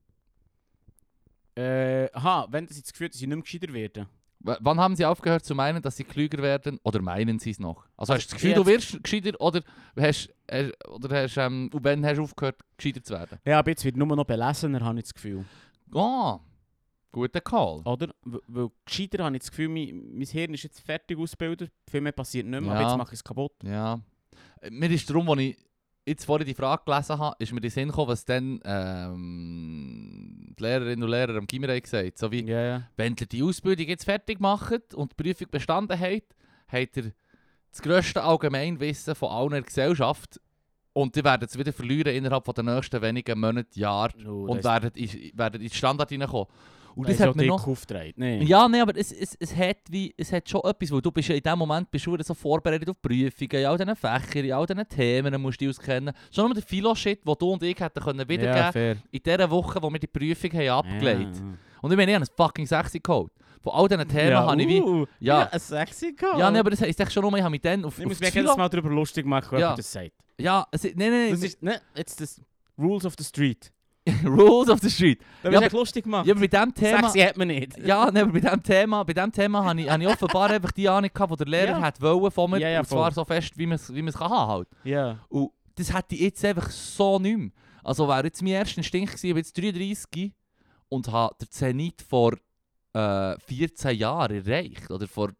[SPEAKER 2] Äh, aha, wenn das jetzt geführt dass sie nicht mehr gescheiter werden.
[SPEAKER 1] W wann haben Sie aufgehört zu meinen, dass Sie klüger werden oder meinen Sie es noch? Also hast du das Gefühl,
[SPEAKER 2] Also,
[SPEAKER 1] du wirst gescheiter oder hast, äh, oder hast, ähm, und wann hast du aufgehört, gescheiter zu werden?
[SPEAKER 2] Ja, aber jetzt wird nur noch belesener, habe ich das Gefühl.
[SPEAKER 1] Ah, guter Call.
[SPEAKER 2] Oder? W- Weil gescheiter habe ich das Gefühl, mein, mein Hirn ist jetzt fertig ausgebildet, viel mehr passiert nicht mehr, aber
[SPEAKER 1] Ja.
[SPEAKER 2] jetzt mache ich es kaputt.
[SPEAKER 1] Ja. Äh, Mir ist darum, als ich jetzt vorhin die Frage gelesen habe, ist mir in den Sinn gekommen, was dann ähm, die Lehrerinnen und Lehrer am Gimmerei gesagt haben. So wie,
[SPEAKER 2] Ja, ja.
[SPEAKER 1] wenn ihr die Ausbildung jetzt fertig macht und die Prüfung bestanden habt, habt ihr das grösste Allgemeinwissen von allen in der Gesellschaft und ihr werdet es wieder verlieren innerhalb von den nächsten wenigen Monaten, Jahren
[SPEAKER 2] Oh,
[SPEAKER 1] und werdet in, werdet in den Standard hineinkommen. Und das, hat mir noch...
[SPEAKER 2] aufgedreht. Nee.
[SPEAKER 1] Ja, nee, aber es, es, es, hat wie, es hat schon etwas, weil du bist ja in dem Moment bist du wieder so vorbereitet auf die Prüfungen, in all diesen Fächern, in all diesen Themen du musst du dich auskennen. Schon nur der Philo-Shit, den du und ich hätten können wiedergeben
[SPEAKER 2] ja, fair.
[SPEAKER 1] in dieser Woche, wo wir die Prüfung haben abgelegt
[SPEAKER 2] Ja.
[SPEAKER 1] Und ich meine, ich habe ein fucking 6 geholt. Von all diesen Themen habe ich wie...
[SPEAKER 2] uh,
[SPEAKER 1] ja.
[SPEAKER 2] ein sexy Call.
[SPEAKER 1] Ja, nee, aber das heisst echt schon nur, ich habe mich dann auf,
[SPEAKER 2] Ich
[SPEAKER 1] auf
[SPEAKER 2] muss
[SPEAKER 1] das
[SPEAKER 2] mich jedes
[SPEAKER 1] Philo-
[SPEAKER 2] Mal darüber lustig machen, wenn
[SPEAKER 1] Ja.
[SPEAKER 2] jemand das sagt.
[SPEAKER 1] Ja, es, nee, nee, nee,
[SPEAKER 2] Das ist, ne, jetzt das Rules of the Street.
[SPEAKER 1] Rules of the Street.
[SPEAKER 2] Da
[SPEAKER 1] Ja,
[SPEAKER 2] wirst du echt lustig gemacht.
[SPEAKER 1] Ja, aber bei diesem Thema...
[SPEAKER 2] Sexy hat man nicht.
[SPEAKER 1] Ja, nee, aber bei diesem Thema, bei diesem Thema habe ich, habe ich offenbar einfach die Ahnung gehabt, die der Lehrer
[SPEAKER 2] Ja.
[SPEAKER 1] hat wollen von mir.
[SPEAKER 2] Ja, ja,
[SPEAKER 1] und
[SPEAKER 2] voll.
[SPEAKER 1] zwar so fest, wie man es wie man es kann haben halt.
[SPEAKER 2] Ja.
[SPEAKER 1] Und das hätte ich jetzt einfach so nicht mehr. Also wäre jetzt mein erster Instinkt gewesen, ich bin jetzt 33 und habe den Zenit vor äh, 14 Jahren erreicht. Oder vor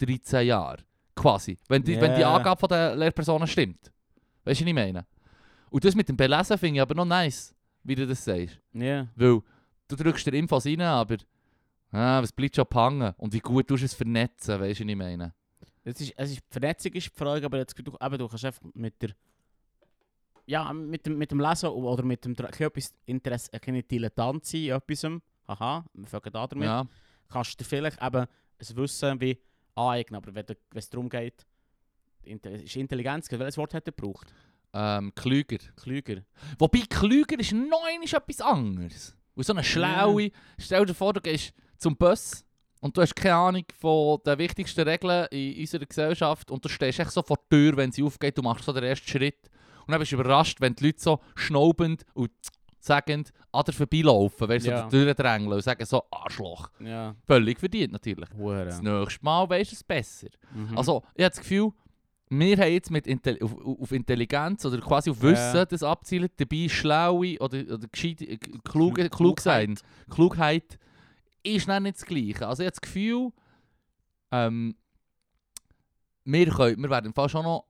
[SPEAKER 1] 13 Jahren. Quasi. Wenn die, wenn die
[SPEAKER 2] Ja.
[SPEAKER 1] Angabe von der Lehrpersonen stimmt. Weißt du, was ich meine? Und das mit dem Belesen finde ich aber noch nice, wie du das sagst.
[SPEAKER 2] Ja.
[SPEAKER 1] Weil du drückst dir Infos rein, aber ah, es bleibt schon hängen. Und wie gut tust du es vernetzen, weißt du, was ich meine?
[SPEAKER 2] Es ist, es ist, die Vernetzung ist die Frage, aber jetzt, du, eben, du kannst einfach mit der... Ja, mit dem, mit dem Lesen oder mit dem... Dra- ein bisschen etwas Interesse, ein bisschen Dilettant sein in etwas. Haha, wir fangen da damit.
[SPEAKER 1] Ja.
[SPEAKER 2] Kannst du dir vielleicht eben ein Wissen wie aneignen, aber wenn du- wenn es darum geht... Inte- Ist Intelligenz, welches Wort hat er gebraucht?
[SPEAKER 1] Ähm, klüger.
[SPEAKER 2] Klüger.
[SPEAKER 1] Wobei klüger ist neun ist etwas anderes. Und so eine schlaue, stell dir vor, du gehst zum Bus und du hast keine Ahnung von den wichtigsten Regeln in unserer Gesellschaft und du stehst echt so vor der Tür, wenn sie aufgeht, du machst so den ersten Schritt. Und dann bist du überrascht, wenn die Leute so schnaubend und sagend an dir vorbeilaufen, weißt du,
[SPEAKER 2] Ja.
[SPEAKER 1] so durch die Tür drängeln und sagen so «Arschloch».
[SPEAKER 2] Ja.
[SPEAKER 1] Völlig verdient natürlich. Das
[SPEAKER 2] Hure.
[SPEAKER 1] nächste Mal weisst du es besser.
[SPEAKER 2] Mhm.
[SPEAKER 1] Also, ich habe das Gefühl, wir haben jetzt mit Intel auf, auf auf Intelligenz oder quasi auf Wissen
[SPEAKER 2] Ja.
[SPEAKER 1] das abzielt, dabei schlaue oder, oder gescheit, äh, klug,
[SPEAKER 2] Klug-
[SPEAKER 1] klug sein. Klugheit ist dann nicht das Gleiche. Also, ich habe das Gefühl, ähm, wir, können, wir werden im Fall schon noch.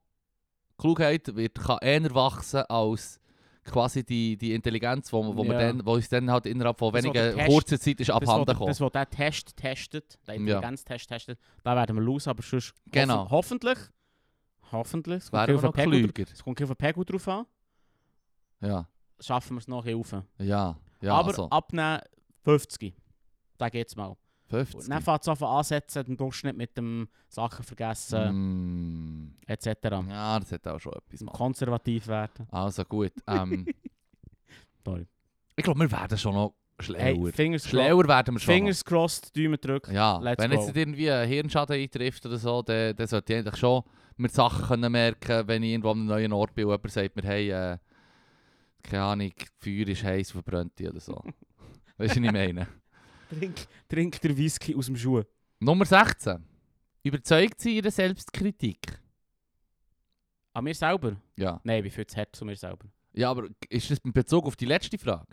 [SPEAKER 1] Klugheit wird, kann eher wachsen als quasi die, die Intelligenz, die wo, wo wir
[SPEAKER 2] Ja.
[SPEAKER 1] dann, wo uns dann halt innerhalb von
[SPEAKER 2] Das, was
[SPEAKER 1] weniger
[SPEAKER 2] der Test-
[SPEAKER 1] kurzer Zeit ist
[SPEAKER 2] das, wo,
[SPEAKER 1] abhanden
[SPEAKER 2] der-
[SPEAKER 1] kommt.
[SPEAKER 2] das, wo der Test testet, der
[SPEAKER 1] Ja.
[SPEAKER 2] Intelligenztest testet, da werden wir los, aber sonst
[SPEAKER 1] Genau.
[SPEAKER 2] hoffen, hoffentlich, hoffentlich, es
[SPEAKER 1] Wären wir noch
[SPEAKER 2] viel auf den Pegel,
[SPEAKER 1] klüger.
[SPEAKER 2] dr- es kommt viel auf den Pegel drauf an,
[SPEAKER 1] Ja,
[SPEAKER 2] schaffen wir es noch rauf.
[SPEAKER 1] ja, ja.
[SPEAKER 2] aber
[SPEAKER 1] also,
[SPEAKER 2] abnehmen 50, da geht's mal.
[SPEAKER 1] 50.
[SPEAKER 2] Und dann fängt es an ansetzen, den Durchschnitt mit dem Sachen
[SPEAKER 1] Mhm.
[SPEAKER 2] vergessen,
[SPEAKER 1] Mm.
[SPEAKER 2] etc.
[SPEAKER 1] Äh, Ja, das hat auch schon etwas. Mann.
[SPEAKER 2] Konservativ werden.
[SPEAKER 1] Also gut. Ähm,
[SPEAKER 2] Sorry.
[SPEAKER 1] ich glaube, wir werden schon noch schlauer.
[SPEAKER 2] Hey, Fingers,
[SPEAKER 1] schlauer werden wir
[SPEAKER 2] crossed,
[SPEAKER 1] schon.
[SPEAKER 2] Fingers crossed, Daumen drücken.
[SPEAKER 1] noch. Ja,
[SPEAKER 2] Let's
[SPEAKER 1] wenn
[SPEAKER 2] go.
[SPEAKER 1] jetzt nicht irgendwie ein Hirnschaden eintrifft oder so, dann, dann sollte ich eigentlich schon mir die Sachen können merken, wenn ich irgendwo an einem neuen Ort bin und jemand sagt mir, hey, äh, keine Ahnung, Feuer ist heiß, verbrennt die oder so. weißt du, was ich meine?
[SPEAKER 2] Trink, trink der Whisky aus dem Schuh.
[SPEAKER 1] Nummer 16. Überzeugt sie ihre Selbstkritik?
[SPEAKER 2] An mir selber?
[SPEAKER 1] Ja.
[SPEAKER 2] Nein, wie viel zu hart zu mir selber.
[SPEAKER 1] Ja, aber ist das in Bezug auf die letzte Frage?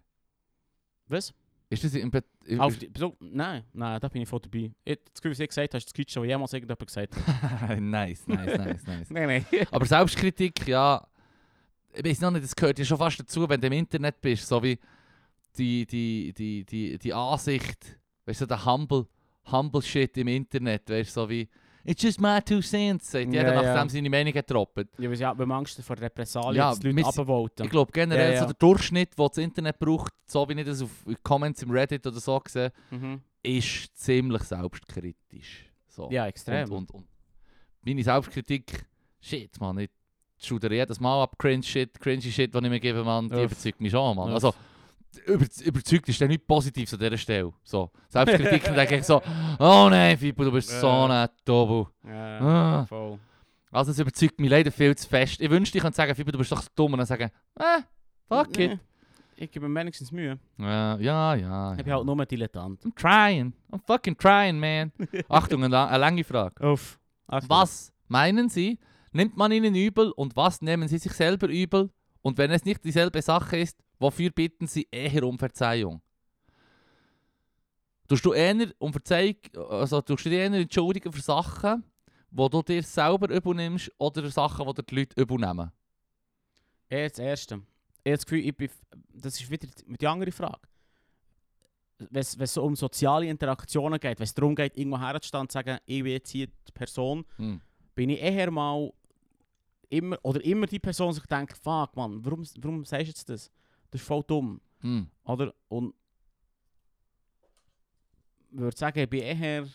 [SPEAKER 2] Was?
[SPEAKER 1] Ist das in Be
[SPEAKER 2] Auf die, so, nein, nein, da bin ich voll dabei. Ich, das Gefühl, was ich gesagt habe, ist das Kitsch, was jemals irgendjemand gesagt hat.
[SPEAKER 1] nice, nice, nice, nice.
[SPEAKER 2] nein, nein.
[SPEAKER 1] Aber Selbstkritik, ja, ich weiß noch nicht, das gehört ja schon fast dazu, wenn du im Internet bist, so wie die, die, die, die, die Ansicht, weißt du, der Humble, Humble Shit im Internet, weißt du, so wie It's just my two cents, sagt jeder,
[SPEAKER 2] Ja, ja.
[SPEAKER 1] nachdem seine Meinung getroppt.
[SPEAKER 2] Ja, weil sie haben Angst vor Repressalien,
[SPEAKER 1] Ja,
[SPEAKER 2] dass die
[SPEAKER 1] wir
[SPEAKER 2] Leute
[SPEAKER 1] sind- Ich
[SPEAKER 2] abwollten.
[SPEAKER 1] glaube generell,
[SPEAKER 2] Ja, ja.
[SPEAKER 1] so der Durchschnitt, den das Internet braucht, so wie ich das auf Comments im Reddit oder so sehe,
[SPEAKER 2] Mhm.
[SPEAKER 1] ist ziemlich selbstkritisch. So.
[SPEAKER 2] Ja, extrem.
[SPEAKER 1] Und, und, und meine Selbstkritik, shit, man, ich schuder jedes Mal ab Cringe-Shit, Cringy-Shit, den ich mir gebe, Mann, die
[SPEAKER 2] Uff.
[SPEAKER 1] überzeugt mich schon, Mann.
[SPEAKER 2] Uff.
[SPEAKER 1] Also, über, überzeugt ist dann nicht positiv an dieser Stelle. So. Selbstkritik denke ich so, oh nein, Fippo, du bist so
[SPEAKER 2] Ja.
[SPEAKER 1] ein Tobu.
[SPEAKER 2] Ja,
[SPEAKER 1] Ah.
[SPEAKER 2] voll.
[SPEAKER 1] Also, es überzeugt mich leider viel zu fest. Ich wünschte, ich könnte sagen, Fippo, du bist doch so dumm. Und dann sagen, eh, fuck
[SPEAKER 2] Nee.
[SPEAKER 1] it.
[SPEAKER 2] Ich gebe mir wenigstens Mühe.
[SPEAKER 1] Ja, ja, ja.
[SPEAKER 2] Ich bin
[SPEAKER 1] ja.
[SPEAKER 2] halt nur ein Dilettant.
[SPEAKER 1] I'm trying. I'm fucking trying, man. Achtung, eine, la- eine lange Frage.
[SPEAKER 2] Uff. Achtung.
[SPEAKER 1] Was meinen Sie, nimmt man ihnen übel und was nehmen sie sich selber übel? Und wenn es nicht dieselbe Sache ist, wofür bitten sie eher um Verzeihung? Tust du eher um Verzeihung, also tust du dich eher entschuldigen für Sachen, die du dir selber übernimmst oder Sachen, die dir die Leute übernehmen?
[SPEAKER 2] Eher Eh, das Erste. Ich habe das Gefühl, ich bin, das ist wieder die- die andere Frage. Wenn es wenn es so um soziale Interaktionen geht, wenn es darum geht, irgendwo herzustehen und zu sagen, ich bin jetzt hier die Person,
[SPEAKER 1] Hm.
[SPEAKER 2] bin ich eher mal immer, oder immer die Person, die sich denkt, fuck man, warum, warum sagst du jetzt das? Das ist voll dumm.
[SPEAKER 1] Hm.
[SPEAKER 2] Oder? Und ich würde sagen, ich bin eher.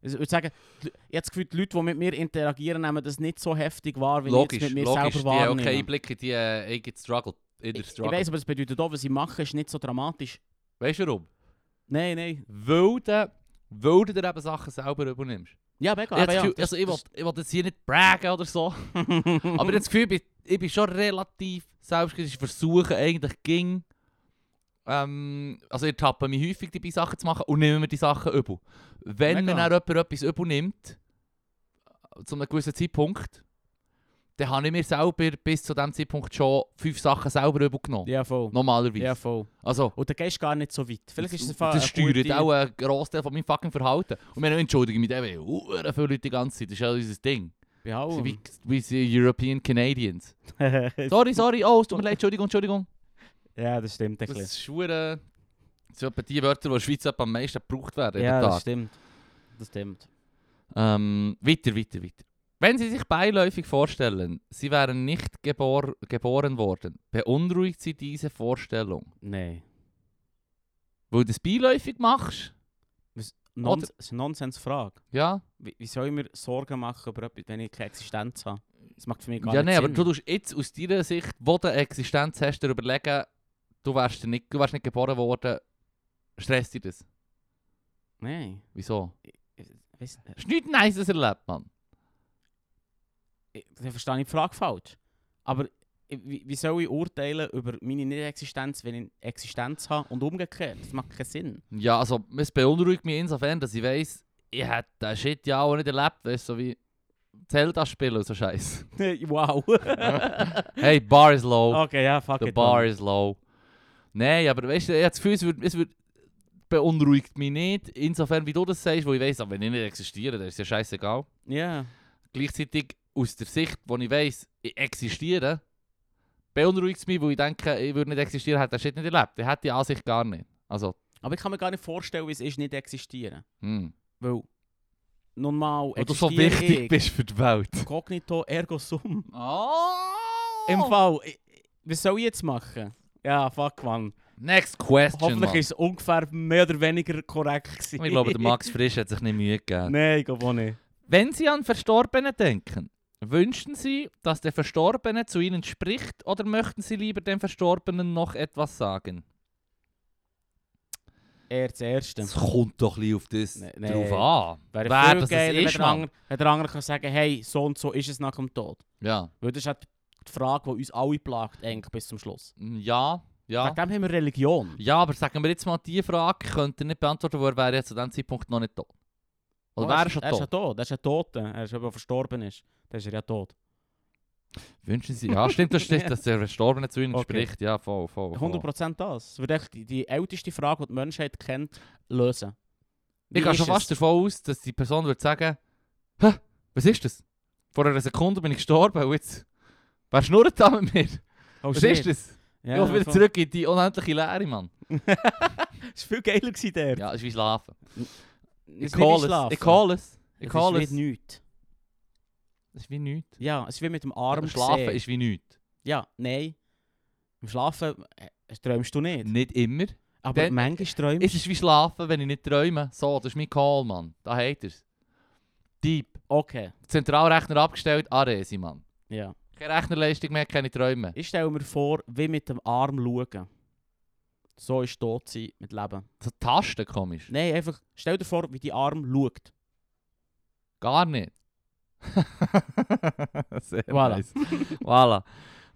[SPEAKER 2] Ich würde sagen, die- ich habe das Gefühl, die Leute, die mit mir interagieren, nehmen das nicht so heftig wahr, wie
[SPEAKER 1] Logisch,
[SPEAKER 2] ich es mit mir
[SPEAKER 1] logisch. Die
[SPEAKER 2] selber
[SPEAKER 1] haben auch
[SPEAKER 2] wahrnehme.
[SPEAKER 1] keinen Einblick in die äh, eigenen Struggle. In
[SPEAKER 2] ich,
[SPEAKER 1] der
[SPEAKER 2] ich
[SPEAKER 1] Struggle.
[SPEAKER 2] weiß, aber das bedeutet auch, was ich mache, ist nicht so dramatisch.
[SPEAKER 1] Weißt du warum?
[SPEAKER 2] Nein, nein.
[SPEAKER 1] Weil du, weil du dir eben Sachen selber übernimmst.
[SPEAKER 2] Ja, mega.
[SPEAKER 1] Ich hab
[SPEAKER 2] Aber
[SPEAKER 1] das
[SPEAKER 2] ja,
[SPEAKER 1] Gefühl,
[SPEAKER 2] das-
[SPEAKER 1] also ich will, ich will jetzt hier nicht braggen oder so, aber ich habe das Gefühl, ich bin, ich bin schon relativ selbstkritisch. Ich versuche eigentlich ging, ähm, also ich tappe mich häufig dabei Sachen zu machen und nehme mir die Sachen übel. Wenn mir
[SPEAKER 2] Mega.
[SPEAKER 1] dann jemand etwas übel nimmt, zu einem gewissen Zeitpunkt, dann habe ich mir selber bis zu diesem Zeitpunkt schon fünf Sachen selber übel genommen.
[SPEAKER 2] ja, voll.
[SPEAKER 1] Normalerweise.
[SPEAKER 2] Ja, Oh, voll.
[SPEAKER 1] Also,
[SPEAKER 2] Und dann gehst du gar nicht so weit. Vielleicht ist es einfach
[SPEAKER 1] das
[SPEAKER 2] eine
[SPEAKER 1] steuert
[SPEAKER 2] gute-
[SPEAKER 1] auch einen Großteil von meinem fucking Verhalten. Und wir entschuldigen mich, eben, viele Leute die ganze Zeit, das ist ja unser Ding.
[SPEAKER 2] Ja, auch.
[SPEAKER 1] Sie Wie, wie sie European Canadians. Sorry, sorry, oh, es tut mir leid, Entschuldigung, Entschuldigung.
[SPEAKER 2] ja, das stimmt. Ein
[SPEAKER 1] Das
[SPEAKER 2] bisschen.
[SPEAKER 1] ist schwer. Das sind etwa die Wörter, die in der Schweiz etwa am meisten gebraucht werden.
[SPEAKER 2] Ja,
[SPEAKER 1] jeden
[SPEAKER 2] das
[SPEAKER 1] Tag.
[SPEAKER 2] stimmt. Das stimmt.
[SPEAKER 1] Ähm, weiter, weiter, weiter. Wenn Sie sich beiläufig vorstellen, Sie wären nicht gebor geboren worden, beunruhigt Sie diese Vorstellung.
[SPEAKER 2] Nein.
[SPEAKER 1] Weil du das beiläufig machst,
[SPEAKER 2] Non
[SPEAKER 1] Oder-
[SPEAKER 2] das ist eine Nonsensfrage.
[SPEAKER 1] ja?
[SPEAKER 2] Wie, wie soll ich mir Sorgen machen, über etwas, wenn ich keine Existenz habe? Das macht für mich gar
[SPEAKER 1] Ja,
[SPEAKER 2] nicht
[SPEAKER 1] nein, aber
[SPEAKER 2] Sinn.
[SPEAKER 1] du tust jetzt aus deiner Sicht, wo du eine Existenz hast, dir überlegen, du wärst, dir nicht, du wärst nicht geboren worden, stresst dich das.
[SPEAKER 2] Nein.
[SPEAKER 1] Wieso?
[SPEAKER 2] Weiss, äh,
[SPEAKER 1] Hast du nichts Nices erlebt, Mann?
[SPEAKER 2] ich, dann verstehe ich die Frage falsch. Aber ich- wie, wie soll ich urteilen über meine Nicht-Existenz, wenn ich Existenz habe und umgekehrt? Das macht keinen Sinn.
[SPEAKER 1] Ja, also es beunruhigt mich insofern, dass ich weiss, ich hätte den Shit ja auch nicht erlebt, weißt du, so wie Zelda spielen und so Scheiß.
[SPEAKER 2] wow.
[SPEAKER 1] hey, Bar is low.
[SPEAKER 2] Ah, okay, ja, fuck
[SPEAKER 1] The
[SPEAKER 2] it.
[SPEAKER 1] Bar
[SPEAKER 2] man.
[SPEAKER 1] is low. Nein, aber weißt du, ich habe das Gefühl, es, wird, es wird beunruhigt mich nicht, insofern wie du das sagst, wo ich weiss, aber wenn ich nicht existiere, dann ist ja scheißegal.
[SPEAKER 2] Ja.
[SPEAKER 1] Gleichzeitig aus der Sicht, wo ich weiss, ich existiere, beunruhigt es mich, weil ich denke, ich würde nicht existieren, hätte den Shit nicht erlebt. Ich hätte die Ansicht gar nicht. Also,
[SPEAKER 2] Aber ich kann mir gar nicht vorstellen, wie es ist, nicht existieren.
[SPEAKER 1] hm.
[SPEAKER 2] Weil, nun mal,
[SPEAKER 1] Weil du so
[SPEAKER 2] existiere
[SPEAKER 1] wichtig
[SPEAKER 2] ich.
[SPEAKER 1] bist für die Welt.
[SPEAKER 2] Cognito ergo sum.
[SPEAKER 1] Oh!
[SPEAKER 2] Im Fall, ich- ich- was soll ich jetzt machen? Ja, fuck man.
[SPEAKER 1] Next question.
[SPEAKER 2] Hoffentlich
[SPEAKER 1] Mann.
[SPEAKER 2] ist es ungefähr mehr oder weniger korrekt gewesen.
[SPEAKER 1] Ich glaube, der Max Frisch hat sich nicht Mühe gegeben.
[SPEAKER 2] Nein, ich glaube auch nicht.
[SPEAKER 1] Wenn Sie an Verstorbene denken, wünschen Sie, dass der Verstorbene zu Ihnen spricht oder möchten Sie lieber dem Verstorbenen noch etwas sagen?
[SPEAKER 2] Er das Erste.
[SPEAKER 1] Es kommt doch ein bisschen auf das
[SPEAKER 2] Nee, nee.
[SPEAKER 1] drauf an.
[SPEAKER 2] Wäre
[SPEAKER 1] Wer
[SPEAKER 2] viel
[SPEAKER 1] das es
[SPEAKER 2] geiler,
[SPEAKER 1] ist,
[SPEAKER 2] wenn der
[SPEAKER 1] Mann.
[SPEAKER 2] andere- wenn der andere kann sagen, hey, so und so ist es nach dem Tod.
[SPEAKER 1] Ja,
[SPEAKER 2] Weil das ist halt die Frage, die uns alle plagt, eigentlich bis zum Schluss.
[SPEAKER 1] Mm, ja, ja.
[SPEAKER 2] Wegen dem haben wir Religion.
[SPEAKER 1] Ja, aber sagen wir jetzt mal, die Frage könnt ihr nicht beantworten, weil er wäre ja zu diesem Zeitpunkt noch nicht tot. Oder
[SPEAKER 2] Oh,
[SPEAKER 1] wäre
[SPEAKER 2] er
[SPEAKER 1] er schon
[SPEAKER 2] er
[SPEAKER 1] tot?
[SPEAKER 2] ist ja tot. Er ist ja tot. äh, Er ist, wenn er verstorben ist. Dann ist er ja tot.
[SPEAKER 1] Wünschen Sie. Ja, stimmt, das stimmt, dass der Verstorbene zu Ihnen
[SPEAKER 2] Okay.
[SPEAKER 1] spricht. Ja, voll, voll. voll.
[SPEAKER 2] 100% das. Das wird echt die, die älteste Frage, die die Menschheit kennt, lösen. Wie
[SPEAKER 1] Ich gehe
[SPEAKER 2] ist
[SPEAKER 1] schon
[SPEAKER 2] es?
[SPEAKER 1] fast davon aus, dass die Person würde sagen, Hä, was ist das? Vor einer Sekunde bin ich gestorben und jetzt... Wer schnurrt da mit mir?
[SPEAKER 2] Oh,
[SPEAKER 1] Was ist
[SPEAKER 2] shit.
[SPEAKER 1] das?
[SPEAKER 2] Ja,
[SPEAKER 1] ich will wieder
[SPEAKER 2] voll.
[SPEAKER 1] zurück in die unendliche Leere, Mann.
[SPEAKER 2] Es war viel geiler gewesen dort.
[SPEAKER 1] Ja, ist wie schlafen.
[SPEAKER 2] Es
[SPEAKER 1] Ich
[SPEAKER 2] ist nicht wie
[SPEAKER 1] call es,
[SPEAKER 2] Schlafen.
[SPEAKER 1] ich call es. Ich
[SPEAKER 2] Es
[SPEAKER 1] call
[SPEAKER 2] ist
[SPEAKER 1] es.
[SPEAKER 2] wie nichts.
[SPEAKER 1] Es ist wie nichts.
[SPEAKER 2] Ja, es ist wie mit dem Arm
[SPEAKER 1] Schlafen
[SPEAKER 2] gesehen.
[SPEAKER 1] ist wie nichts.
[SPEAKER 2] Ja, nein. Im Schlafen äh, träumst du nicht.
[SPEAKER 1] Nicht immer.
[SPEAKER 2] Aber
[SPEAKER 1] Dann-
[SPEAKER 2] manchmal träumst
[SPEAKER 1] Es ist wie schlafen, wenn ich nicht träume. So, das ist mein Call, Mann. Da hat er es. Deep.
[SPEAKER 2] Okay,
[SPEAKER 1] Zentralrechner abgestellt, Aresi, Mann.
[SPEAKER 2] ja.
[SPEAKER 1] Keine Rechnerleistung mehr, keine Träume.
[SPEAKER 2] Ich stelle mir vor, wie mit dem Arm schauen. So ist tot sein mit Leben.
[SPEAKER 1] So Tasten komisch.
[SPEAKER 2] Nein, einfach stell dir vor, wie die Arm schaut.
[SPEAKER 1] Gar nicht. Sehr
[SPEAKER 2] Voilà.
[SPEAKER 1] nice. voilà.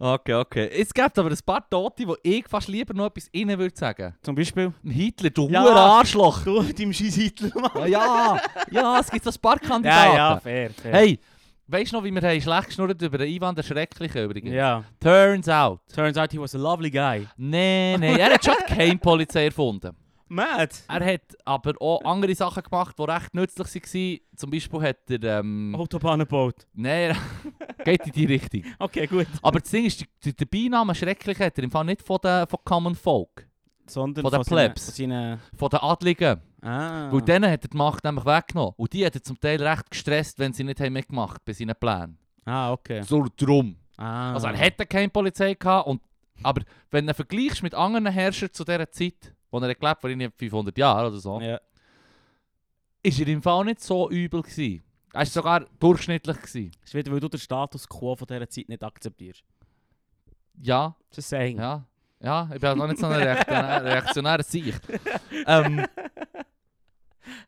[SPEAKER 1] Okay, okay. Es gibt aber ein paar Tote, wo ich fast lieber noch etwas innen würde sagen.
[SPEAKER 2] Zum Beispiel.
[SPEAKER 1] Ein Hitler, du
[SPEAKER 2] Ja.
[SPEAKER 1] ja. Arschloch!
[SPEAKER 2] Du mit deinem scheiß Hitler, Mann.
[SPEAKER 1] Ja, ja, ja, es gibt so ein paar
[SPEAKER 2] Ja,
[SPEAKER 1] Kandidaten.
[SPEAKER 2] ja, fair, fair.
[SPEAKER 1] Hey, weißt du noch, wie wir haben schlecht geschnurrt über den Ivan der Schreckliche übrigens?
[SPEAKER 2] Ja.
[SPEAKER 1] Turns out.
[SPEAKER 2] Turns out he was a lovely guy.
[SPEAKER 1] Nee, nee, er hat schon keine Polizei erfunden.
[SPEAKER 2] Mad.
[SPEAKER 1] Er hat aber auch andere Sachen gemacht, die recht nützlich waren. Zum Beispiel hat er. Ähm,
[SPEAKER 2] Oh. Autobahnenboot.
[SPEAKER 1] Nein, er- geht in die Richtung.
[SPEAKER 2] Okay, gut.
[SPEAKER 1] Aber das Ding ist, der, der Beiname Schrecklich hat er im Fall nicht von den von Common Folk,
[SPEAKER 2] Sondern
[SPEAKER 1] Von den
[SPEAKER 2] seinen-
[SPEAKER 1] Plebs.
[SPEAKER 2] Von seinen...
[SPEAKER 1] von den Adligen.
[SPEAKER 2] Ah.
[SPEAKER 1] Weil denen hat er die Macht nämlich weggenommen. Und die hat er zum Teil recht gestresst, wenn sie nicht haben mitgemacht haben bei seinen Plänen.
[SPEAKER 2] ah, okay.
[SPEAKER 1] So drum.
[SPEAKER 2] Ah.
[SPEAKER 1] Also er hätte keine Polizei gehabt, und, aber wenn du ihn vergleichst mit anderen Herrschern zu dieser Zeit, wo er gelebt hat, vor irgendwie 500 Jahren oder so,
[SPEAKER 2] Ja.
[SPEAKER 1] ist er im Fall nicht so übel gewesen. Er war sogar durchschnittlich. Gewesen.
[SPEAKER 2] Ist wieder, weil du den Status quo von dieser Zeit nicht akzeptierst.
[SPEAKER 1] Ja,
[SPEAKER 2] Just saying.
[SPEAKER 1] ja, ja, ich bin halt auch nicht so ein reaktionär, reaktionärer Sieg. Ähm,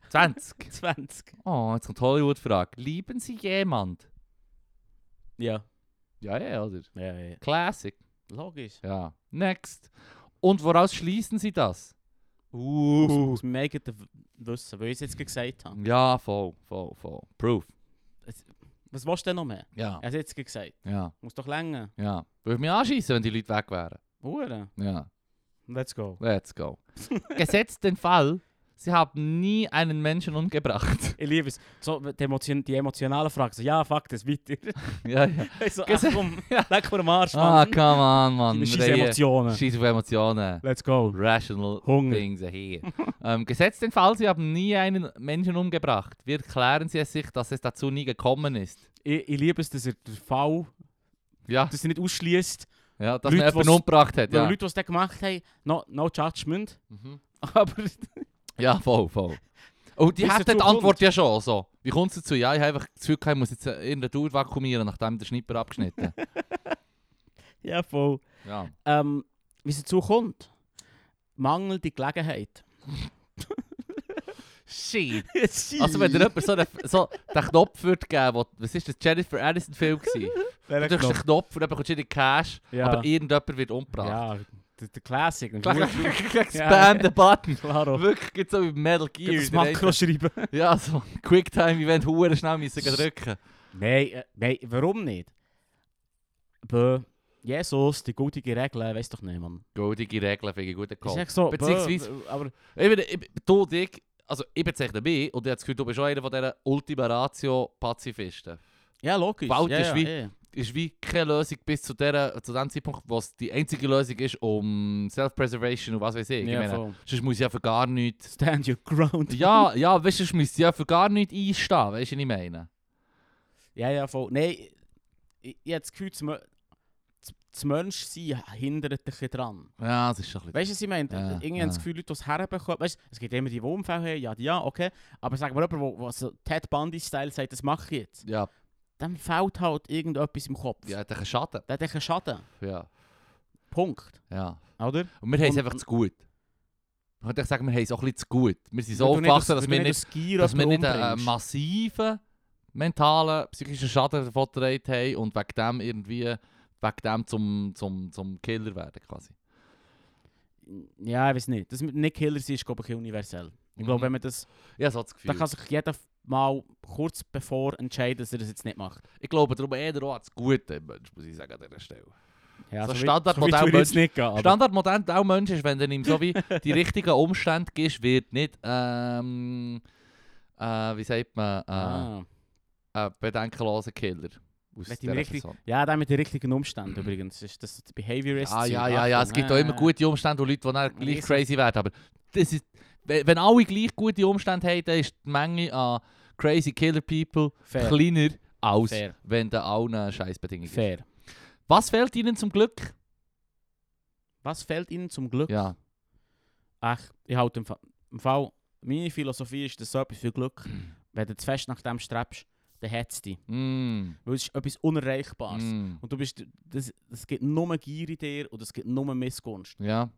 [SPEAKER 1] 20.
[SPEAKER 2] 20.
[SPEAKER 1] Oh, jetzt kommt die Hollywood-Frage. Lieben Sie jemand?
[SPEAKER 2] Ja.
[SPEAKER 1] Ja, ja, oder?
[SPEAKER 2] Ja, ja.
[SPEAKER 1] Classic.
[SPEAKER 2] Logisch.
[SPEAKER 1] Ja. Next. Und woraus schließen Sie das?
[SPEAKER 2] Uh.
[SPEAKER 1] Uh.
[SPEAKER 2] Aus meinem eigenen W- Wissen, weil ich es jetzt gerade gesagt habe.
[SPEAKER 1] Ja, voll, voll, voll. Proof.
[SPEAKER 2] Was willst du denn noch mehr?
[SPEAKER 1] Ja.
[SPEAKER 2] Er hat es jetzt gerade gesagt.
[SPEAKER 1] Ja,
[SPEAKER 2] Muss doch länger.
[SPEAKER 1] ja. Würde mich anschießen, wenn die Leute weg wären.
[SPEAKER 2] Uhren.
[SPEAKER 1] Ja,
[SPEAKER 2] Let's go.
[SPEAKER 1] let's go. Gesetzt den Fall, sie haben nie einen Menschen umgebracht.
[SPEAKER 2] Ich liebe es. So, die, Emotion, die emotionale Frage. So, ja, fuck das, weiter.
[SPEAKER 1] ja, ja.
[SPEAKER 2] Ich so, ach
[SPEAKER 1] Gesehen.
[SPEAKER 2] komm,
[SPEAKER 1] Ja.
[SPEAKER 2] leck mir am Arsch,
[SPEAKER 1] Ah,
[SPEAKER 2] Mann.
[SPEAKER 1] come on, Mann.
[SPEAKER 2] Deine scheiß Emotionen.
[SPEAKER 1] Scheiß auf Emotionen.
[SPEAKER 2] Let's go.
[SPEAKER 1] Rational
[SPEAKER 2] Hunger.
[SPEAKER 1] things here. ähm, gesetzt den Fall, sie haben nie einen Menschen umgebracht. Wir erklären sie es sich, dass es dazu nie gekommen ist.
[SPEAKER 2] Ich, ich liebe es, dass er den Fall,
[SPEAKER 1] Ja,
[SPEAKER 2] dass er nicht ausschließt.
[SPEAKER 1] ja dass
[SPEAKER 2] Leute,
[SPEAKER 1] man jemanden
[SPEAKER 2] was-
[SPEAKER 1] umgebracht hat.
[SPEAKER 2] Weil
[SPEAKER 1] Ja.
[SPEAKER 2] Leute, die es dann gemacht haben, no, no judgment.
[SPEAKER 1] Mhm.
[SPEAKER 2] Aber
[SPEAKER 1] ja, voll, voll. Und die
[SPEAKER 2] Bis
[SPEAKER 1] hätten
[SPEAKER 2] dazu
[SPEAKER 1] die Antwort
[SPEAKER 2] kommt.
[SPEAKER 1] ja schon. So. Wie kommt es dazu? Ja, ich habe einfach das Gefühl, gehabt, ich muss jetzt äh, irgendeine Tour vakuumieren, nachdem der Schnipper abgeschnitten
[SPEAKER 2] ja, voll.
[SPEAKER 1] Ja.
[SPEAKER 2] Ähm, wie es dazu kommt. Mangelnde Gelegenheit.
[SPEAKER 1] Shit. Also wenn dir jemand so, eine, so den Knopf würde geben würde, was ist das Jennifer Aniston Film gewesen? Du drückst den Knopf und dann bekommst du den Cash,
[SPEAKER 2] Ja.
[SPEAKER 1] aber irgendjemand wird umgebracht.
[SPEAKER 2] Ja, der, der Classic. Dann musst
[SPEAKER 1] Spam the button.
[SPEAKER 2] du- Klaro.
[SPEAKER 1] Wirklich, geht so wie Metal Gear.
[SPEAKER 2] Das
[SPEAKER 1] Der
[SPEAKER 2] Makro schreiben.
[SPEAKER 1] eine- Ja, so Quicktime-Event, hure schnell müssen drücken.
[SPEAKER 2] Nein, äh, nein, warum nicht? Bö, Jesus, die gute Regel, äh, weiss doch nicht, Mann.
[SPEAKER 1] Goldige Regeln finde ich guten
[SPEAKER 2] Ist
[SPEAKER 1] Call.
[SPEAKER 2] echt so, bö,
[SPEAKER 1] Beziehungsweise-
[SPEAKER 2] bö, aber
[SPEAKER 1] Ich bin, ich, bin- du, Dick, also ich bezeichne mich und ich habe das Gefühl, du bist auch einer von dieser Ultima Ratio-Pazifisten.
[SPEAKER 2] ja, logisch.
[SPEAKER 1] Wald
[SPEAKER 2] ja,
[SPEAKER 1] ist
[SPEAKER 2] ja,
[SPEAKER 1] wie-
[SPEAKER 2] ja.
[SPEAKER 1] ist wie keine Lösung bis zu, der, zu dem Zeitpunkt, wo es die einzige Lösung ist, um Self-Preservation und was weiß ich. ich
[SPEAKER 2] Ja,
[SPEAKER 1] meine,
[SPEAKER 2] voll.
[SPEAKER 1] sonst muss ich ja für gar nichts.
[SPEAKER 2] Stand your ground.
[SPEAKER 1] Ja, ja, weißt du, sonst müsste ich ja für gar nichts einstehen, weißt du, was ich meine?
[SPEAKER 2] Ja, ja, voll. Nein, ich, ich, ich habe das Gefühl, das, Mö- das- das Menschsein hindert dich ein bisschen dran.
[SPEAKER 1] Ja, das ist schon ein bisschen.
[SPEAKER 2] Weißt du, was ich meine?
[SPEAKER 1] Ja,
[SPEAKER 2] Irgendwie
[SPEAKER 1] ja.
[SPEAKER 2] haben das Gefühl, Leute, die es herbekommen. Weißt du, es gibt immer die, die Unfälle haben, ja, die, ja, okay. Aber sag mal jemand, der so Ted Bundy-Style sagt, das mache ich jetzt.
[SPEAKER 1] Ja,
[SPEAKER 2] Dann fehlt halt irgendetwas im Kopf.
[SPEAKER 1] ja, hat einen Schaden.
[SPEAKER 2] Der hat einen Schaden.
[SPEAKER 1] Ja,
[SPEAKER 2] Punkt.
[SPEAKER 1] ja.
[SPEAKER 2] Oder?
[SPEAKER 1] Und wir haben es
[SPEAKER 2] Und-
[SPEAKER 1] einfach zu gut. Ich würde sagen, wir haben es auch ein bisschen zu gut. Wir sind so
[SPEAKER 2] Weil du nicht
[SPEAKER 1] aufgewachsen,
[SPEAKER 2] aus-
[SPEAKER 1] dass
[SPEAKER 2] weil
[SPEAKER 1] wir
[SPEAKER 2] du
[SPEAKER 1] nicht,
[SPEAKER 2] aus Gier
[SPEAKER 1] dass wir nicht äh,
[SPEAKER 2] jemanden
[SPEAKER 1] einen
[SPEAKER 2] umbringst.
[SPEAKER 1] massiven mentalen, psychischen Schaden davon getragen haben und wegen dem irgendwie, wegen dem zum, zum, zum Killer werden quasi.
[SPEAKER 2] Ja, ich weiß nicht. Dass wir nicht Killer sind, ist, glaube ich, universell. Ich glaube,
[SPEAKER 1] Mhm.
[SPEAKER 2] wenn man das...
[SPEAKER 1] Ja, so das Gefühl.
[SPEAKER 2] Da kann sich jeder mal kurz bevor entscheiden, dass er das jetzt nicht macht.
[SPEAKER 1] Ich glaube darum eher auch an das Gute im Mensch, muss ich sagen, an dieser Stelle.
[SPEAKER 2] Ja,
[SPEAKER 1] So
[SPEAKER 2] wie-
[SPEAKER 1] Standardmodell
[SPEAKER 2] so wie du jetzt
[SPEAKER 1] Mensch-
[SPEAKER 2] nicht gehen, aber-
[SPEAKER 1] Standardmodell auch Mensch ist, wenn du ihm so wie die richtigen Umstände gibst, wird nicht, ähm, äh, wie sagt man, äh,
[SPEAKER 2] Ah.
[SPEAKER 1] ein bedenkenloser Killer. Aus
[SPEAKER 2] Wenn du ihm
[SPEAKER 1] dieser
[SPEAKER 2] richtig-
[SPEAKER 1] Person.
[SPEAKER 2] Ja, dann mit den richtigen Umständen übrigens. Das ist das Behaviorist.
[SPEAKER 1] Ah, ja, ja, ja, es gibt auch immer gute Umstände und Leute, die dann gleich
[SPEAKER 2] Riesen-
[SPEAKER 1] crazy werden, aber das ist, wenn wenn alle gleich gute Umstände haben, dann ist die Menge an crazy killer people
[SPEAKER 2] Fair.
[SPEAKER 1] kleiner, als
[SPEAKER 2] Fair.
[SPEAKER 1] wenn du allen Scheißbedingungen gibst.
[SPEAKER 2] Fair.
[SPEAKER 1] Was fehlt ihnen zum Glück?
[SPEAKER 2] Was fehlt Ihnen zum Glück?
[SPEAKER 1] Ja.
[SPEAKER 2] Ach, ich halte im Fall... Im Fall meine Philosophie ist, dass so etwas für Glück, wenn du zu fest nach dem strebst, dann hat es dich.
[SPEAKER 1] Mm,
[SPEAKER 2] Weil es ist etwas Unerreichbares.
[SPEAKER 1] mm.
[SPEAKER 2] Und du bist, das, das gibt nur Gier in dir und es gibt nur Missgunst.
[SPEAKER 1] Ja,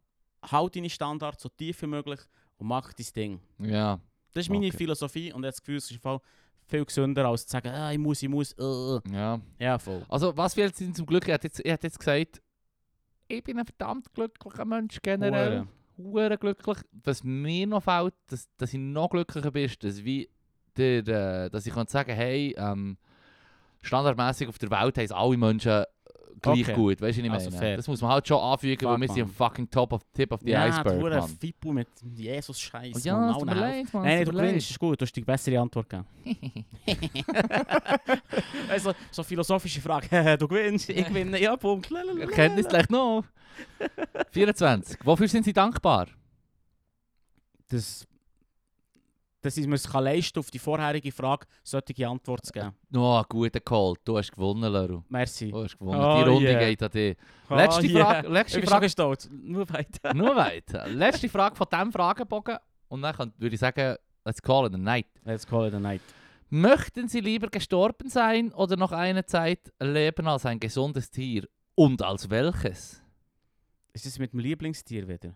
[SPEAKER 2] Halt deine Standards so tief wie möglich und mach dein Ding.
[SPEAKER 1] ja.
[SPEAKER 2] Das ist meine
[SPEAKER 1] Okay.
[SPEAKER 2] Philosophie und ich habe das Gefühl, es ist im Fall viel gesünder, als zu sagen, ah, ich muss, ich muss. äh, äh.
[SPEAKER 1] Ja.
[SPEAKER 2] Ja, voll.
[SPEAKER 1] Also, was wir jetzt sind zum Glück, er hat jetzt, er hat jetzt gesagt, ich bin ein verdammt glücklicher Mensch generell. Hure glücklich. Was mir noch fehlt, dass, dass ich noch glücklicher bin, ist, dass, wie der, äh, dass ich kann sagen hey, ähm, standardmäßig auf der Welt haben es alle Menschen äh, gleich
[SPEAKER 2] Okay.
[SPEAKER 1] gut. Weißt du, was ich
[SPEAKER 2] Also
[SPEAKER 1] meine?
[SPEAKER 2] fair.
[SPEAKER 1] das muss man halt schon anfügen,
[SPEAKER 2] Fuck,
[SPEAKER 1] weil wir sind
[SPEAKER 2] Mann.
[SPEAKER 1] am fucking top of, tip of the
[SPEAKER 2] ja,
[SPEAKER 1] iceberg,
[SPEAKER 2] du
[SPEAKER 1] Mann.
[SPEAKER 2] Fippo mit Jesus-Scheiß.
[SPEAKER 1] Oh ja, es tut mir leid, Mann.
[SPEAKER 2] Nein,
[SPEAKER 1] es
[SPEAKER 2] nein, du
[SPEAKER 1] tut mir leid.
[SPEAKER 2] gewinnst, ist gut, du hast die bessere Antwort gegeben. also, so philosophische Frage, du gewinnst, ich gewinne, ja, Punkt.
[SPEAKER 1] Wir kennen es gleich noch. 24. Wofür sind Sie dankbar?
[SPEAKER 2] Das, das ist mir es kann leisten, auf die vorherige Frage solche Antwort zu geben.
[SPEAKER 1] Oh, guter Call. Du hast gewonnen, Leru.
[SPEAKER 2] Merci. Ah,
[SPEAKER 1] Du hast gewonnen.
[SPEAKER 2] Oh,
[SPEAKER 1] die Runde
[SPEAKER 2] yeah. Oh,
[SPEAKER 1] geht an dich. Letzte Frage.
[SPEAKER 2] Ich
[SPEAKER 1] Letzte
[SPEAKER 2] bin schon
[SPEAKER 1] Frage.
[SPEAKER 2] gestolz. Nur weiter.
[SPEAKER 1] Nur weiter. Letzte Frage von diesem Fragebogen. Und dann kann, würde ich sagen, let's call it a night.
[SPEAKER 2] Let's call it a night.
[SPEAKER 1] Möchten Sie lieber gestorben sein oder noch eine Zeit leben als ein gesundes Tier? Und als welches?
[SPEAKER 2] Ist es mit dem Lieblingstier wieder?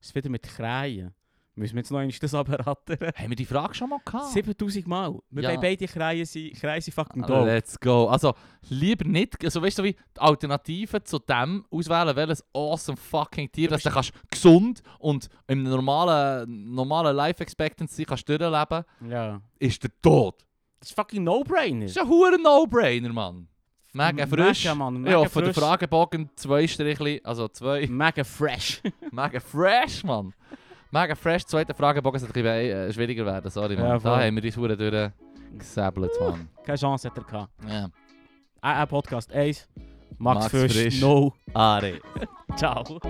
[SPEAKER 2] Ist es wieder mit Krähen? Müssen wir jetzt noch einmal das abrattern?
[SPEAKER 1] Haben wir die Frage schon mal gehabt?
[SPEAKER 2] 7000 Mal. Wir
[SPEAKER 1] Ja.
[SPEAKER 2] wollen beide Kreien sein. Kreien sind fucking
[SPEAKER 1] Ah,
[SPEAKER 2] dope.
[SPEAKER 1] Let's go. Also, lieber nicht. Also, weißt du, wie die Alternative zu dem auswählen, welches awesome fucking Tier, dass du kannst gesund und im normalen, normalen Life Expectancy kannst du durchleben,
[SPEAKER 2] Ja.
[SPEAKER 1] ist der Tod.
[SPEAKER 2] Das ist fucking No-Brainer.
[SPEAKER 1] Das ist ein hoher No-Brainer, Mann. Mega frisch.
[SPEAKER 2] Mega, Mann. Mega
[SPEAKER 1] ja, von der
[SPEAKER 2] frisch.
[SPEAKER 1] Fragebogen zwei Strichli, also zwei.
[SPEAKER 2] Mega fresh.
[SPEAKER 1] Mega fresh, Mann. Mega fresh. Zweiter Fragebogen sollte ein bisschen äh, schwieriger werden, sorry, Mann.
[SPEAKER 2] Ja, voll.
[SPEAKER 1] da haben wir uns hure durchgesäbelt, Mann.
[SPEAKER 2] Keine Chance hat er gehabt.
[SPEAKER 1] Ja.
[SPEAKER 2] Ein Podcast 1. Max,
[SPEAKER 1] Max
[SPEAKER 2] Frisch.
[SPEAKER 1] Frisch.
[SPEAKER 2] No.
[SPEAKER 1] Are.
[SPEAKER 2] Ciao.